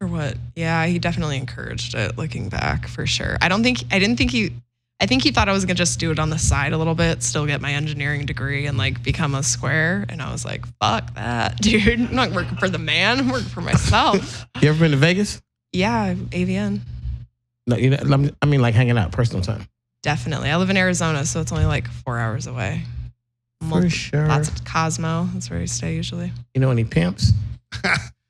[SPEAKER 2] or what? Yeah, he definitely encouraged it looking back for sure. I don't think I didn't think he I think he thought I was gonna just do it on the side a little bit, still get my engineering degree and like become a square. And I was like, fuck that, <laughs> dude. I'm not working for the man, I'm working for myself.
[SPEAKER 5] You ever been to Vegas?
[SPEAKER 2] yeah, AVN.
[SPEAKER 5] No, you know, I'm- I mean like hanging out, personal time.
[SPEAKER 2] Definitely. I live in Arizona, so it's only like four hours away. Multi-
[SPEAKER 5] sure.
[SPEAKER 2] Lots of Cosmo. That's where I stay usually.
[SPEAKER 5] You know any pimps?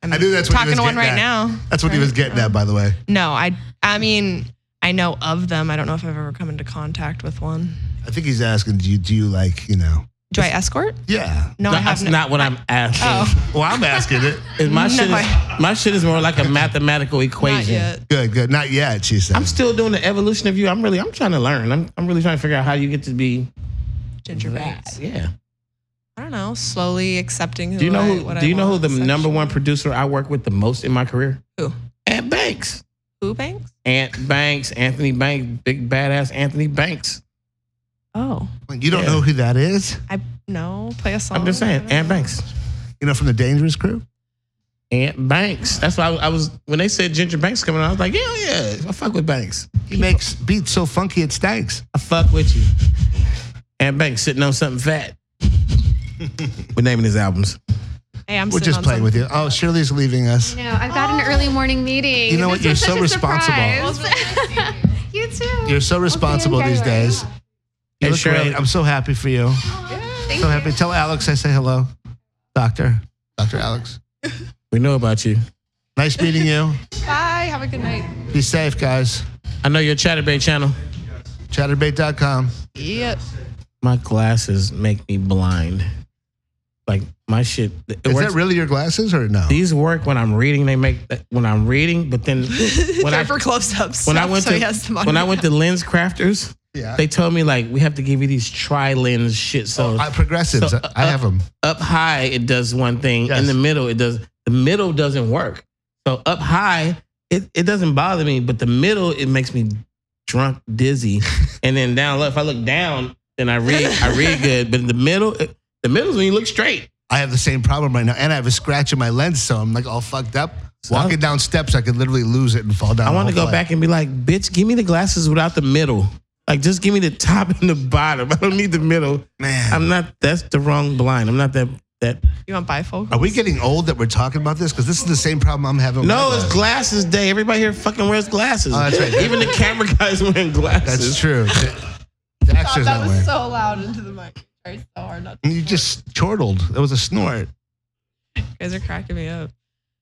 [SPEAKER 2] I'm
[SPEAKER 4] I knew that's what he
[SPEAKER 2] talking
[SPEAKER 4] was
[SPEAKER 2] to one right
[SPEAKER 4] getting at.
[SPEAKER 2] now.
[SPEAKER 4] That's what he
[SPEAKER 2] Right.
[SPEAKER 4] was getting at, by the way.
[SPEAKER 2] No, I I mean I know of them. I don't know if I've ever come into contact with one.
[SPEAKER 4] I think he's asking, do you, do you like, you know?
[SPEAKER 2] Do I escort?
[SPEAKER 4] Yeah.
[SPEAKER 2] No, I
[SPEAKER 5] that's
[SPEAKER 2] have
[SPEAKER 5] not what I'm asking.
[SPEAKER 2] Oh,
[SPEAKER 4] Well, I'm asking it.
[SPEAKER 5] Is My shit
[SPEAKER 2] <laughs> No,
[SPEAKER 5] is my shit is more like a mathematical equation.
[SPEAKER 2] not yet.
[SPEAKER 4] Good, good. Not yet, she said.
[SPEAKER 5] I'm still doing the evolution of you. I'm really, I'm trying to learn. I'm, I'm really trying to figure out how you get to be
[SPEAKER 2] Ginger
[SPEAKER 5] that.
[SPEAKER 2] bats.
[SPEAKER 5] Yeah.
[SPEAKER 2] I I don't know, slowly accepting who
[SPEAKER 5] Do you know
[SPEAKER 2] I,
[SPEAKER 5] who?
[SPEAKER 2] what
[SPEAKER 5] Do
[SPEAKER 2] I
[SPEAKER 5] you know who
[SPEAKER 2] want
[SPEAKER 5] the number
[SPEAKER 2] sexually.
[SPEAKER 5] one producer I work with the most in my career?
[SPEAKER 2] Who?
[SPEAKER 5] Ant Banks.
[SPEAKER 2] Who banks?
[SPEAKER 5] Ant Banks. Anthony Banks. Big badass Anthony Banks.
[SPEAKER 2] Oh,
[SPEAKER 4] Like, you don't
[SPEAKER 5] Yeah.
[SPEAKER 4] know who that is?
[SPEAKER 2] I no play a song.
[SPEAKER 5] I'm just saying.
[SPEAKER 2] Oh.
[SPEAKER 5] Ant Banks.
[SPEAKER 4] You know, from the Dangerous Crew?
[SPEAKER 5] Ant Banks. That's why I, I was when they said Ginger Banks coming on. I was like, yeah, yeah, I fuck with Banks.
[SPEAKER 4] He makes beats so funky it stanks.
[SPEAKER 5] I fuck with you. Ant Banks sitting on something fat. We're naming his albums.
[SPEAKER 2] Hey, I'm
[SPEAKER 4] We're
[SPEAKER 2] sitting
[SPEAKER 4] just
[SPEAKER 2] on
[SPEAKER 4] playing
[SPEAKER 2] something.
[SPEAKER 4] with you. Oh, Shirley's leaving us.
[SPEAKER 3] No, I've got an early morning meeting.
[SPEAKER 4] You know what?
[SPEAKER 3] This
[SPEAKER 4] You're
[SPEAKER 3] was
[SPEAKER 4] so
[SPEAKER 3] such a
[SPEAKER 4] responsible.
[SPEAKER 3] surprise. <laughs> you too.
[SPEAKER 4] You're so responsible these
[SPEAKER 3] January.
[SPEAKER 4] days. You
[SPEAKER 5] Hey,
[SPEAKER 4] look
[SPEAKER 5] Shirley.
[SPEAKER 4] great. I'm so happy for you.
[SPEAKER 3] Thank
[SPEAKER 4] So
[SPEAKER 3] you.
[SPEAKER 4] happy. Tell Alex I say hello. Doctor. Dr. Alex.
[SPEAKER 5] We know about you.
[SPEAKER 4] Nice meeting you.
[SPEAKER 2] Bye. Have a good night.
[SPEAKER 4] Be safe, guys.
[SPEAKER 5] I know your Chatterbait channel.
[SPEAKER 4] Chatterbait.com.
[SPEAKER 2] Yep.
[SPEAKER 5] My glasses make me blind. Like my shit. It
[SPEAKER 4] Is
[SPEAKER 5] works.
[SPEAKER 4] that really your glasses or no?
[SPEAKER 5] These work when I'm reading. They make when I'm reading,
[SPEAKER 2] <laughs>
[SPEAKER 5] but then <laughs> when
[SPEAKER 2] They're
[SPEAKER 5] I
[SPEAKER 2] for close-ups.
[SPEAKER 5] when I
[SPEAKER 2] so-
[SPEAKER 5] went
[SPEAKER 2] so
[SPEAKER 5] to
[SPEAKER 2] he has them on
[SPEAKER 5] when I went to Lens Crafters,
[SPEAKER 4] Yeah.
[SPEAKER 5] they told me like we have to give you these tri lens shit. So
[SPEAKER 4] Oh, I, progressives.
[SPEAKER 5] so, uh,
[SPEAKER 4] I have them.
[SPEAKER 5] up high it does one thing,
[SPEAKER 4] Yes.
[SPEAKER 5] in the middle it does. The middle doesn't work. So up high it, it doesn't bother me, but the middle it makes me drunk,
[SPEAKER 4] <laughs>
[SPEAKER 5] dizzy, and then down low if I look down then I read
[SPEAKER 4] <laughs>
[SPEAKER 5] I read good, but in the middle it, the middle's when you look straight.
[SPEAKER 4] I have the same problem right now, and I have a scratch in my lens, so I'm like all fucked up.
[SPEAKER 5] So-
[SPEAKER 4] Walking down steps, I could literally lose it and fall down.
[SPEAKER 5] I
[SPEAKER 4] the
[SPEAKER 5] want to
[SPEAKER 4] whole
[SPEAKER 5] go
[SPEAKER 4] flight.
[SPEAKER 5] back and be like, bitch, give me the glasses without the middle. Like, just give me the top <laughs> and the bottom. I don't need the middle.
[SPEAKER 4] Man,
[SPEAKER 5] I'm not. That's the wrong blind. I'm not that. That.
[SPEAKER 2] you want bifocals?
[SPEAKER 4] are we getting old that we're talking about this? Because this is the same problem I'm having. with
[SPEAKER 5] No,
[SPEAKER 4] my
[SPEAKER 5] it's
[SPEAKER 4] glasses.
[SPEAKER 5] glasses day. Everybody here fucking wears glasses.
[SPEAKER 4] Oh, that's right.
[SPEAKER 5] <laughs> Even the camera guys wearing
[SPEAKER 4] That's
[SPEAKER 5] glasses. <laughs>
[SPEAKER 4] true. Daxter's that way.
[SPEAKER 2] so loud into the mic. Sorry, so hard not.
[SPEAKER 4] you just chortled. That was a snort.
[SPEAKER 2] You guys are cracking me up.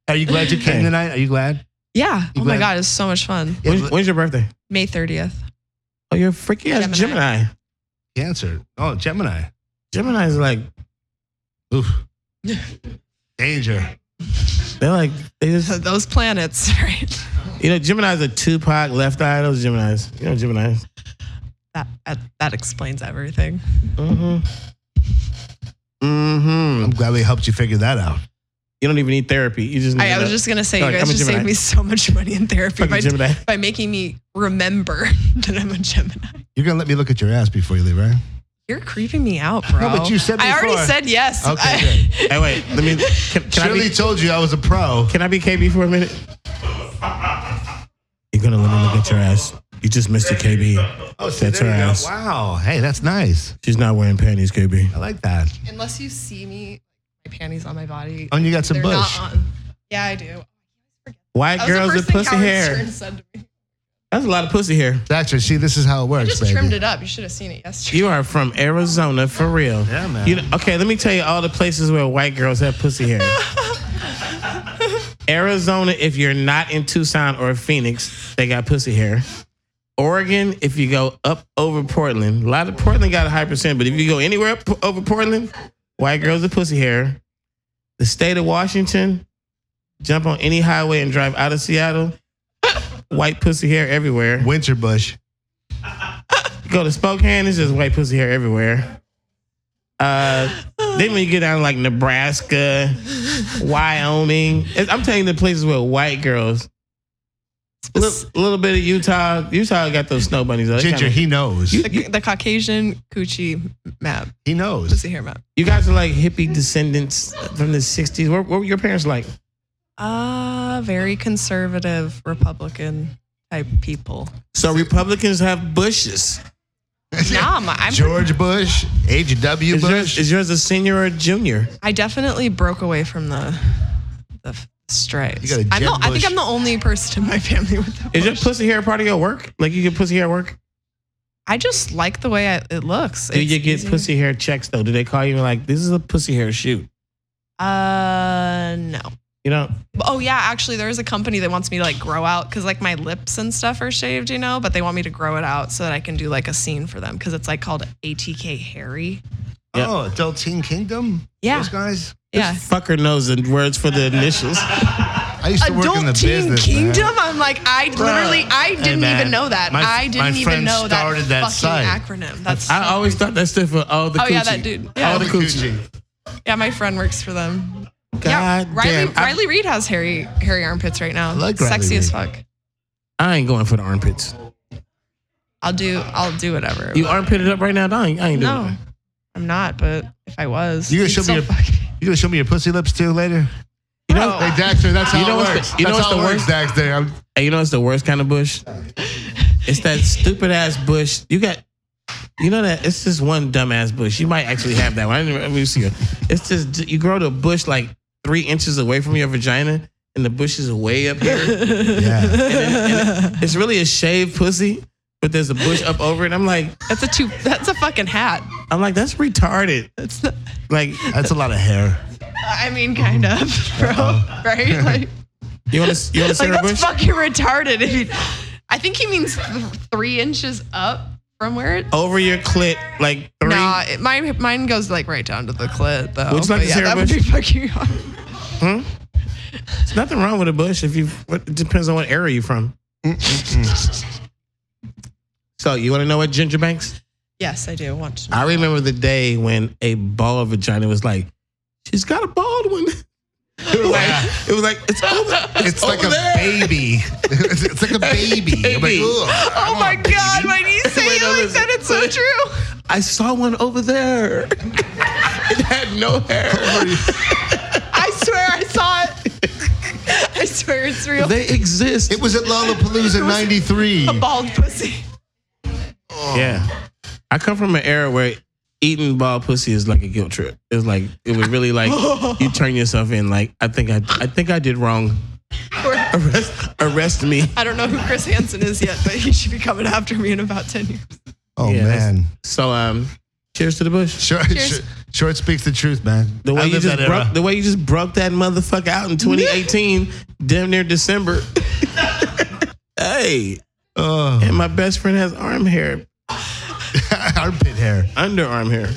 [SPEAKER 4] Are you glad you came tonight? Are you glad?
[SPEAKER 2] Yeah.
[SPEAKER 4] You
[SPEAKER 2] oh my
[SPEAKER 4] glad-
[SPEAKER 2] god, it's so much fun.
[SPEAKER 5] When's, when's your birthday?
[SPEAKER 2] May 30th.
[SPEAKER 5] Oh, you're a freaky ass
[SPEAKER 2] Gemini.
[SPEAKER 5] Gemini.
[SPEAKER 4] Cancer. Oh, Gemini.
[SPEAKER 5] Gemini's like
[SPEAKER 4] Oof. Danger.
[SPEAKER 5] they're like they just
[SPEAKER 2] Those planets, <laughs> right?
[SPEAKER 5] you know Gemini's a Tupac left eye. Those Gemini's. You know Gemini's.
[SPEAKER 2] That that, that explains everything.
[SPEAKER 5] Mm-hmm. Mm-hmm.
[SPEAKER 4] I'm glad we helped you figure that out.
[SPEAKER 5] You don't even need therapy. You just. Need
[SPEAKER 2] I, I
[SPEAKER 5] to
[SPEAKER 2] was
[SPEAKER 5] know.
[SPEAKER 2] just gonna say,
[SPEAKER 5] Sorry,
[SPEAKER 2] you
[SPEAKER 5] I'm
[SPEAKER 2] guys
[SPEAKER 5] a
[SPEAKER 2] just saved
[SPEAKER 5] Gemini.
[SPEAKER 2] me so much money in therapy
[SPEAKER 5] Fucking
[SPEAKER 2] by,
[SPEAKER 5] Gemini.
[SPEAKER 2] by making me remember <laughs> that I'm a Gemini.
[SPEAKER 4] You're gonna let me look at your ass before you leave, right?
[SPEAKER 2] You're creeping me out, bro.
[SPEAKER 4] but you said
[SPEAKER 2] I already
[SPEAKER 4] before.
[SPEAKER 2] said yes.
[SPEAKER 4] Okay,
[SPEAKER 2] I- <laughs>
[SPEAKER 5] Hey, wait. Let me. Can, can I
[SPEAKER 4] Shirley
[SPEAKER 5] be,
[SPEAKER 4] told you I was a pro.
[SPEAKER 5] Can I be KB for a minute? You're gonna let me look at your ass. You just missed it, KB.
[SPEAKER 4] Oh, see,
[SPEAKER 5] That's
[SPEAKER 4] there
[SPEAKER 5] her
[SPEAKER 4] you go.
[SPEAKER 5] ass.
[SPEAKER 4] Wow. Hey, that's nice.
[SPEAKER 5] She's not wearing panties, KB.
[SPEAKER 4] I like that.
[SPEAKER 2] unless you see me, my panties on my body.
[SPEAKER 4] Oh, and you got some
[SPEAKER 2] they're
[SPEAKER 4] bush.
[SPEAKER 2] not on. Yeah, I do.
[SPEAKER 5] White
[SPEAKER 2] That was
[SPEAKER 5] girls
[SPEAKER 2] the first thing
[SPEAKER 5] with pussy
[SPEAKER 2] Howard
[SPEAKER 5] hair.
[SPEAKER 2] Stern said to me.
[SPEAKER 5] That's a lot of pussy hair.
[SPEAKER 4] Actually, see, this is how it
[SPEAKER 2] I
[SPEAKER 4] works,
[SPEAKER 2] just
[SPEAKER 4] baby.
[SPEAKER 2] trimmed it up. You should have seen it yesterday.
[SPEAKER 5] You are from Arizona for real.
[SPEAKER 4] Yeah, man.
[SPEAKER 5] You know, okay, let me tell you all the places where white girls have pussy
[SPEAKER 2] <laughs>
[SPEAKER 5] hair. Arizona, if you're not in Tucson or Phoenix, they got pussy hair. Oregon, if you go up over Portland, a lot of Portland got a high percent, but if you go anywhere up over Portland, white girls with pussy hair. The state of Washington, jump on any highway and drive out of Seattle, <laughs> white pussy hair everywhere.
[SPEAKER 4] Winter bush.
[SPEAKER 5] Go to Spokane, it's just white pussy hair everywhere. Uh, then when you get down to like Nebraska, Wyoming, it's- I'm telling you the places where white girls, a little, bit of Utah, Utah got those snow bunnies. though. They
[SPEAKER 4] Ginger,
[SPEAKER 5] kinda-
[SPEAKER 4] he knows.
[SPEAKER 5] You-
[SPEAKER 2] the, the Caucasian coochie map,
[SPEAKER 4] He knows.
[SPEAKER 2] pussy hair map.
[SPEAKER 5] you guys are like hippie descendants from the 60s. What, what were your parents like?
[SPEAKER 2] Ah, very conservative Republican type people.
[SPEAKER 5] So Republicans have bushes.
[SPEAKER 2] Nah, my, I'm,
[SPEAKER 4] George Bush, H.W.
[SPEAKER 5] Is yours,
[SPEAKER 4] Bush.
[SPEAKER 5] is yours a senior or a junior?
[SPEAKER 2] I definitely broke away from the the f- stripes.
[SPEAKER 4] You got a
[SPEAKER 2] I'm the,
[SPEAKER 4] jet
[SPEAKER 2] I think
[SPEAKER 4] bush.
[SPEAKER 2] I'm the only person in my family with that.
[SPEAKER 5] Is your pussy hair part of your work? Like you get pussy hair at work?
[SPEAKER 2] I just like the way I, it looks.
[SPEAKER 5] Do
[SPEAKER 2] It's
[SPEAKER 5] you get
[SPEAKER 2] easy.
[SPEAKER 5] pussy hair checks though? Do they call you and like this is a pussy hair shoot?
[SPEAKER 2] Uh, no.
[SPEAKER 5] You know,
[SPEAKER 2] Oh yeah, actually, there is a company that wants me to like grow out because like my lips and stuff are shaved, you know, but they want me to grow it out so that I can do like a scene for them because it's like called ATK Harry.
[SPEAKER 5] Yep.
[SPEAKER 4] Oh, Adult Teen Kingdom.
[SPEAKER 2] Yeah.
[SPEAKER 4] Those guys.
[SPEAKER 2] Yeah,
[SPEAKER 5] this fucker knows the words for the initials.
[SPEAKER 4] I used to work in the
[SPEAKER 2] Adult Teen
[SPEAKER 4] business. man.
[SPEAKER 2] Kingdom. I'm like, I literally, I
[SPEAKER 4] Hey,
[SPEAKER 2] didn't
[SPEAKER 4] man.
[SPEAKER 2] even know that.
[SPEAKER 4] My-
[SPEAKER 2] I
[SPEAKER 4] my
[SPEAKER 2] didn't even
[SPEAKER 4] friend
[SPEAKER 2] know that,
[SPEAKER 4] started that
[SPEAKER 2] fucking
[SPEAKER 4] site.
[SPEAKER 2] acronym. That's
[SPEAKER 5] I always thought that stood for all the.
[SPEAKER 2] Oh, yeah,
[SPEAKER 5] coochie.
[SPEAKER 2] that dude.
[SPEAKER 5] All
[SPEAKER 2] Yeah.
[SPEAKER 5] the coochie.
[SPEAKER 2] Yeah, my friend works for them.
[SPEAKER 5] God
[SPEAKER 2] yeah, Riley
[SPEAKER 5] damn. I-
[SPEAKER 2] Riley Reed has hairy hairy armpits right now.
[SPEAKER 4] like Riley
[SPEAKER 2] Sexy as
[SPEAKER 4] Reid.
[SPEAKER 2] fuck.
[SPEAKER 5] I, ain't going for the armpits.
[SPEAKER 2] I'll do I'll do whatever.
[SPEAKER 5] You armpit it up right now? I ain't, I ain't doing
[SPEAKER 2] no,
[SPEAKER 5] it.
[SPEAKER 2] I'm not. But if I was,
[SPEAKER 4] You gonna
[SPEAKER 2] he'd
[SPEAKER 4] show me
[SPEAKER 2] still
[SPEAKER 4] your-
[SPEAKER 2] fuck
[SPEAKER 4] You gonna show me your pussy lips too later?
[SPEAKER 5] You know,
[SPEAKER 2] No.
[SPEAKER 6] Hey, Daxter, that's how
[SPEAKER 5] You know
[SPEAKER 6] it
[SPEAKER 5] what's the-
[SPEAKER 6] works.
[SPEAKER 5] you know
[SPEAKER 6] that's
[SPEAKER 5] what's
[SPEAKER 6] how
[SPEAKER 5] the
[SPEAKER 6] it works, Daxter.
[SPEAKER 5] <laughs>
[SPEAKER 6] I'm,
[SPEAKER 5] Hey, you know it's the worst kind
[SPEAKER 2] <laughs>
[SPEAKER 5] of bush. It's that stupid ass bush. You got, you know that it's just one dumb ass bush. You might actually have that one. I didn't even see it. It's just you grow the bush like three inches away from your vagina, and the bush is way up
[SPEAKER 2] <laughs>
[SPEAKER 5] here.
[SPEAKER 4] Yeah.
[SPEAKER 5] And it- and it- it's really a shaved pussy, but there's a bush up over it. I'm like,
[SPEAKER 2] That's a two. That's a fucking hat.
[SPEAKER 5] I'm like, that's retarded.
[SPEAKER 2] That's not, <laughs>
[SPEAKER 5] Like, uh,
[SPEAKER 4] That's a lot of hair.
[SPEAKER 2] I mean, kind of, bro.
[SPEAKER 5] Uh-huh.
[SPEAKER 2] <laughs>
[SPEAKER 5] <laughs>
[SPEAKER 2] Right? Like,
[SPEAKER 5] you want to, you want to
[SPEAKER 2] like
[SPEAKER 5] see
[SPEAKER 2] that's
[SPEAKER 5] her bush?
[SPEAKER 2] fucking retarded. I, mean, I think he means th- three inches up from where it.
[SPEAKER 5] over your clit, like Oh, three.
[SPEAKER 2] Nah, it, mine mine goes like right down to the clit though.
[SPEAKER 5] Would you like
[SPEAKER 2] But
[SPEAKER 5] to
[SPEAKER 2] yeah,
[SPEAKER 5] see her
[SPEAKER 2] that would be
[SPEAKER 5] bush?
[SPEAKER 2] fucking <laughs> hard.
[SPEAKER 5] There's nothing wrong with a bush if you. What, it depends on what area you're from. so you want to know what ginger banks?
[SPEAKER 2] Yes, I do want to.
[SPEAKER 5] I remember the day when a bald vagina was like, she's got a bald one. <laughs> It was like, it was like it's over.
[SPEAKER 6] <laughs>
[SPEAKER 5] It's,
[SPEAKER 6] it's like
[SPEAKER 5] over
[SPEAKER 6] a
[SPEAKER 5] there.
[SPEAKER 6] baby. it's, it's like a baby. I'm like,
[SPEAKER 5] Baby.
[SPEAKER 6] ugh.
[SPEAKER 2] Oh my god, why
[SPEAKER 5] <laughs>
[SPEAKER 2] do you say
[SPEAKER 5] Wait,
[SPEAKER 2] it
[SPEAKER 5] no,
[SPEAKER 2] like
[SPEAKER 5] listen.
[SPEAKER 2] that? It's so
[SPEAKER 5] Wait.
[SPEAKER 2] true.
[SPEAKER 5] I saw one over there. <laughs> it had no hair.
[SPEAKER 2] I swear I saw it.
[SPEAKER 5] <laughs>
[SPEAKER 2] I swear it's real.
[SPEAKER 5] They exist.
[SPEAKER 6] It was at Lollapalooza '93.
[SPEAKER 2] a bald pussy.
[SPEAKER 5] Yeah. I come from an era where eating bald pussy is like a guilt trip. It's like it was really <laughs> like you turn yourself in like I think I I think I did wrong.
[SPEAKER 2] Or-
[SPEAKER 5] Arrest arrest me.
[SPEAKER 2] I don't know who Chris Hansen is yet, but he should be coming after me in about ten years.
[SPEAKER 4] Oh
[SPEAKER 5] Yeah, that's-
[SPEAKER 4] man.
[SPEAKER 5] So um cheers to the bush.
[SPEAKER 6] Short,
[SPEAKER 2] Cheers.
[SPEAKER 6] short, short speaks the truth, man.
[SPEAKER 5] The
[SPEAKER 4] I
[SPEAKER 5] way you
[SPEAKER 4] lived
[SPEAKER 5] just
[SPEAKER 4] that era.
[SPEAKER 5] broke the way you just broke that motherfucker out in <laughs> 2018 damn near <laughs> December. hey,
[SPEAKER 6] Oh,
[SPEAKER 5] and my best friend has arm hair,
[SPEAKER 6] <laughs> armpit hair.
[SPEAKER 5] underarm hair.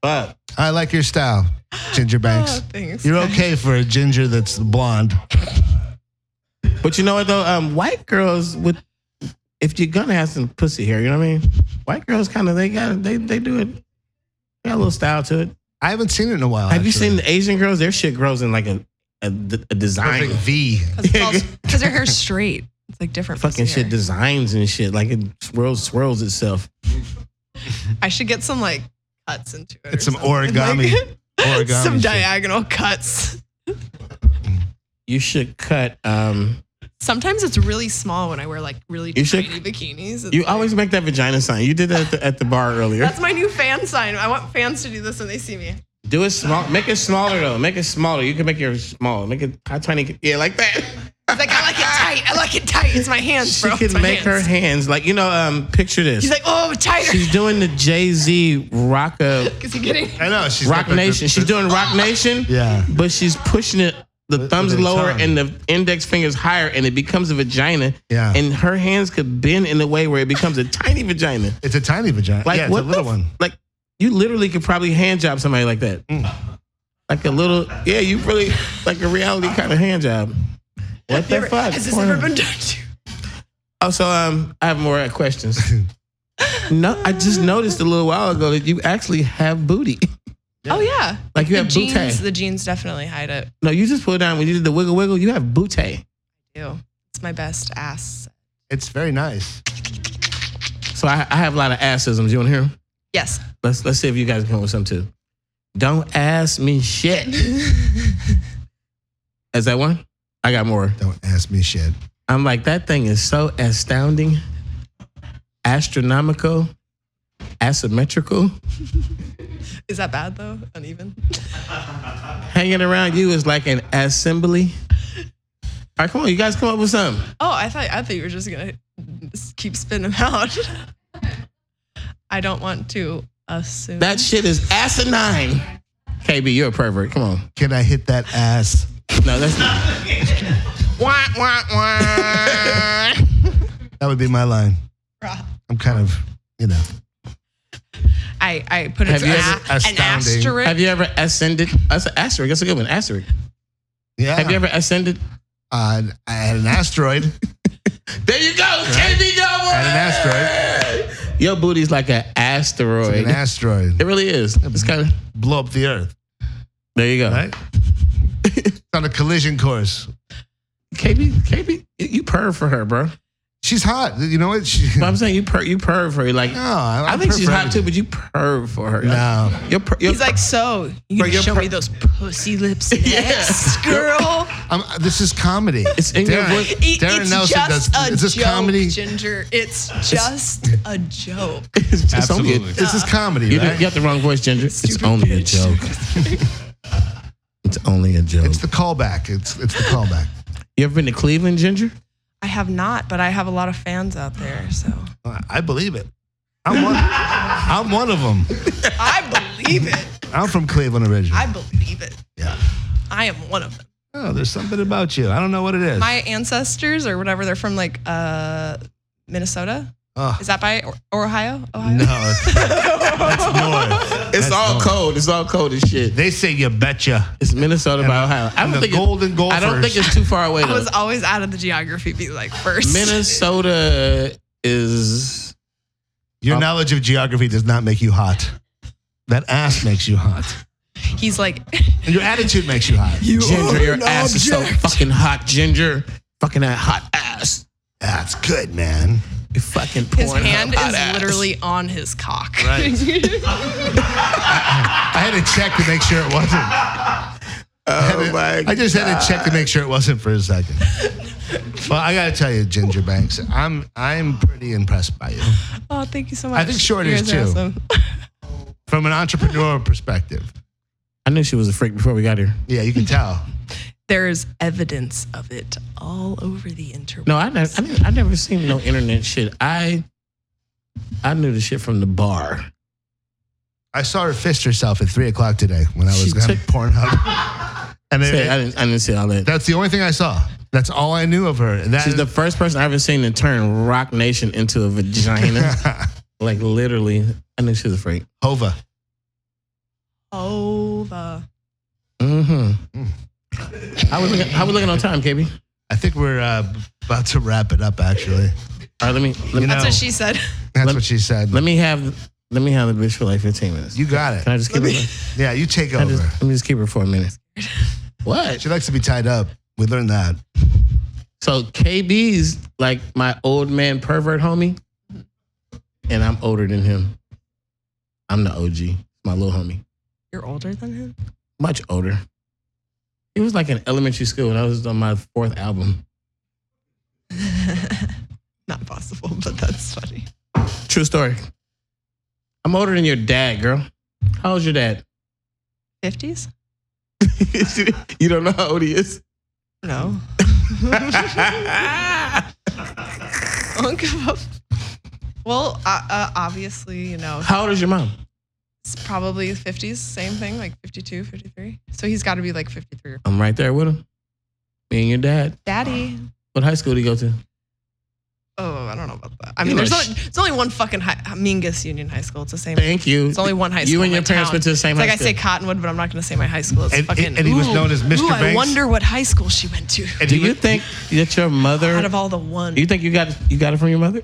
[SPEAKER 5] But
[SPEAKER 6] I like your style, Ginger
[SPEAKER 2] Oh,
[SPEAKER 6] Banks.
[SPEAKER 2] Thanks.
[SPEAKER 4] You're okay for a ginger that's blonde.
[SPEAKER 5] But you know what though? Um, white girls with if you're gonna have some pussy hair, you know what I mean? White girls kind of they got they they do it. They got a little style to it.
[SPEAKER 6] I haven't seen it in a
[SPEAKER 4] Oh,
[SPEAKER 6] while.
[SPEAKER 5] Have you
[SPEAKER 6] actually.
[SPEAKER 5] seen the Asian girls? Their shit grows in like a a, d- a design.
[SPEAKER 6] Perfect V? <laughs>
[SPEAKER 5] <laughs>
[SPEAKER 2] Because her hair's straight. It's like different.
[SPEAKER 5] Fucking
[SPEAKER 2] pussy
[SPEAKER 5] shit
[SPEAKER 2] hair.
[SPEAKER 5] designs and shit like it swirls swirls itself.
[SPEAKER 2] I should get some like cuts into it.
[SPEAKER 6] It's
[SPEAKER 2] or
[SPEAKER 6] some
[SPEAKER 2] something,
[SPEAKER 6] origami.
[SPEAKER 2] <laughs> like-
[SPEAKER 6] Origami
[SPEAKER 2] some
[SPEAKER 6] shit.
[SPEAKER 2] diagonal cuts.
[SPEAKER 5] You should cut. Um,
[SPEAKER 2] Sometimes it's really small when I wear like really
[SPEAKER 5] You
[SPEAKER 2] tiny
[SPEAKER 5] should-
[SPEAKER 2] bikinis. It's
[SPEAKER 5] you
[SPEAKER 2] like-
[SPEAKER 5] always make that vagina sign. You did that at the, at the bar earlier.
[SPEAKER 2] That's my new fan sign. I want fans to do this when they see me.
[SPEAKER 5] Do it small. Make it smaller though. Make it smaller. You can make your small. Make it how tiny. Yeah, like that.
[SPEAKER 2] It's like I like it tight. I like it tight. It's my hands,
[SPEAKER 5] She
[SPEAKER 2] bro.
[SPEAKER 5] can
[SPEAKER 2] It's my
[SPEAKER 5] make her
[SPEAKER 2] hands.
[SPEAKER 5] hands like you know. Um, picture this.
[SPEAKER 2] He's like, oh, tighter.
[SPEAKER 5] She's doing the Jay Z rock uh,
[SPEAKER 2] <laughs> Is he getting?
[SPEAKER 6] I know. She's
[SPEAKER 5] rock
[SPEAKER 6] got the-
[SPEAKER 5] nation.
[SPEAKER 6] the-
[SPEAKER 5] She's
[SPEAKER 6] <laughs>
[SPEAKER 5] doing rock nation.
[SPEAKER 6] Yeah.
[SPEAKER 5] But she's pushing it the
[SPEAKER 6] With-
[SPEAKER 5] thumbs
[SPEAKER 6] with her
[SPEAKER 5] lower
[SPEAKER 6] tongue.
[SPEAKER 5] and the index fingers higher, and it becomes a vagina.
[SPEAKER 6] Yeah.
[SPEAKER 5] And her hands could bend in a way where it becomes a tiny vagina.
[SPEAKER 6] It's a tiny vagina.
[SPEAKER 5] Like
[SPEAKER 6] yeah, it's
[SPEAKER 5] what
[SPEAKER 6] a little
[SPEAKER 5] the f-
[SPEAKER 6] one.
[SPEAKER 5] Like you literally could probably hand job somebody like that.
[SPEAKER 6] Mm.
[SPEAKER 5] Like a little. Yeah, you really like a reality kind of hand job. What the fuck?
[SPEAKER 2] Has this ever been done to you?
[SPEAKER 5] Oh, so um, I have
[SPEAKER 2] <laughs>
[SPEAKER 5] more questions. no, I just noticed a little while ago that you actually have booty.
[SPEAKER 2] Oh yeah.
[SPEAKER 5] Like you
[SPEAKER 2] the
[SPEAKER 5] have
[SPEAKER 2] jeans,
[SPEAKER 5] bootay.
[SPEAKER 2] the jeans definitely hide it.
[SPEAKER 5] No, you just pull it down when you did the wiggle wiggle. You have bootay.
[SPEAKER 2] Ew. It's my best ass.
[SPEAKER 6] It's very nice.
[SPEAKER 5] So I, I have a lot of assisms. You want to hear 'em?
[SPEAKER 2] Yes.
[SPEAKER 5] Let's let's see if you guys come up with some too. Don't ask me shit. Is that one? I got more.
[SPEAKER 6] Don't ask me shit.
[SPEAKER 5] I'm like that thing is so astounding, astronomical, asymmetrical.
[SPEAKER 2] Is that bad though? Uneven.
[SPEAKER 5] Hanging around you is like an assembly. All right, come on, you guys come up with something.
[SPEAKER 2] Oh, I thought I thought you were just gonna s- keep spinning them out. <laughs> I don't want to assume.
[SPEAKER 5] That shit is asinine. KB, you're a pervert. Come on.
[SPEAKER 6] Can I hit that ass?
[SPEAKER 5] No, that's not.
[SPEAKER 2] wah, wah, wah.
[SPEAKER 6] <laughs> That would be my line. I'm kind of, you know.
[SPEAKER 2] I I put it
[SPEAKER 5] Have
[SPEAKER 2] to
[SPEAKER 5] you
[SPEAKER 2] a-
[SPEAKER 5] ever-
[SPEAKER 2] an
[SPEAKER 6] Astounding.
[SPEAKER 2] asterisk.
[SPEAKER 5] Have you ever ascended? That's an asterisk. That's a good one. Asterisk.
[SPEAKER 6] Yeah.
[SPEAKER 5] Have you
[SPEAKER 4] Uh-huh.
[SPEAKER 5] ever ascended?
[SPEAKER 6] Uh, I had an asteroid.
[SPEAKER 5] There you go. KB Double.
[SPEAKER 6] Had an
[SPEAKER 5] Your booty's like an asteroid.
[SPEAKER 6] an asteroid.
[SPEAKER 5] it really is. It's kind of.
[SPEAKER 6] Blow up the earth.
[SPEAKER 5] There you go. <laughs>
[SPEAKER 4] right? it's on a collision course.
[SPEAKER 5] KB, KB, you purr for her, bro.
[SPEAKER 6] She's hot. You know what?
[SPEAKER 5] <laughs>
[SPEAKER 6] She,
[SPEAKER 5] But I'm saying you purr, you purr for her. Like
[SPEAKER 6] no, I,
[SPEAKER 5] I
[SPEAKER 6] I'm
[SPEAKER 5] think she's
[SPEAKER 6] perfect.
[SPEAKER 5] hot too, but you purr for
[SPEAKER 6] <laughs>
[SPEAKER 5] her.
[SPEAKER 6] No,
[SPEAKER 5] You're, purr, you're
[SPEAKER 2] He's like, so you
[SPEAKER 5] Bro,
[SPEAKER 2] gonna
[SPEAKER 5] you're
[SPEAKER 2] show
[SPEAKER 5] per-
[SPEAKER 2] me those pussy
[SPEAKER 5] <laughs>
[SPEAKER 2] lips next, girl.
[SPEAKER 6] I'm, this is comedy.
[SPEAKER 5] It's in your voice.
[SPEAKER 2] It- it's
[SPEAKER 6] Darren Nelson
[SPEAKER 2] just
[SPEAKER 6] does-
[SPEAKER 2] a
[SPEAKER 6] is this
[SPEAKER 2] joke,
[SPEAKER 6] comedy?
[SPEAKER 2] Ginger. It's just a joke.
[SPEAKER 5] <laughs> It's just
[SPEAKER 4] Absolutely.
[SPEAKER 5] only a-
[SPEAKER 6] This is comedy,
[SPEAKER 5] you,
[SPEAKER 6] right?
[SPEAKER 5] got the wrong voice, Ginger. It's only a joke. it's only a joke.
[SPEAKER 6] It's the callback. It's it's the callback.
[SPEAKER 5] you ever been to Cleveland, Ginger?
[SPEAKER 2] I have not, but I have a lot of fans out there, so
[SPEAKER 4] I believe it. I'm one, I'm one of them.
[SPEAKER 2] I believe it.
[SPEAKER 4] I'm from Cleveland originally.
[SPEAKER 2] I believe it.
[SPEAKER 4] Yeah.
[SPEAKER 2] I am one of them.
[SPEAKER 4] Oh, there's something about you. I don't know what it is.
[SPEAKER 2] My ancestors or whatever, they're from like uh, Minnesota.
[SPEAKER 4] Oh,
[SPEAKER 2] Is that by or- Ohio? Ohio?
[SPEAKER 4] no, it's, that's north.
[SPEAKER 5] It's
[SPEAKER 4] That's
[SPEAKER 5] all
[SPEAKER 4] north.
[SPEAKER 5] cold. It's all cold as shit.
[SPEAKER 4] They say you betcha.
[SPEAKER 5] It's Minnesota by Ohio. I
[SPEAKER 4] and
[SPEAKER 5] don't
[SPEAKER 4] the
[SPEAKER 5] think
[SPEAKER 4] Golden
[SPEAKER 5] it, I don't
[SPEAKER 4] Gophers.
[SPEAKER 5] think it's too far away.
[SPEAKER 2] I was
[SPEAKER 5] though.
[SPEAKER 2] always out of the geography be like <laughs> first.
[SPEAKER 5] Minnesota is
[SPEAKER 4] Your
[SPEAKER 5] Um,
[SPEAKER 4] knowledge of geography does not make you hot. That ass makes you hot.
[SPEAKER 2] He's like,
[SPEAKER 4] And your attitude makes you hot.
[SPEAKER 5] Ginger. Your ass is so fucking hot, Ginger. Fucking that hot ass.
[SPEAKER 4] That's good, man.
[SPEAKER 5] You fucking
[SPEAKER 2] his
[SPEAKER 5] Pornhub
[SPEAKER 2] hand
[SPEAKER 5] hot
[SPEAKER 2] is
[SPEAKER 5] ass.
[SPEAKER 2] literally on his cock.
[SPEAKER 4] I had to check to make sure it wasn't.
[SPEAKER 5] Oh my
[SPEAKER 4] I just had to check to make sure it wasn't for a second. Well, I gotta tell you, Ginger Banks, I'm I'm pretty impressed by you
[SPEAKER 2] <laughs> oh, thank you so much.
[SPEAKER 4] I think short
[SPEAKER 2] You
[SPEAKER 4] is
[SPEAKER 2] guys are
[SPEAKER 4] too.
[SPEAKER 2] awesome.
[SPEAKER 4] from an entrepreneurial perspective.
[SPEAKER 5] I knew she was a freak before we got here.
[SPEAKER 4] Yeah, you can tell.
[SPEAKER 2] There is evidence of it all over the internet.
[SPEAKER 5] No, I never, I, didn't, I never seen no internet shit. I I knew the shit from the bar.
[SPEAKER 4] I saw her fist herself at three o'clock today when I was
[SPEAKER 5] She
[SPEAKER 4] on
[SPEAKER 5] took-
[SPEAKER 4] Pornhub, and it-
[SPEAKER 5] Say, I didn't I didn't see all that.
[SPEAKER 4] that's the only thing I saw. That's all I knew of her. And that
[SPEAKER 5] She's the first person I ever seen to turn Rock Nation into
[SPEAKER 2] <laughs>
[SPEAKER 5] a vagina. like literally, I knew she was a freak.
[SPEAKER 4] <laughs> Hova.
[SPEAKER 2] Over.
[SPEAKER 5] Mm-hmm.
[SPEAKER 2] Mm.
[SPEAKER 5] How we looking? How we looking on time, KB? All
[SPEAKER 4] I think we're uh, about to wrap it up. Actually,
[SPEAKER 5] right, let me let,
[SPEAKER 4] You
[SPEAKER 2] That's
[SPEAKER 4] know.
[SPEAKER 2] what she said. <laughs>
[SPEAKER 4] that's
[SPEAKER 5] Let-
[SPEAKER 4] what she said.
[SPEAKER 5] let me have let me have the bitch for like fifteen minutes.
[SPEAKER 4] you got it.
[SPEAKER 5] Can I just keep
[SPEAKER 2] Let me-
[SPEAKER 5] it?
[SPEAKER 4] yeah, you take
[SPEAKER 5] Can I
[SPEAKER 4] over.
[SPEAKER 5] just, let me just keep her for a minute. <laughs> What?
[SPEAKER 4] she likes to be tied up. We learned that.
[SPEAKER 5] So KB's like my old man pervert homie, and I'm older than him. I'm the OG, my little homie,
[SPEAKER 2] You're older than him?
[SPEAKER 5] much older. He was like in elementary school, and I was on my fourth album.
[SPEAKER 2] <laughs> Not possible, but that's funny.
[SPEAKER 5] True story. I'm older than your dad, girl. How old's your dad? <laughs>
[SPEAKER 2] 50s?
[SPEAKER 5] you don't know how old he is.
[SPEAKER 2] No. <laughs> I don't give up. Well, uh, uh, obviously, you know,
[SPEAKER 5] How old is your mom?
[SPEAKER 2] it's probably 50s, same thing, like 52, 53. So he's got to be like 53.
[SPEAKER 5] I'm right there with him. Me and your dad.
[SPEAKER 2] Daddy.
[SPEAKER 5] What high school did he go to?
[SPEAKER 2] Oh, I don't know about that. I mean,
[SPEAKER 5] You're
[SPEAKER 2] there's
[SPEAKER 5] a
[SPEAKER 2] only, it's only one fucking high, Mingus Union High School. It's the same.
[SPEAKER 5] Thank you.
[SPEAKER 2] It's only one high school.
[SPEAKER 5] You and
[SPEAKER 2] in my
[SPEAKER 5] your parents
[SPEAKER 2] town.
[SPEAKER 5] went to the same
[SPEAKER 2] It's
[SPEAKER 5] high
[SPEAKER 2] like
[SPEAKER 5] school.
[SPEAKER 2] I say Cottonwood, but I'm not going to say my high school. It's
[SPEAKER 4] And-
[SPEAKER 2] fucking.
[SPEAKER 4] and he was
[SPEAKER 2] ooh,
[SPEAKER 4] known as Mr.
[SPEAKER 2] Ooh, I
[SPEAKER 4] Banks.
[SPEAKER 2] wonder what high school she went to.
[SPEAKER 4] And
[SPEAKER 5] Do
[SPEAKER 4] he
[SPEAKER 5] you
[SPEAKER 4] was-
[SPEAKER 5] think that your mother?
[SPEAKER 2] Out of all the one.
[SPEAKER 5] you think you got you got it from your mother?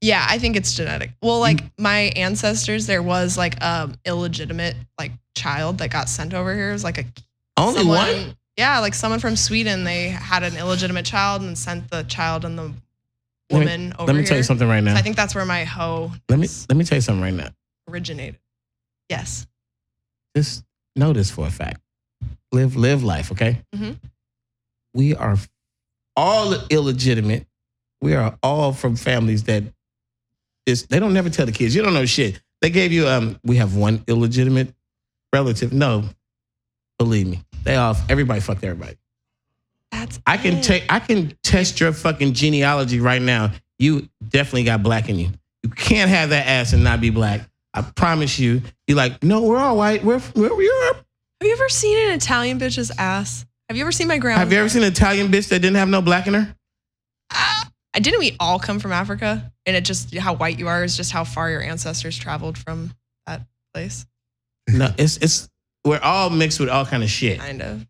[SPEAKER 2] Yeah, I think it's genetic. Well, like my ancestors, there was like um illegitimate like child that got sent over here. It was like a
[SPEAKER 5] Only
[SPEAKER 2] someone-
[SPEAKER 5] one.
[SPEAKER 2] Yeah, like someone from Sweden. They had an illegitimate child and sent the child and the
[SPEAKER 5] Let me-
[SPEAKER 2] woman over
[SPEAKER 5] Let me
[SPEAKER 2] here.
[SPEAKER 5] tell you something right
[SPEAKER 2] So
[SPEAKER 5] now.
[SPEAKER 2] I think that's where my hoe
[SPEAKER 5] let me let me tell you something right now.
[SPEAKER 2] originated. Yes.
[SPEAKER 5] Just know this for a fact. Live live life, okay?
[SPEAKER 2] Mhm.
[SPEAKER 5] We are all illegitimate. We are all from families that is they don't never tell the kids. You don't know shit. They gave you um. We have one illegitimate relative. No, believe me. They all everybody fucked everybody.
[SPEAKER 2] That's
[SPEAKER 5] I can
[SPEAKER 2] it.
[SPEAKER 5] take I can test your fucking genealogy right now. You definitely got black in you. You can't have that ass and not be black. I promise you. You're like, no, we're all white. We're from we're Europe.
[SPEAKER 2] Have you ever seen an Italian bitch's ass? Have you ever seen my grandma?
[SPEAKER 5] Have you ever seen an Italian bitch that didn't have no black
[SPEAKER 2] <laughs>
[SPEAKER 5] in her?
[SPEAKER 2] I didn't we all come from Africa? And it just how white you are is just how far your ancestors traveled from that place.
[SPEAKER 5] No, it's it's we're all mixed with all kind of shit.
[SPEAKER 2] Kind of.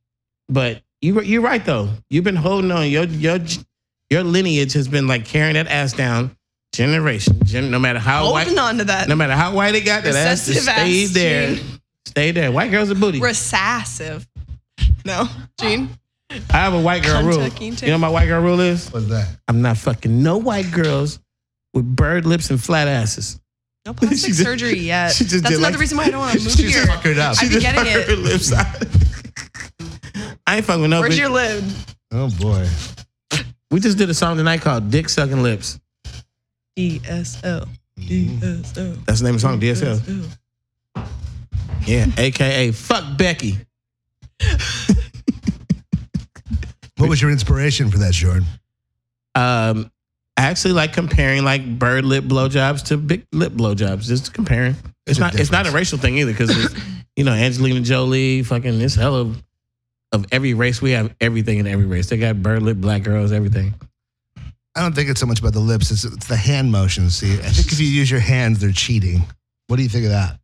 [SPEAKER 5] But you you're right though. You've been holding on. Your your your lineage has been like carrying that ass down generation. Gen, no matter how white
[SPEAKER 2] Holding on to that.
[SPEAKER 5] no matter how white it got, that ass just
[SPEAKER 2] Recessive ass
[SPEAKER 5] stayed there.
[SPEAKER 2] gene.
[SPEAKER 5] Stay there. White girls are booty.
[SPEAKER 2] Recessive. No, Gene.
[SPEAKER 5] I have a white girl rule.
[SPEAKER 2] Kentucky
[SPEAKER 5] You
[SPEAKER 2] too.
[SPEAKER 5] know what my white girl rule is?
[SPEAKER 6] What's that?
[SPEAKER 5] I'm not fucking no white girls with bird lips and flat asses.
[SPEAKER 2] No
[SPEAKER 5] <laughs> She
[SPEAKER 2] plastic
[SPEAKER 5] just-
[SPEAKER 2] surgery yet.
[SPEAKER 5] she just
[SPEAKER 2] That's
[SPEAKER 5] did
[SPEAKER 2] another
[SPEAKER 5] like-
[SPEAKER 2] reason why I don't want to move
[SPEAKER 5] <laughs> She
[SPEAKER 2] here.
[SPEAKER 5] just
[SPEAKER 4] Fuckered up.
[SPEAKER 2] I-
[SPEAKER 5] She
[SPEAKER 2] be
[SPEAKER 5] just
[SPEAKER 2] getting
[SPEAKER 5] fucked her
[SPEAKER 2] it.
[SPEAKER 5] lips out. I ain't fucking with no
[SPEAKER 2] Where's
[SPEAKER 5] bitch.
[SPEAKER 2] your lid?
[SPEAKER 6] Oh boy.
[SPEAKER 5] We just did a song tonight called Dick Sucking Lips.
[SPEAKER 2] E DSO. E DSO.
[SPEAKER 5] That's the name of the song,
[SPEAKER 2] E
[SPEAKER 5] DSL.
[SPEAKER 2] Mm-hmm.
[SPEAKER 5] Yeah, aka Fuck Becky.
[SPEAKER 6] What was your inspiration for that, Jordan?
[SPEAKER 5] Um, I actually like comparing like bird lip blowjobs to big lip blowjobs. Just comparing. It's
[SPEAKER 6] a
[SPEAKER 5] not. It's not a
[SPEAKER 6] difference.
[SPEAKER 5] racial thing
[SPEAKER 6] <laughs>
[SPEAKER 5] either, because you know Angelina Jolie, fucking this hell of of every race. We have everything in every race. They got bird lip black girls, everything.
[SPEAKER 6] I don't think it's so much about the lips. It's, it's the hand motions. See, I think if you use your hands, they're cheating. What do you think of that?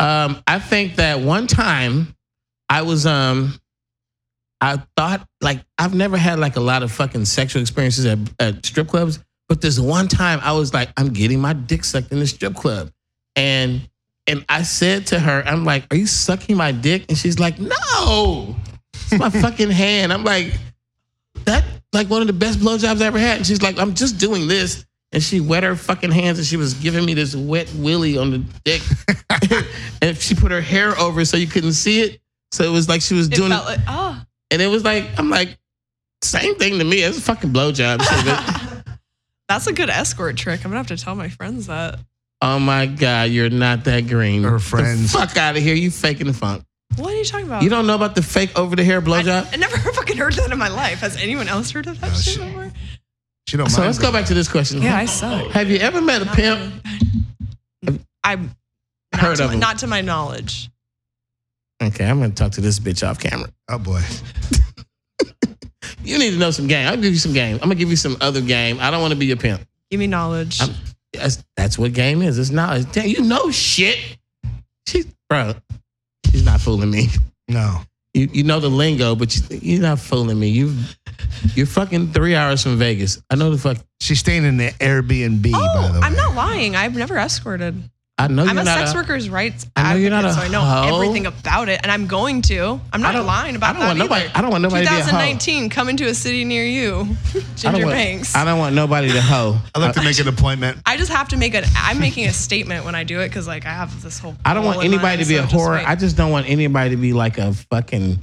[SPEAKER 5] Um, I think that one time I was um I thought like I've never had like a lot of fucking sexual experiences at, at strip clubs, but this one time I was like, I'm getting my dick sucked in the strip club. And and I said to her, I'm like, Are you sucking my dick? And she's like, No. It's my fucking hand. I'm like, that like one of the best blowjobs I ever had. And she's like, I'm just doing this. And she wet her fucking hands and she was giving me this wet willy on the dick. <laughs> and she put her hair over so you couldn't see it. So it was like she was
[SPEAKER 2] It
[SPEAKER 5] doing
[SPEAKER 2] felt like, oh,
[SPEAKER 5] and it was like, I'm like, same thing to me. It's a fucking blowjob. shit,
[SPEAKER 6] <laughs>
[SPEAKER 5] but-
[SPEAKER 2] that's a good escort trick. I'm going to have to tell my friends that.
[SPEAKER 5] oh my God, you're not that green.
[SPEAKER 6] Her
[SPEAKER 5] The
[SPEAKER 6] friends.
[SPEAKER 5] fuck out of here. You faking the funk.
[SPEAKER 2] What are you talking about?
[SPEAKER 5] You don't know about the fake over the hair
[SPEAKER 2] I, I
[SPEAKER 5] blowjob?
[SPEAKER 2] never <laughs> fucking heard that in my life. Has anyone else heard of that
[SPEAKER 5] Oh,
[SPEAKER 6] No,
[SPEAKER 2] shit
[SPEAKER 6] shit.
[SPEAKER 2] before?
[SPEAKER 6] She don't
[SPEAKER 5] So
[SPEAKER 6] mind.
[SPEAKER 5] let's go back to this question.
[SPEAKER 2] Yeah, I suck.
[SPEAKER 5] Have you ever met a pimp?
[SPEAKER 2] I'm not
[SPEAKER 5] Heard
[SPEAKER 2] to
[SPEAKER 5] of
[SPEAKER 2] my,
[SPEAKER 5] him.
[SPEAKER 2] not to my knowledge.
[SPEAKER 5] Okay, I'm gonna talk to this bitch off camera.
[SPEAKER 6] Oh boy.
[SPEAKER 5] You need to know some game. I'll give you some game. I'm gonna give you some other game. I don't want to be your pimp.
[SPEAKER 2] Give me knowledge.
[SPEAKER 5] I'm- E, That's, that's what game is. It's knowledge. Damn, you know shit. She's bro. She's not fooling me.
[SPEAKER 6] No.
[SPEAKER 5] You you know the lingo, but you, you're not fooling me. You you're fucking three hours from Vegas. I know the fuck.
[SPEAKER 6] She's staying in the Airbnb. by the
[SPEAKER 2] oh,
[SPEAKER 6] way.
[SPEAKER 2] I'm not lying. I've never escorted.
[SPEAKER 5] I know
[SPEAKER 2] I'm
[SPEAKER 5] Oh, you're
[SPEAKER 2] a
[SPEAKER 5] not.
[SPEAKER 2] sex workers' rights
[SPEAKER 5] I know
[SPEAKER 2] advocate,
[SPEAKER 5] you're not a
[SPEAKER 2] so I know
[SPEAKER 5] hoe.
[SPEAKER 2] everything about it, and I'm going to. I'm
[SPEAKER 5] I
[SPEAKER 2] not
[SPEAKER 5] don't-
[SPEAKER 2] lying
[SPEAKER 5] I
[SPEAKER 2] about
[SPEAKER 5] don't want
[SPEAKER 2] that
[SPEAKER 5] nobody.
[SPEAKER 2] either.
[SPEAKER 5] I don't want nobody. to be a hoe.
[SPEAKER 2] 2019, coming to a city near you,
[SPEAKER 5] I don't
[SPEAKER 2] Ginger
[SPEAKER 5] want,
[SPEAKER 2] Banks.
[SPEAKER 5] I don't want nobody to hoe.
[SPEAKER 6] I'd like to make an appointment.
[SPEAKER 2] I just have to make an. I'm making a statement when I do it because like I have this whole.
[SPEAKER 5] I don't
[SPEAKER 2] goal
[SPEAKER 5] want
[SPEAKER 2] in
[SPEAKER 5] anybody
[SPEAKER 2] mind,
[SPEAKER 5] to be
[SPEAKER 2] so
[SPEAKER 5] a
[SPEAKER 2] just
[SPEAKER 5] horror.
[SPEAKER 2] wait.
[SPEAKER 5] I just don't want anybody to be like a fucking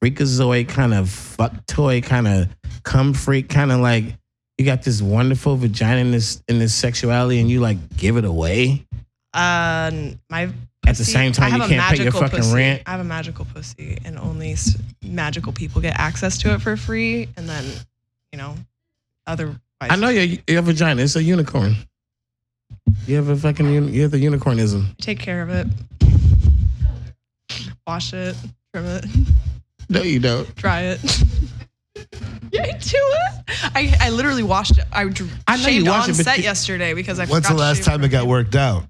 [SPEAKER 5] freakazoid kind of fuck toy kind of cum freak kind of like you got this wonderful vagina in this in this sexuality and you like give it away
[SPEAKER 2] Uh, my
[SPEAKER 5] at the
[SPEAKER 2] pussy-
[SPEAKER 5] same
[SPEAKER 2] I
[SPEAKER 5] time you
[SPEAKER 2] have a
[SPEAKER 5] can't pay your
[SPEAKER 2] magical
[SPEAKER 5] fucking
[SPEAKER 2] pussy.
[SPEAKER 5] rent.
[SPEAKER 2] I have a magical pussy, and only s- magical people get access to it for free. And then, you know, other.
[SPEAKER 5] I know your your vagina. It's a unicorn. You have a fucking uni- you have the unicornism.
[SPEAKER 2] Take care of it. Wash it, trim it, <laughs>
[SPEAKER 5] No, you don't.
[SPEAKER 2] dry it. <laughs> yeah, I do it. I, I literally washed it. I, dr-
[SPEAKER 5] I know you
[SPEAKER 2] shaved
[SPEAKER 5] wash
[SPEAKER 2] on
[SPEAKER 5] it, but
[SPEAKER 2] set
[SPEAKER 5] you-
[SPEAKER 2] yesterday because I.
[SPEAKER 6] When's
[SPEAKER 2] forgot
[SPEAKER 6] the
[SPEAKER 2] to
[SPEAKER 6] last
[SPEAKER 2] shave
[SPEAKER 6] time
[SPEAKER 2] for
[SPEAKER 6] it got
[SPEAKER 2] me.
[SPEAKER 6] worked out?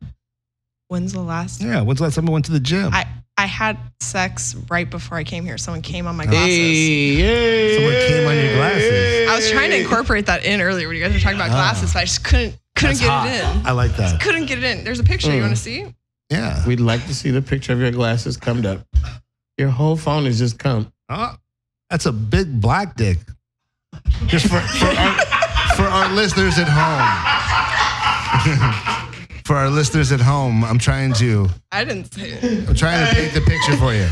[SPEAKER 2] When's the last?
[SPEAKER 6] Yeah. When's the last time I went to the gym?
[SPEAKER 2] I I had sex right before I came here. Someone came on my glasses.
[SPEAKER 5] Hey, hey,
[SPEAKER 6] Someone came on your glasses.
[SPEAKER 2] I was trying to incorporate that in earlier when you guys were talking about glasses, but I just couldn't couldn't get it in.
[SPEAKER 6] I like that.
[SPEAKER 2] Couldn't get it in. There's a picture.
[SPEAKER 4] Mm.
[SPEAKER 2] You want to see?
[SPEAKER 6] Yeah.
[SPEAKER 5] We'd like to see the picture of your glasses cummed up. Your whole phone is just cum.
[SPEAKER 6] Oh, that's a big black dick. Just for for our, for our listeners at home. <laughs> for our listeners at home, I'm trying to
[SPEAKER 2] I didn't see it.
[SPEAKER 6] I'm trying to paint the picture for you.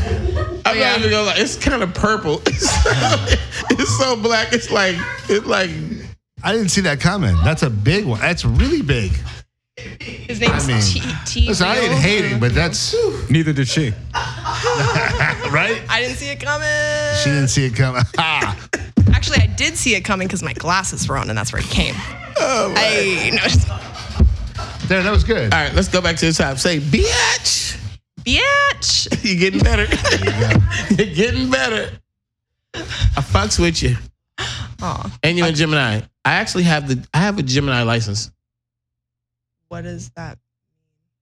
[SPEAKER 5] I'm not even gonna lie. It's kind of purple. <laughs> It's so, it's so black. It's like it's like
[SPEAKER 6] I didn't see that coming. That's a big one. That's really big.
[SPEAKER 2] His name's
[SPEAKER 6] I mean,
[SPEAKER 2] T. T.
[SPEAKER 6] Listen, I ain't
[SPEAKER 2] Field.
[SPEAKER 6] hating, but that's
[SPEAKER 7] Neither did she.
[SPEAKER 6] <laughs> right.
[SPEAKER 2] I didn't see it coming.
[SPEAKER 6] She didn't see it coming. <laughs> Ah, Ha!
[SPEAKER 2] Actually, I did see it coming because my glasses were on, and that's where it came. Oh, I no, just,
[SPEAKER 6] there, that was good.
[SPEAKER 5] all right. Let's go back to the top. Say bitch. <laughs>
[SPEAKER 2] bitch.
[SPEAKER 5] You're getting better. <laughs> you are getting better. I fucks with you.
[SPEAKER 2] Aw,
[SPEAKER 5] And you're a Gemini. I actually have the I have a Gemini license.
[SPEAKER 2] what is that?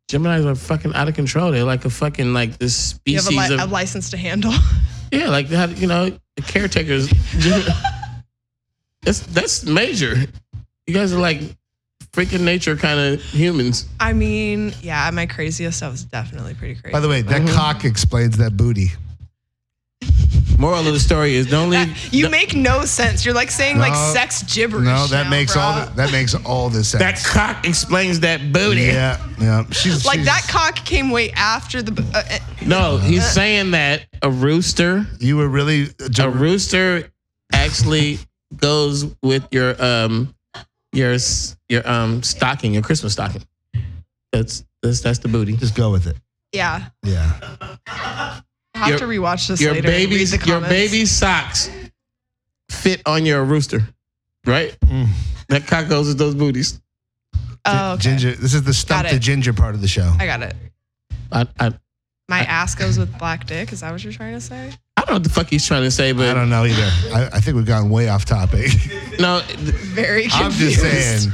[SPEAKER 5] Geminis are fucking out of control. They're like a fucking like this
[SPEAKER 2] You have
[SPEAKER 5] species
[SPEAKER 2] a, li- a
[SPEAKER 5] of
[SPEAKER 2] license to handle.
[SPEAKER 5] yeah, like they have, you know the caretakers. that's that's major. You guys are like freaking nature kind of humans.
[SPEAKER 2] I mean, yeah, my craziest. I was definitely pretty crazy.
[SPEAKER 4] By the way,
[SPEAKER 5] Mm-hmm.
[SPEAKER 4] that cock explains that booty.
[SPEAKER 5] Moral of the story is don't leave.
[SPEAKER 2] you make no sense. You're like saying like
[SPEAKER 4] No.
[SPEAKER 2] sex gibberish.
[SPEAKER 4] No, that
[SPEAKER 2] now,
[SPEAKER 4] makes
[SPEAKER 2] bro.
[SPEAKER 4] all the, that makes all the sense.
[SPEAKER 5] That cock explains that booty.
[SPEAKER 4] yeah, yeah. She's
[SPEAKER 2] like
[SPEAKER 4] she's-
[SPEAKER 2] that cock came way after the. Uh, uh,
[SPEAKER 5] No, he's saying that a rooster,
[SPEAKER 4] You were really uh,
[SPEAKER 5] a rooster actually goes with your um your s- your um stocking, your Christmas stocking. That's that's that's the booty.
[SPEAKER 4] just go with it.
[SPEAKER 2] yeah,
[SPEAKER 4] Yeah,
[SPEAKER 2] I have
[SPEAKER 5] Your-
[SPEAKER 2] to rewatch this
[SPEAKER 5] Your
[SPEAKER 2] later. and read
[SPEAKER 5] baby's
[SPEAKER 2] the
[SPEAKER 5] your
[SPEAKER 2] comments.
[SPEAKER 5] baby's socks fit on your rooster, right?
[SPEAKER 4] Mm.
[SPEAKER 5] That cock goes with those booties.
[SPEAKER 2] Oh, okay.
[SPEAKER 4] ginger. This is the stump
[SPEAKER 2] Got
[SPEAKER 4] the
[SPEAKER 2] it.
[SPEAKER 4] ginger part of the show.
[SPEAKER 2] I got it.
[SPEAKER 5] I, I
[SPEAKER 2] My ass goes with black dick. Is that what you're trying to say?
[SPEAKER 5] I don't know what the fuck he's trying to say,
[SPEAKER 4] I
[SPEAKER 5] but
[SPEAKER 4] don't know either. I, I think we've gone way
[SPEAKER 2] <laughs>
[SPEAKER 4] off topic.
[SPEAKER 5] no, th-
[SPEAKER 2] Very confused.
[SPEAKER 4] I'm just saying.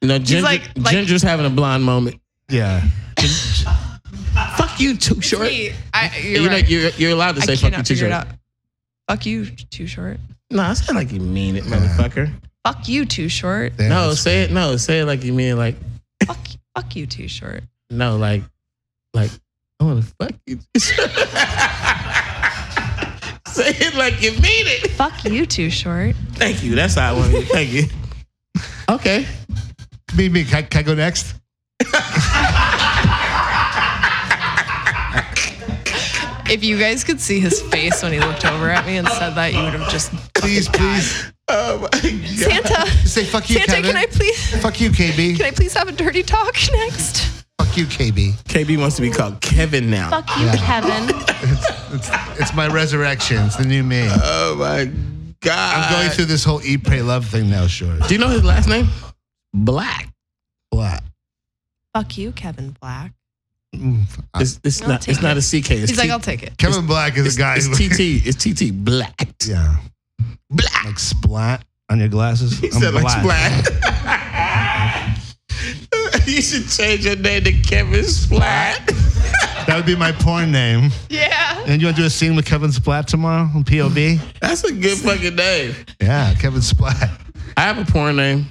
[SPEAKER 5] no. Ginger,
[SPEAKER 2] like- like-
[SPEAKER 5] Ginger's having a blonde moment.
[SPEAKER 4] Yeah.
[SPEAKER 5] Fuck you, too short.
[SPEAKER 2] Wait, I, you're
[SPEAKER 5] You're,
[SPEAKER 2] right.
[SPEAKER 5] not, you're, you're allowed to
[SPEAKER 2] I
[SPEAKER 5] say fuck you
[SPEAKER 2] cannot
[SPEAKER 5] too
[SPEAKER 2] figure
[SPEAKER 5] short.
[SPEAKER 2] it out. Fuck you, too short.
[SPEAKER 5] No, it's not like you mean it, motherfucker.
[SPEAKER 2] Fuck you, too short.
[SPEAKER 4] Damn,
[SPEAKER 5] No,
[SPEAKER 4] that's-
[SPEAKER 5] say it. No, say it like you mean it, like
[SPEAKER 2] Fuck, fuck you, too short.
[SPEAKER 5] no, like like I want to fuck you. <laughs> say it like you mean it.
[SPEAKER 2] Fuck you, too short.
[SPEAKER 5] Thank you. That's how I want it. Thank you. <laughs> Okay.
[SPEAKER 4] me, me. Can, I- can I go next?
[SPEAKER 2] If you guys could see his face when he looked over at me and said that, you would have just
[SPEAKER 4] Please, please.
[SPEAKER 5] Oh my god.
[SPEAKER 2] Santa.
[SPEAKER 4] Say fuck you,
[SPEAKER 2] Santa,
[SPEAKER 4] Kevin.
[SPEAKER 2] can I please
[SPEAKER 4] <laughs> Fuck you, KB.
[SPEAKER 2] can I please have a dirty talk next?
[SPEAKER 4] fuck you, KB.
[SPEAKER 5] KB wants to be called Kevin now.
[SPEAKER 8] Fuck you, Kevin.
[SPEAKER 4] It's, it's my resurrection. It's the new me.
[SPEAKER 2] Uh,
[SPEAKER 5] Oh my god.
[SPEAKER 4] I'm going through this whole eat, pray, love thing now, sure.
[SPEAKER 5] Do you know his last name? Black.
[SPEAKER 4] Black.
[SPEAKER 2] Fuck you, Kevin Black.
[SPEAKER 5] It's, it's
[SPEAKER 2] I'll
[SPEAKER 5] not.
[SPEAKER 2] take
[SPEAKER 5] It's not a CK. It's
[SPEAKER 2] He's like,
[SPEAKER 5] T-
[SPEAKER 2] I'll take it.
[SPEAKER 4] Kevin Black is
[SPEAKER 5] it's,
[SPEAKER 4] a guy
[SPEAKER 5] it's
[SPEAKER 4] who-
[SPEAKER 5] TT. It's TT. Black.
[SPEAKER 4] <laughs> Yeah.
[SPEAKER 5] Black.
[SPEAKER 4] Like splat on your glasses.
[SPEAKER 5] He said like Splat. <laughs> you should change your name to Kevin Splat.
[SPEAKER 4] That would be my porn name.
[SPEAKER 2] Yeah.
[SPEAKER 4] And you want to do a scene with Kevin Splat tomorrow on POV?
[SPEAKER 5] That's a good fucking name.
[SPEAKER 4] <laughs> yeah, Kevin Splat.
[SPEAKER 5] I have a porn name.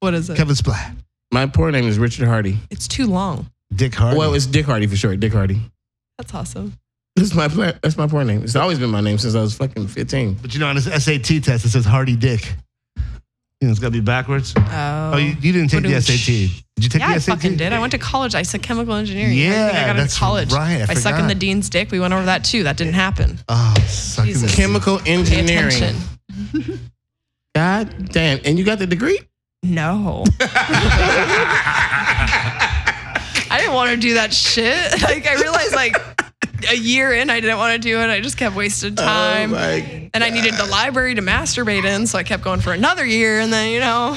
[SPEAKER 2] What is it?
[SPEAKER 4] Kevin Splat.
[SPEAKER 5] My porn name is Richard Hardy.
[SPEAKER 2] It's too long.
[SPEAKER 4] Dick Hardy.
[SPEAKER 5] Well, it's Dick Hardy for short. Dick Hardy.
[SPEAKER 2] That's awesome.
[SPEAKER 5] That's my pla- that's my porn name. It's always been my name since I was fucking fifteen.
[SPEAKER 4] but you know, on his SAT test, it says Hardy Dick. You know, it's got to be backwards.
[SPEAKER 2] Oh.
[SPEAKER 4] Oh, you, you didn't take the
[SPEAKER 2] Ba-dum.
[SPEAKER 4] SAT. Did you take
[SPEAKER 2] yeah,
[SPEAKER 4] the
[SPEAKER 2] I
[SPEAKER 4] SAT?
[SPEAKER 2] fucking did. I went to college. I said chemical engineering. I think
[SPEAKER 4] Yeah,
[SPEAKER 2] I got
[SPEAKER 4] that's
[SPEAKER 2] into college.
[SPEAKER 4] right. I
[SPEAKER 2] By sucking
[SPEAKER 4] forgot.
[SPEAKER 2] the dean's dick. We went over that too. That didn't happen.
[SPEAKER 4] Oh, sucking
[SPEAKER 2] Jesus.
[SPEAKER 4] this-
[SPEAKER 5] Chemical
[SPEAKER 2] Pay
[SPEAKER 5] engineering.
[SPEAKER 2] attention.
[SPEAKER 5] God damn. And you got the degree?
[SPEAKER 4] <laughs>
[SPEAKER 2] No. I didn't want to do that shit. <laughs> Like I realized like a year in I didn't want to do it. I just kept wasting time.
[SPEAKER 5] Oh my.
[SPEAKER 2] and I needed the library to masturbate in, so I kept going for another year and then, you know.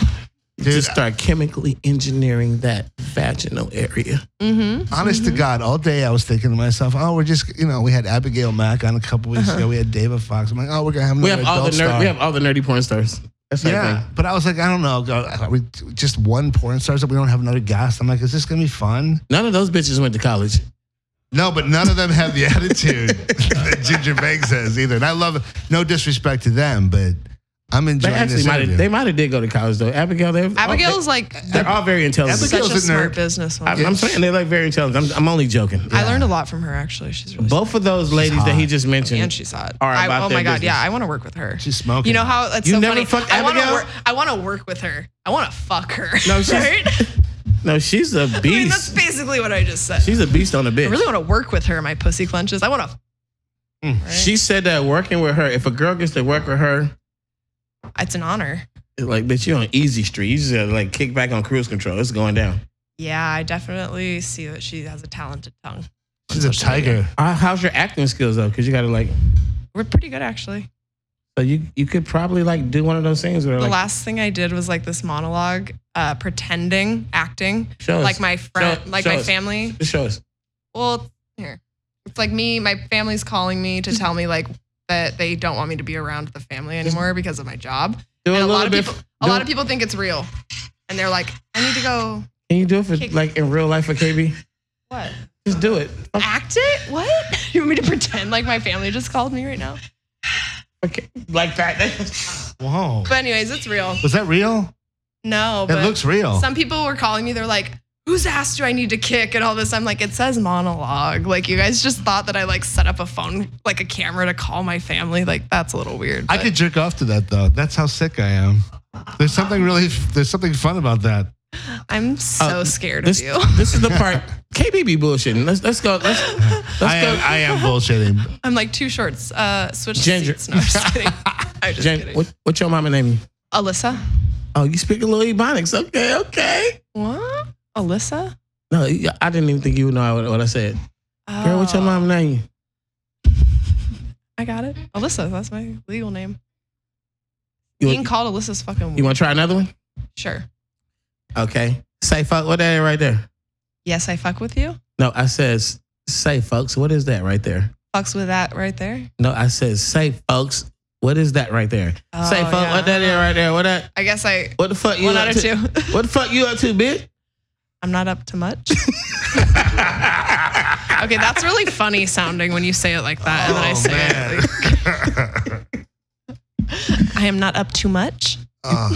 [SPEAKER 5] Just start chemically engineering that vaginal area.
[SPEAKER 4] Honest
[SPEAKER 5] Mm-hmm.
[SPEAKER 4] to God, all day I was thinking to myself, oh, we're just, you know, we had Abigail Mack on a couple weeks ago. We had David Fox. I'm like, oh, we're going to have
[SPEAKER 5] Uh-huh. We
[SPEAKER 4] another
[SPEAKER 5] have all the
[SPEAKER 4] adult
[SPEAKER 5] ner-
[SPEAKER 4] star.
[SPEAKER 5] we have all the nerdy porn stars. That's our
[SPEAKER 4] Yeah,
[SPEAKER 5] thing.
[SPEAKER 4] but I was like, I don't know. God, Are we just one porn star, so we don't have another guest. I'm like, is this gonna be fun?
[SPEAKER 5] None of those bitches went to college.
[SPEAKER 4] No, but none of them have the <laughs> attitude that Ginger Banks has either. And I love it. No disrespect to them, but I'm
[SPEAKER 5] They
[SPEAKER 4] enjoying
[SPEAKER 5] actually
[SPEAKER 4] this
[SPEAKER 5] might
[SPEAKER 4] interview.
[SPEAKER 5] have, they might have did go to college though. Abigail, they're
[SPEAKER 2] Abigail's like
[SPEAKER 5] they're all very intelligent.
[SPEAKER 2] such
[SPEAKER 4] Abigail's
[SPEAKER 2] a
[SPEAKER 4] a
[SPEAKER 2] smart
[SPEAKER 4] nerd.
[SPEAKER 2] businesswoman.
[SPEAKER 5] I'm, I'm saying they're like very intelligent. I'm, I'm only joking.
[SPEAKER 2] I learned a lot from her actually. She's really
[SPEAKER 5] Both of those ladies that he just mentioned,
[SPEAKER 2] and she's hot.
[SPEAKER 5] Are
[SPEAKER 2] I,
[SPEAKER 5] about
[SPEAKER 2] oh
[SPEAKER 5] their
[SPEAKER 2] my god,
[SPEAKER 5] business.
[SPEAKER 2] yeah, I want to work with her.
[SPEAKER 4] She's smoking.
[SPEAKER 2] You know how that's
[SPEAKER 5] You
[SPEAKER 2] so
[SPEAKER 5] never
[SPEAKER 2] funny.
[SPEAKER 5] fucked
[SPEAKER 2] I want to
[SPEAKER 5] Abigail?
[SPEAKER 2] work. I want to work with her. I want to fuck her. <laughs>
[SPEAKER 5] No, she's-
[SPEAKER 2] right?
[SPEAKER 5] no, she's
[SPEAKER 2] <laughs>
[SPEAKER 5] a
[SPEAKER 2] I mean, that's
[SPEAKER 5] beast.
[SPEAKER 2] basically what I just said.
[SPEAKER 5] she's a beast on a bitch.
[SPEAKER 2] I really want to work with her. My pussy clenches. I want to.
[SPEAKER 5] Mm. She said that working with her, if a girl gets to work with her,
[SPEAKER 2] It's an honor.
[SPEAKER 5] it's like bitch, you're on easy street. You just gotta, like kick back on cruise control. It's going down.
[SPEAKER 2] Yeah, I definitely see that she has a talented tongue.
[SPEAKER 4] she's a tiger.
[SPEAKER 5] Uh, how's your acting skills though? Because you gotta like,
[SPEAKER 2] We're pretty good actually.
[SPEAKER 5] so you you could probably like do one of those things where
[SPEAKER 2] The
[SPEAKER 5] like
[SPEAKER 2] last thing I did was like this monologue, uh, pretending acting,
[SPEAKER 5] Show us.
[SPEAKER 2] like my friend,
[SPEAKER 5] Show-
[SPEAKER 2] like
[SPEAKER 5] show
[SPEAKER 2] my
[SPEAKER 5] us.
[SPEAKER 2] family.
[SPEAKER 5] show us.
[SPEAKER 2] Well, here, it's like me. My family's calling me to tell me like that they don't want me to be around the family anymore because of my job.
[SPEAKER 5] Do
[SPEAKER 2] And
[SPEAKER 5] a
[SPEAKER 2] a, lot
[SPEAKER 5] little
[SPEAKER 2] of
[SPEAKER 5] bit.
[SPEAKER 2] people, a
[SPEAKER 5] do-
[SPEAKER 2] lot of people think it's real, and they're like, "I need to go."
[SPEAKER 5] Can you do it for
[SPEAKER 2] kick-
[SPEAKER 5] like in real life for KB?
[SPEAKER 2] What?
[SPEAKER 5] Just do it.
[SPEAKER 2] Act it? What? <laughs> You want me to pretend like my family just called me right now?
[SPEAKER 5] Okay. Like that. <laughs>
[SPEAKER 4] Whoa.
[SPEAKER 2] But anyways, it's real.
[SPEAKER 4] Was that real?
[SPEAKER 2] No,
[SPEAKER 4] It
[SPEAKER 2] but
[SPEAKER 4] looks real.
[SPEAKER 2] some people were calling me. They're like, "Whose ass do I need to kick?" And all this. I'm like, "It says monologue." Like you guys just thought that I like set up a phone, like a camera to call my family. Like that's a little weird.
[SPEAKER 4] I
[SPEAKER 2] but-
[SPEAKER 4] could jerk off to that though. That's how sick I am. There's something really, there's something fun about that.
[SPEAKER 2] I'm so
[SPEAKER 5] Uh,
[SPEAKER 2] scared
[SPEAKER 5] This,
[SPEAKER 2] of you. <laughs>
[SPEAKER 5] this is the part. KB be bullshitting. Let's let's go. Let's, let's
[SPEAKER 4] I
[SPEAKER 5] go.
[SPEAKER 4] am, I am
[SPEAKER 2] <laughs>
[SPEAKER 4] bullshitting.
[SPEAKER 2] I'm like two shorts. Uh, switch
[SPEAKER 5] Ginger.
[SPEAKER 2] seats. No, I'm
[SPEAKER 5] <laughs>
[SPEAKER 2] just kidding. I'm just
[SPEAKER 5] Jen,
[SPEAKER 2] kidding.
[SPEAKER 5] what, what's your mama name?
[SPEAKER 2] Alyssa.
[SPEAKER 5] Oh, you speak a little Ebonics. Okay, okay.
[SPEAKER 2] What? Alyssa?
[SPEAKER 5] No, I didn't even think you would know what, what I said. Girl, what's your
[SPEAKER 2] Oh,
[SPEAKER 5] mama name?
[SPEAKER 2] I got it. Alyssa. That's my legal name.
[SPEAKER 5] You,
[SPEAKER 2] Being called Alyssa's fucking.
[SPEAKER 5] you want to try another one?
[SPEAKER 2] sure.
[SPEAKER 5] Okay. Say fuck. What that is right there?
[SPEAKER 2] Yes, I fuck with you.
[SPEAKER 5] No, I says say folks. What is that right there?
[SPEAKER 2] Fucks with that right there.
[SPEAKER 5] No, I says say folks. What is that right there? say
[SPEAKER 2] Oh,
[SPEAKER 5] fuck.
[SPEAKER 2] yeah.
[SPEAKER 5] What that is right there? What that?
[SPEAKER 2] I guess I.
[SPEAKER 5] What the fuck you
[SPEAKER 2] one
[SPEAKER 5] up
[SPEAKER 2] out of
[SPEAKER 5] to?
[SPEAKER 2] two. <laughs>
[SPEAKER 5] What the fuck you up to, bitch?
[SPEAKER 2] I'm not up to
[SPEAKER 5] <laughs>
[SPEAKER 2] much. okay, that's really funny sounding when you say it like that, and
[SPEAKER 4] Oh,
[SPEAKER 5] Oh,
[SPEAKER 2] then I say it. like, <laughs> I am not up too much.
[SPEAKER 4] Uh,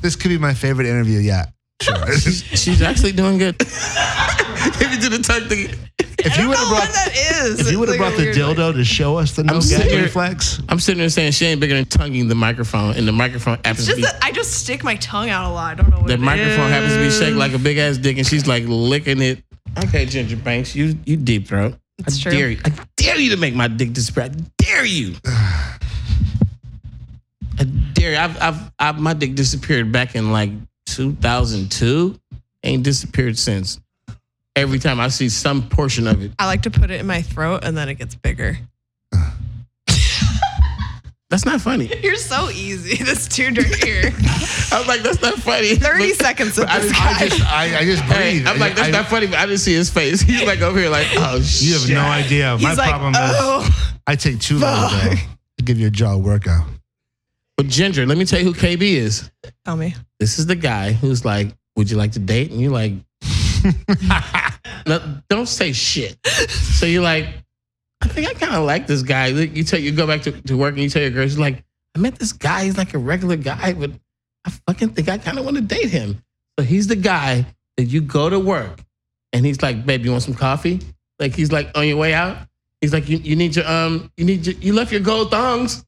[SPEAKER 4] this could be my favorite interview yet. <laughs> Sure.
[SPEAKER 5] She's actually doing good. <laughs> If you do the tuck thing,
[SPEAKER 4] if you
[SPEAKER 2] I
[SPEAKER 4] would
[SPEAKER 2] don't know what
[SPEAKER 4] have brought,
[SPEAKER 2] that is.
[SPEAKER 4] if you would have
[SPEAKER 2] It's like
[SPEAKER 4] brought
[SPEAKER 2] a
[SPEAKER 4] the
[SPEAKER 2] weird, like-
[SPEAKER 4] dildo to show us the no gag
[SPEAKER 5] serious.
[SPEAKER 4] reflex,
[SPEAKER 5] I'm sitting there saying she ain't bigger than tonguing the microphone, and the microphone happens
[SPEAKER 2] It's
[SPEAKER 5] to
[SPEAKER 2] just
[SPEAKER 5] be
[SPEAKER 2] that I just stick my tongue out a lot. I don't know what
[SPEAKER 5] the
[SPEAKER 2] it
[SPEAKER 5] microphone happens to be
[SPEAKER 2] is.
[SPEAKER 5] shaped like a big ass dick, and she's like licking it. Okay, Ginger Banks, you you deep throat.
[SPEAKER 2] It's
[SPEAKER 5] I
[SPEAKER 2] true.
[SPEAKER 5] dare you. I dare you to make my dick disappear. I dare you. <sighs> I dare you. I've, I've, I've my dick disappeared back in like 2002. Ain't disappeared since. Every time I see some portion of it.
[SPEAKER 2] I like to put it in my throat and then it gets bigger.
[SPEAKER 5] That's not funny. <laughs>
[SPEAKER 2] You're so easy. <laughs> This dude right here.
[SPEAKER 5] I was like, that's not funny.
[SPEAKER 2] 30
[SPEAKER 5] But-
[SPEAKER 2] seconds of
[SPEAKER 5] but I
[SPEAKER 2] this
[SPEAKER 5] just-
[SPEAKER 2] guy. <laughs>
[SPEAKER 4] I just, I, I just
[SPEAKER 5] Hey,
[SPEAKER 4] breathe.
[SPEAKER 5] I'm like, that's
[SPEAKER 4] I-
[SPEAKER 5] not funny, but I didn't see his face. <laughs> He's like over here, like, oh shit.
[SPEAKER 4] You have no idea. My
[SPEAKER 2] He's like,
[SPEAKER 4] problem is
[SPEAKER 2] oh.
[SPEAKER 4] I take too long
[SPEAKER 2] fuck."
[SPEAKER 4] though, to give your jaw a workout.
[SPEAKER 5] But Ginger, let me tell you who KB is.
[SPEAKER 2] Tell me.
[SPEAKER 5] This is the guy who's like, would you like to date? And you're like, no, don't say shit. So you're like, I think I kind of like this guy. Like, You tell you go back to, to work and you tell your girl, she's like, I met this guy. He's like a regular guy, but I fucking think I kind of want to date him. So he's the guy that you go to work and he's like, babe, you want some coffee? Like he's like on your way out. He's like, you, you need your um, you need your, you left your gold thongs.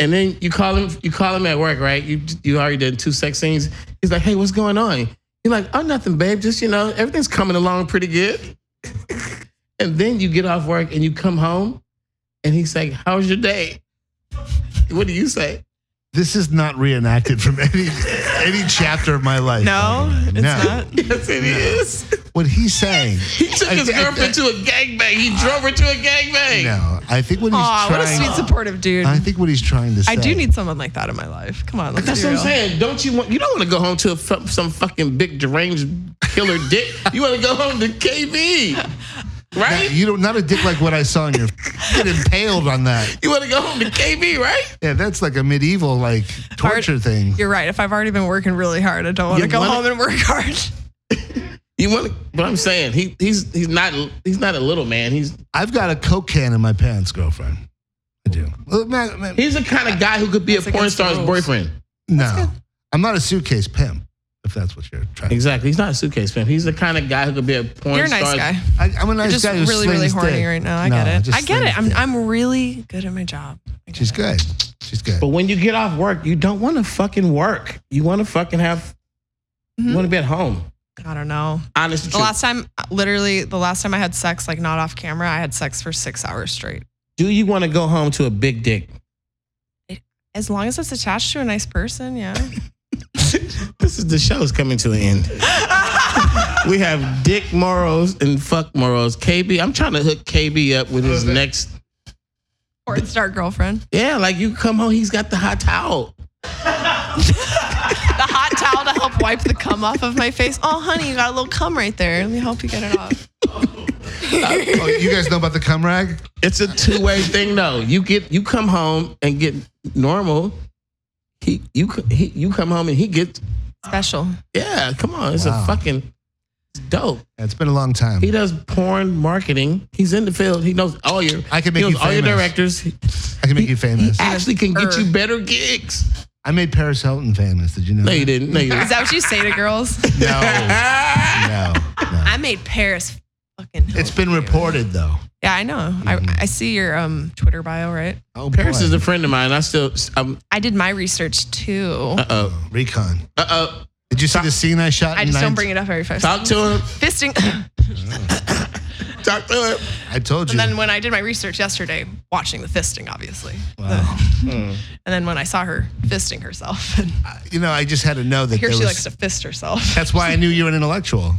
[SPEAKER 5] And then you call him, you call him at work, right? You you already did two sex scenes. He's like, hey, what's going on? You're like, oh, nothing, babe. Just you know, everything's coming along pretty good. <laughs> and then you get off work and you come home, and he's like, how was your day? What do you say? <laughs>
[SPEAKER 4] This is not reenacted
[SPEAKER 2] <laughs>
[SPEAKER 4] from any any chapter of my life.
[SPEAKER 2] No,
[SPEAKER 4] by the way.
[SPEAKER 2] it's not.
[SPEAKER 5] Yes, it is.
[SPEAKER 4] What he's saying.
[SPEAKER 5] He took his girlfriend to a gangbang. He drove her to a gangbang.
[SPEAKER 4] No, I think what he's
[SPEAKER 2] Aw, what a
[SPEAKER 4] trying.
[SPEAKER 2] sweet, supportive dude.
[SPEAKER 4] I
[SPEAKER 2] I,
[SPEAKER 4] think what he's trying to say.
[SPEAKER 2] do need someone like that in my life. Come on, let's
[SPEAKER 5] That's
[SPEAKER 2] be
[SPEAKER 5] what I'm
[SPEAKER 2] real.
[SPEAKER 5] saying. Don't you want? You don't want to go home to a, fu- some fucking big deranged killer dick. You want to go home to KB,
[SPEAKER 4] Not,
[SPEAKER 5] right?
[SPEAKER 4] you don't not a dick like what I
[SPEAKER 2] <laughs>
[SPEAKER 4] saw in your. Get impaled on that.
[SPEAKER 5] You want to go home to KB, right?
[SPEAKER 4] Yeah, that's like a medieval like torture thing.
[SPEAKER 2] You're right. If I've already been working really hard, I don't want to
[SPEAKER 5] You
[SPEAKER 2] go
[SPEAKER 5] wanna-
[SPEAKER 2] home and work
[SPEAKER 5] <laughs>
[SPEAKER 2] hard.
[SPEAKER 5] You want? to But I'm saying he he's he's not he's not a little man. He's
[SPEAKER 4] I've got a coke can in my pants, girlfriend. I do. Well, man, man,
[SPEAKER 5] he's the kind of guy who could be
[SPEAKER 2] That's
[SPEAKER 5] a porn
[SPEAKER 2] against the
[SPEAKER 5] star's
[SPEAKER 2] rules.
[SPEAKER 5] boyfriend.
[SPEAKER 4] no, I'm not a suitcase pimp. If that's what you're trying.
[SPEAKER 5] Exactly. He's not a suitcase man. He's the kind of guy who could be a porn
[SPEAKER 2] You're a nice
[SPEAKER 5] star's
[SPEAKER 2] guy.
[SPEAKER 4] I, I'm a nice
[SPEAKER 2] Just
[SPEAKER 4] guy who
[SPEAKER 2] really, really
[SPEAKER 4] slings
[SPEAKER 2] horny
[SPEAKER 4] dick.
[SPEAKER 2] right now. I
[SPEAKER 4] No,
[SPEAKER 2] get it. I
[SPEAKER 4] just
[SPEAKER 2] get it. I'm,
[SPEAKER 4] slings dick.
[SPEAKER 2] I'm really good at my job. I get
[SPEAKER 4] She's
[SPEAKER 2] it.
[SPEAKER 4] good. She's good.
[SPEAKER 5] But when you get off work, you don't want to fucking work. You want to fucking have.
[SPEAKER 2] Mhm.
[SPEAKER 5] You want to be at home.
[SPEAKER 2] I don't know.
[SPEAKER 5] Honest.
[SPEAKER 2] The
[SPEAKER 5] truth.
[SPEAKER 2] last time, uh, literally, the last time I had sex, like not off camera, I had sex for six hours straight.
[SPEAKER 5] Do you want to go home to a big dick? <laughs>
[SPEAKER 2] As long as it's attached to a nice person, yeah.
[SPEAKER 5] this is the show is coming to an end. we have dick morals and fuck morals. KB, I'm trying to hook KB up with his next.
[SPEAKER 2] <laughs> Or it's our girlfriend.
[SPEAKER 5] Yeah, like you come home, he's got the hot towel.
[SPEAKER 2] The hot towel to help wipe the cum off of my face. Oh, honey, you got a little cum right there. Let me help you get it off.
[SPEAKER 4] oh, you guys know about the cum rag?
[SPEAKER 5] It's a two way thing though. You get you come home and get normal. He you c- he, you come home and he gets
[SPEAKER 2] Special.
[SPEAKER 5] yeah. Come on, it's
[SPEAKER 4] Wow.
[SPEAKER 5] a fucking it's dope.
[SPEAKER 4] Yeah, it's been a long time.
[SPEAKER 5] He does porn marketing. He's in the field. He knows all your
[SPEAKER 4] I can make
[SPEAKER 5] he
[SPEAKER 4] you
[SPEAKER 5] knows all your
[SPEAKER 4] famous.
[SPEAKER 5] directors.
[SPEAKER 4] I can make you famous.
[SPEAKER 5] He actually can get
[SPEAKER 2] Er.
[SPEAKER 5] you better gigs.
[SPEAKER 4] I made Paris Hilton famous. Did you know?
[SPEAKER 5] No, you
[SPEAKER 4] that?
[SPEAKER 5] didn't. No, you
[SPEAKER 2] Is
[SPEAKER 5] didn't.
[SPEAKER 2] that what you say to girls?
[SPEAKER 5] <laughs>
[SPEAKER 4] No, no, no.
[SPEAKER 2] I made Paris fucking.
[SPEAKER 4] It's Mm-hmm. been
[SPEAKER 2] hilarious.
[SPEAKER 4] reported though.
[SPEAKER 2] Yeah, I know. I, I see your um, Twitter bio, right?
[SPEAKER 4] Oh,
[SPEAKER 5] Paris
[SPEAKER 4] boy.
[SPEAKER 5] is a friend of mine. I still. Um,
[SPEAKER 2] I did my research too.
[SPEAKER 4] Uh-uh,
[SPEAKER 5] uh oh.
[SPEAKER 4] recon.
[SPEAKER 5] Uh oh.
[SPEAKER 4] Did you see the scene I shot?
[SPEAKER 2] I just don't bring it up every first.
[SPEAKER 5] Talk to
[SPEAKER 4] <coughs>
[SPEAKER 5] him.
[SPEAKER 2] Fisting.
[SPEAKER 5] Talk to him.
[SPEAKER 4] I told you.
[SPEAKER 2] And then when I did my research yesterday, watching the fisting, obviously.
[SPEAKER 4] Wow.
[SPEAKER 2] And then when I saw her fisting herself, <laughs> and
[SPEAKER 4] you know, I just had to know that
[SPEAKER 2] here
[SPEAKER 4] there
[SPEAKER 2] she
[SPEAKER 4] was.
[SPEAKER 2] likes to fist herself.
[SPEAKER 4] that's why I knew you were an intellectual.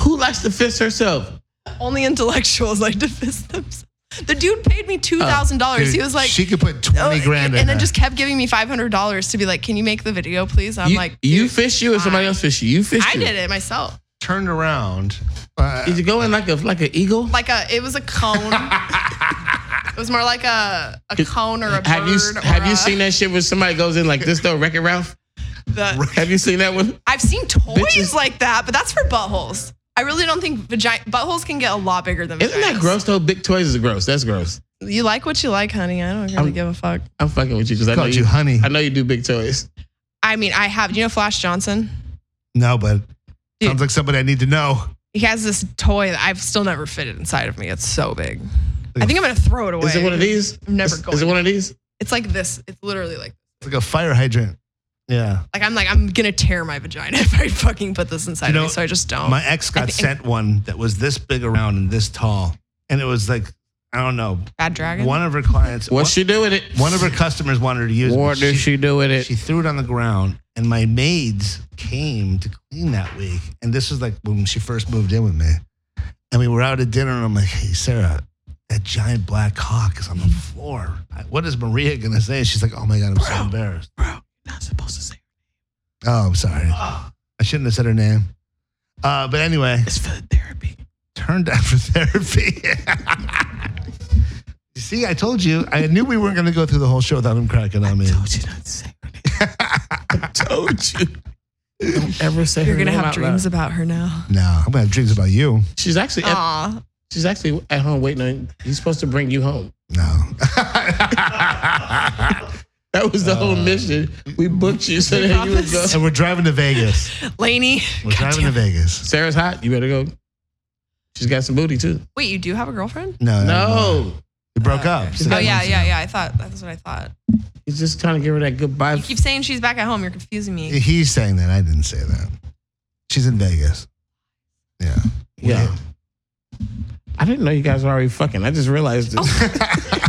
[SPEAKER 5] Who likes to fist herself?
[SPEAKER 2] <laughs> Only intellectuals like to fist themselves. The dude paid me two thousand
[SPEAKER 5] Uh,
[SPEAKER 2] dollars.
[SPEAKER 4] Dude,
[SPEAKER 2] Oh, He was like,
[SPEAKER 4] she could put twenty
[SPEAKER 2] "Oh,"
[SPEAKER 4] grand in
[SPEAKER 2] and then
[SPEAKER 4] that.
[SPEAKER 2] just kept giving me five hundred dollars to be like, "Can you make the video, please?" I'm
[SPEAKER 5] you,
[SPEAKER 2] like,
[SPEAKER 5] you
[SPEAKER 2] "Dude,
[SPEAKER 5] fish you or somebody else fish you? You fish
[SPEAKER 2] I
[SPEAKER 5] you.
[SPEAKER 2] did it myself.
[SPEAKER 4] turned around. Uh,
[SPEAKER 5] Did you go in like a like an eagle?
[SPEAKER 2] Like a, it was a
[SPEAKER 5] <laughs>
[SPEAKER 2] cone. it was more like a a cone or a bird.
[SPEAKER 5] have you
[SPEAKER 2] or
[SPEAKER 5] have you
[SPEAKER 2] a-
[SPEAKER 5] seen that shit where somebody goes in like this though? Wreck It Ralph.
[SPEAKER 2] <laughs> the,
[SPEAKER 5] Have you seen
[SPEAKER 2] <laughs>
[SPEAKER 5] that one?
[SPEAKER 2] I've seen toys
[SPEAKER 5] Bitches-
[SPEAKER 2] like that, but that's for buttholes. I really don't think vagina buttholes can get a lot bigger than.
[SPEAKER 5] Isn't that
[SPEAKER 2] vaginas.
[SPEAKER 5] gross though? Big toys is gross. That's gross.
[SPEAKER 2] You like what you like, honey. I don't really
[SPEAKER 5] I'm-
[SPEAKER 2] give a fuck.
[SPEAKER 5] I'm fucking with you because I know
[SPEAKER 4] called
[SPEAKER 5] you,
[SPEAKER 4] you honey.
[SPEAKER 5] I know you do big toys.
[SPEAKER 2] I mean, I have. You know Flash Johnson?
[SPEAKER 4] no, but
[SPEAKER 2] Dude.
[SPEAKER 4] sounds like somebody I need to know.
[SPEAKER 2] He has this toy that I've still never fitted inside of me. It's so big. I think I'm gonna throw it away.
[SPEAKER 5] Is it one of these?
[SPEAKER 2] I'm never
[SPEAKER 5] is,
[SPEAKER 2] going.
[SPEAKER 5] Is it one of these?
[SPEAKER 2] It's like this. It's literally like
[SPEAKER 4] It's like a fire hydrant. Yeah.
[SPEAKER 2] like I'm like I'm gonna tear my vagina <laughs> if I fucking put this inside
[SPEAKER 4] You
[SPEAKER 2] of
[SPEAKER 4] know,
[SPEAKER 2] me. So Oh. I just don't.
[SPEAKER 4] My ex got
[SPEAKER 2] think-
[SPEAKER 4] sent one that was this big around and this tall, and it was like I don't know.
[SPEAKER 2] Bad dragon.
[SPEAKER 4] One of her clients.
[SPEAKER 5] What she do with it?
[SPEAKER 4] one,
[SPEAKER 5] <laughs>
[SPEAKER 4] one of her customers wanted her to use. it,
[SPEAKER 5] What
[SPEAKER 4] but
[SPEAKER 5] does she do with it?
[SPEAKER 4] She threw it on the ground, and my maids came to clean that week. And this was like when she first moved in with me. And we were out at dinner, and I'm like, hey, Sarah, that giant black cock is on the floor. I- What is Maria going to say? She's like, oh my God, I'm so embarrassed.
[SPEAKER 5] Not supposed to say.
[SPEAKER 4] Oh, I'm sorry. I shouldn't have said her name. Uh, but anyway,
[SPEAKER 5] It's for therapy.
[SPEAKER 4] turned out for <laughs> therapy. you see, I told you, I knew we weren't going to go through the whole show without him cracking on me.
[SPEAKER 5] Told you not to say her name. <laughs> I told you. Don't ever say
[SPEAKER 2] You're
[SPEAKER 5] her
[SPEAKER 2] gonna
[SPEAKER 5] name
[SPEAKER 2] have
[SPEAKER 5] out
[SPEAKER 2] dreams
[SPEAKER 5] loud.
[SPEAKER 2] about her
[SPEAKER 5] <laughs>
[SPEAKER 2] now.
[SPEAKER 4] No, I'm going to have dreams about you.
[SPEAKER 5] She's actually at,
[SPEAKER 2] Aw,
[SPEAKER 5] she's actually at home waiting on. He's supposed to bring you home.
[SPEAKER 4] No.
[SPEAKER 5] That was the whole mission. We booked you so that you would go.
[SPEAKER 4] <laughs> and we're driving to Vegas.
[SPEAKER 2] Lainey.
[SPEAKER 4] We're driving to Vegas.
[SPEAKER 5] Sarah's hot. You better go. She's got some booty too.
[SPEAKER 2] Wait, you do have a girlfriend?
[SPEAKER 4] No,
[SPEAKER 5] No,
[SPEAKER 4] we broke up.
[SPEAKER 5] Yeah,
[SPEAKER 2] Oh yeah,
[SPEAKER 5] once
[SPEAKER 2] yeah, yeah. I thought that's what I thought.
[SPEAKER 5] he's just trying to give her that good
[SPEAKER 2] You
[SPEAKER 5] vibe.
[SPEAKER 2] keep saying she's back at home. You're confusing me.
[SPEAKER 4] He's saying that. I didn't say that. She's in Vegas. Yeah.
[SPEAKER 5] yeah. I didn't know you guys were already fucking. I just realized it. <laughs>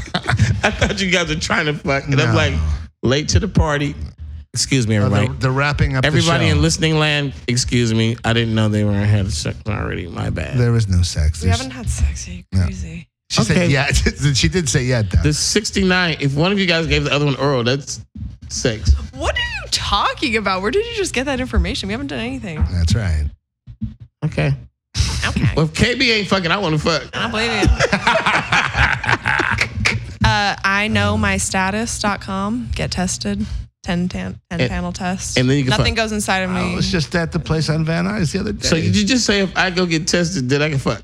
[SPEAKER 5] I thought you guys were trying to fuck, and I'm
[SPEAKER 4] No. Oh,
[SPEAKER 5] like late to the party. Excuse me,
[SPEAKER 4] Well,
[SPEAKER 5] everybody.
[SPEAKER 4] they're, they're wrapping up.
[SPEAKER 5] Everybody
[SPEAKER 4] the show.
[SPEAKER 5] in listening land, excuse me. I didn't know they were had sex already. My bad.
[SPEAKER 4] There was no sex.
[SPEAKER 2] We
[SPEAKER 4] There's-
[SPEAKER 2] haven't had sex. yet.
[SPEAKER 4] No.
[SPEAKER 2] You're crazy.
[SPEAKER 4] she
[SPEAKER 5] Okay.
[SPEAKER 4] said yeah. <laughs> she did say yeah. Though.
[SPEAKER 5] the 69. If one of you guys gave the other one oral, that's sex.
[SPEAKER 2] What are you talking about? Where did you just get that information? We haven't done anything.
[SPEAKER 4] That's right.
[SPEAKER 5] Okay.
[SPEAKER 2] Okay.
[SPEAKER 5] Well, if KB ain't fucking, I want to fuck.
[SPEAKER 2] I don't believe you. <laughs> uh, I know my status.com. Get tested. 10, tan- 10
[SPEAKER 5] And-
[SPEAKER 2] panel test.
[SPEAKER 5] and then you can Oh,
[SPEAKER 2] Nothing
[SPEAKER 5] fuck.
[SPEAKER 2] goes inside of
[SPEAKER 4] I
[SPEAKER 2] me.
[SPEAKER 4] was just at the place on Van Nuys the other day.
[SPEAKER 5] So did you just say if I go get tested, then I can fuck?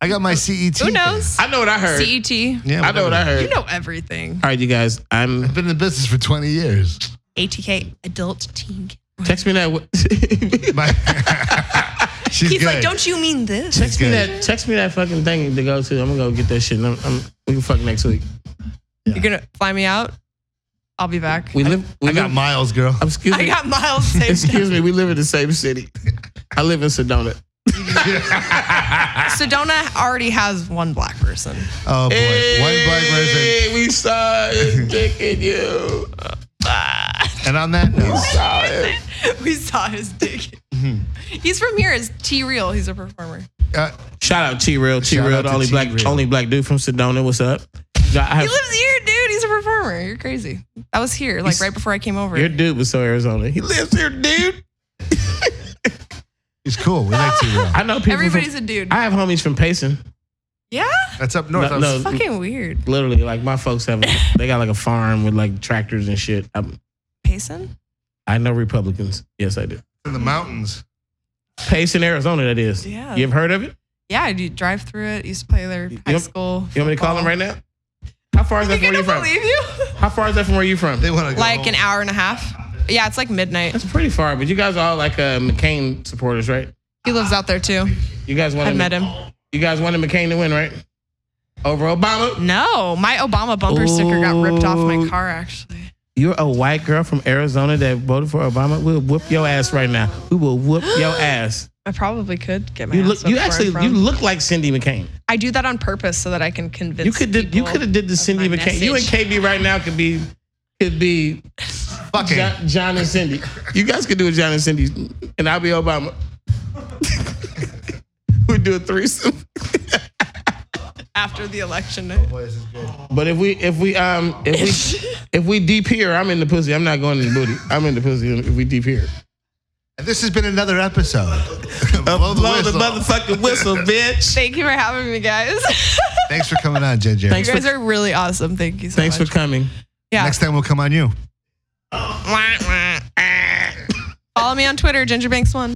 [SPEAKER 4] I got my CET.
[SPEAKER 2] Who knows?
[SPEAKER 5] I know what I heard.
[SPEAKER 2] CET. You
[SPEAKER 4] Yeah,
[SPEAKER 5] I know what I heard.
[SPEAKER 2] know everything.
[SPEAKER 5] All right, you guys. I'm
[SPEAKER 4] I've been in the business for 20 years.
[SPEAKER 2] ATK, adult teen.
[SPEAKER 5] text me that. <laughs> w-
[SPEAKER 2] <laughs>
[SPEAKER 4] My- She's
[SPEAKER 2] He's like,
[SPEAKER 4] good.
[SPEAKER 2] don't you mean this?
[SPEAKER 5] text me
[SPEAKER 4] good.
[SPEAKER 5] that. Text me that fucking thing to go to. I'm gonna go get that shit. and I'm, I'm, we can fuck next week.
[SPEAKER 2] You're going to fly me out? I'll be back.
[SPEAKER 5] We live. We
[SPEAKER 4] I got
[SPEAKER 5] live-
[SPEAKER 4] miles, girl.
[SPEAKER 5] I'm- Excuse
[SPEAKER 2] <laughs> I
[SPEAKER 5] me.
[SPEAKER 2] got miles saved.
[SPEAKER 5] <laughs> Excuse me. We live in the same city. <laughs> I live in Sedona.
[SPEAKER 2] Sedona already has one black person.
[SPEAKER 4] Oh boy, one black person.
[SPEAKER 5] Hey, we saw
[SPEAKER 4] <laughs>
[SPEAKER 5] it dicking you. Ah.
[SPEAKER 4] And on that note,
[SPEAKER 5] Saw it.
[SPEAKER 2] <laughs> we saw his dick.
[SPEAKER 5] Mm-hmm.
[SPEAKER 2] He's from here. Is T Real? He's a performer.
[SPEAKER 4] uh,
[SPEAKER 5] Shout out T Real. T
[SPEAKER 4] Shout
[SPEAKER 5] Real,
[SPEAKER 4] out
[SPEAKER 5] the
[SPEAKER 4] to
[SPEAKER 5] only black,
[SPEAKER 4] T-Real.
[SPEAKER 5] only black dude from Sedona. What's up? I
[SPEAKER 2] He
[SPEAKER 5] have,
[SPEAKER 2] lives here, dude. He's a performer. You're crazy. I was here, like
[SPEAKER 5] He's-
[SPEAKER 2] right before I came over.
[SPEAKER 5] your dude was so Arizona. He lives here, dude.
[SPEAKER 4] he's cool. We like uh, T-Real.
[SPEAKER 2] <laughs>
[SPEAKER 5] I know people.
[SPEAKER 2] Everybody's
[SPEAKER 5] From,
[SPEAKER 2] a dude.
[SPEAKER 5] I have homies from Payson.
[SPEAKER 2] yeah?
[SPEAKER 4] That's up north.
[SPEAKER 5] No,
[SPEAKER 4] I was-
[SPEAKER 5] no.
[SPEAKER 2] Fucking weird.
[SPEAKER 5] Literally, like my folks have, a- they got like a farm with like tractors and shit. i
[SPEAKER 2] Payson?
[SPEAKER 5] I know Republicans. Yes, I do.
[SPEAKER 4] in the mountains.
[SPEAKER 5] Payson, Arizona, that is.
[SPEAKER 2] Yeah.
[SPEAKER 5] You ever heard of it?
[SPEAKER 2] Yeah, I do drive through it. Used to play there high
[SPEAKER 5] want-
[SPEAKER 2] school.
[SPEAKER 5] You want me to call
[SPEAKER 2] football.
[SPEAKER 5] them right now? How far is that
[SPEAKER 2] You're
[SPEAKER 5] from where
[SPEAKER 2] gonna
[SPEAKER 5] you from?
[SPEAKER 2] believe Uh-huh. <laughs> you?
[SPEAKER 5] How far is that from where you from?
[SPEAKER 6] They want to go
[SPEAKER 2] Like an
[SPEAKER 6] home.
[SPEAKER 2] hour and a half. Yeah, it's like midnight.
[SPEAKER 5] That's pretty far, but you guys are all like uh, McCain supporters, right?
[SPEAKER 2] He lives out there too.
[SPEAKER 5] You guys
[SPEAKER 2] I
[SPEAKER 5] wanted
[SPEAKER 2] met him.
[SPEAKER 5] You guys wanted McCain to win, right? Over Obama.
[SPEAKER 2] No, my Obama bumper sticker got ripped off my car actually.
[SPEAKER 5] You're a white girl from Arizona that voted for Obama. We'll whoop your ass right now. We will whoop
[SPEAKER 2] <gasps>
[SPEAKER 5] your ass.
[SPEAKER 2] I probably could get my.
[SPEAKER 5] You
[SPEAKER 2] ass
[SPEAKER 5] look.
[SPEAKER 2] whipped
[SPEAKER 5] You
[SPEAKER 2] where I'm
[SPEAKER 5] actually.
[SPEAKER 2] from.
[SPEAKER 5] You look like Cindy McCain.
[SPEAKER 2] I do that on purpose so that I can convince.
[SPEAKER 5] You could. Did, you
[SPEAKER 2] people
[SPEAKER 5] could have did the
[SPEAKER 2] of
[SPEAKER 5] Cindy
[SPEAKER 2] my
[SPEAKER 5] McCain. You and
[SPEAKER 2] message.
[SPEAKER 5] KB right now could be. Could be
[SPEAKER 6] fucking.
[SPEAKER 5] John, John and Cindy. You guys could do a John and Cindy, and I'll be Obama. <laughs> we do a threesome.
[SPEAKER 2] after the election night.
[SPEAKER 6] Boys, it's good.
[SPEAKER 5] But if we if we um if we if we deep here, I'm in the pussy. I'm not going in the booty. I'm in the pussy if we deep here.
[SPEAKER 6] And this has been another episode.
[SPEAKER 5] Blow
[SPEAKER 6] Blow
[SPEAKER 5] the,
[SPEAKER 6] the whistle.
[SPEAKER 5] motherfucking whistle, bitch.
[SPEAKER 2] Thank you for having me, guys. <laughs>
[SPEAKER 6] Thanks for coming on, Ginger.
[SPEAKER 5] Thanks
[SPEAKER 2] you guys
[SPEAKER 5] for
[SPEAKER 2] are really awesome. Thank you so
[SPEAKER 5] thanks for
[SPEAKER 2] much.
[SPEAKER 5] coming.
[SPEAKER 2] yeah.
[SPEAKER 6] Next time we'll come on you.
[SPEAKER 2] Follow me on Twitter, Ginger Banks One.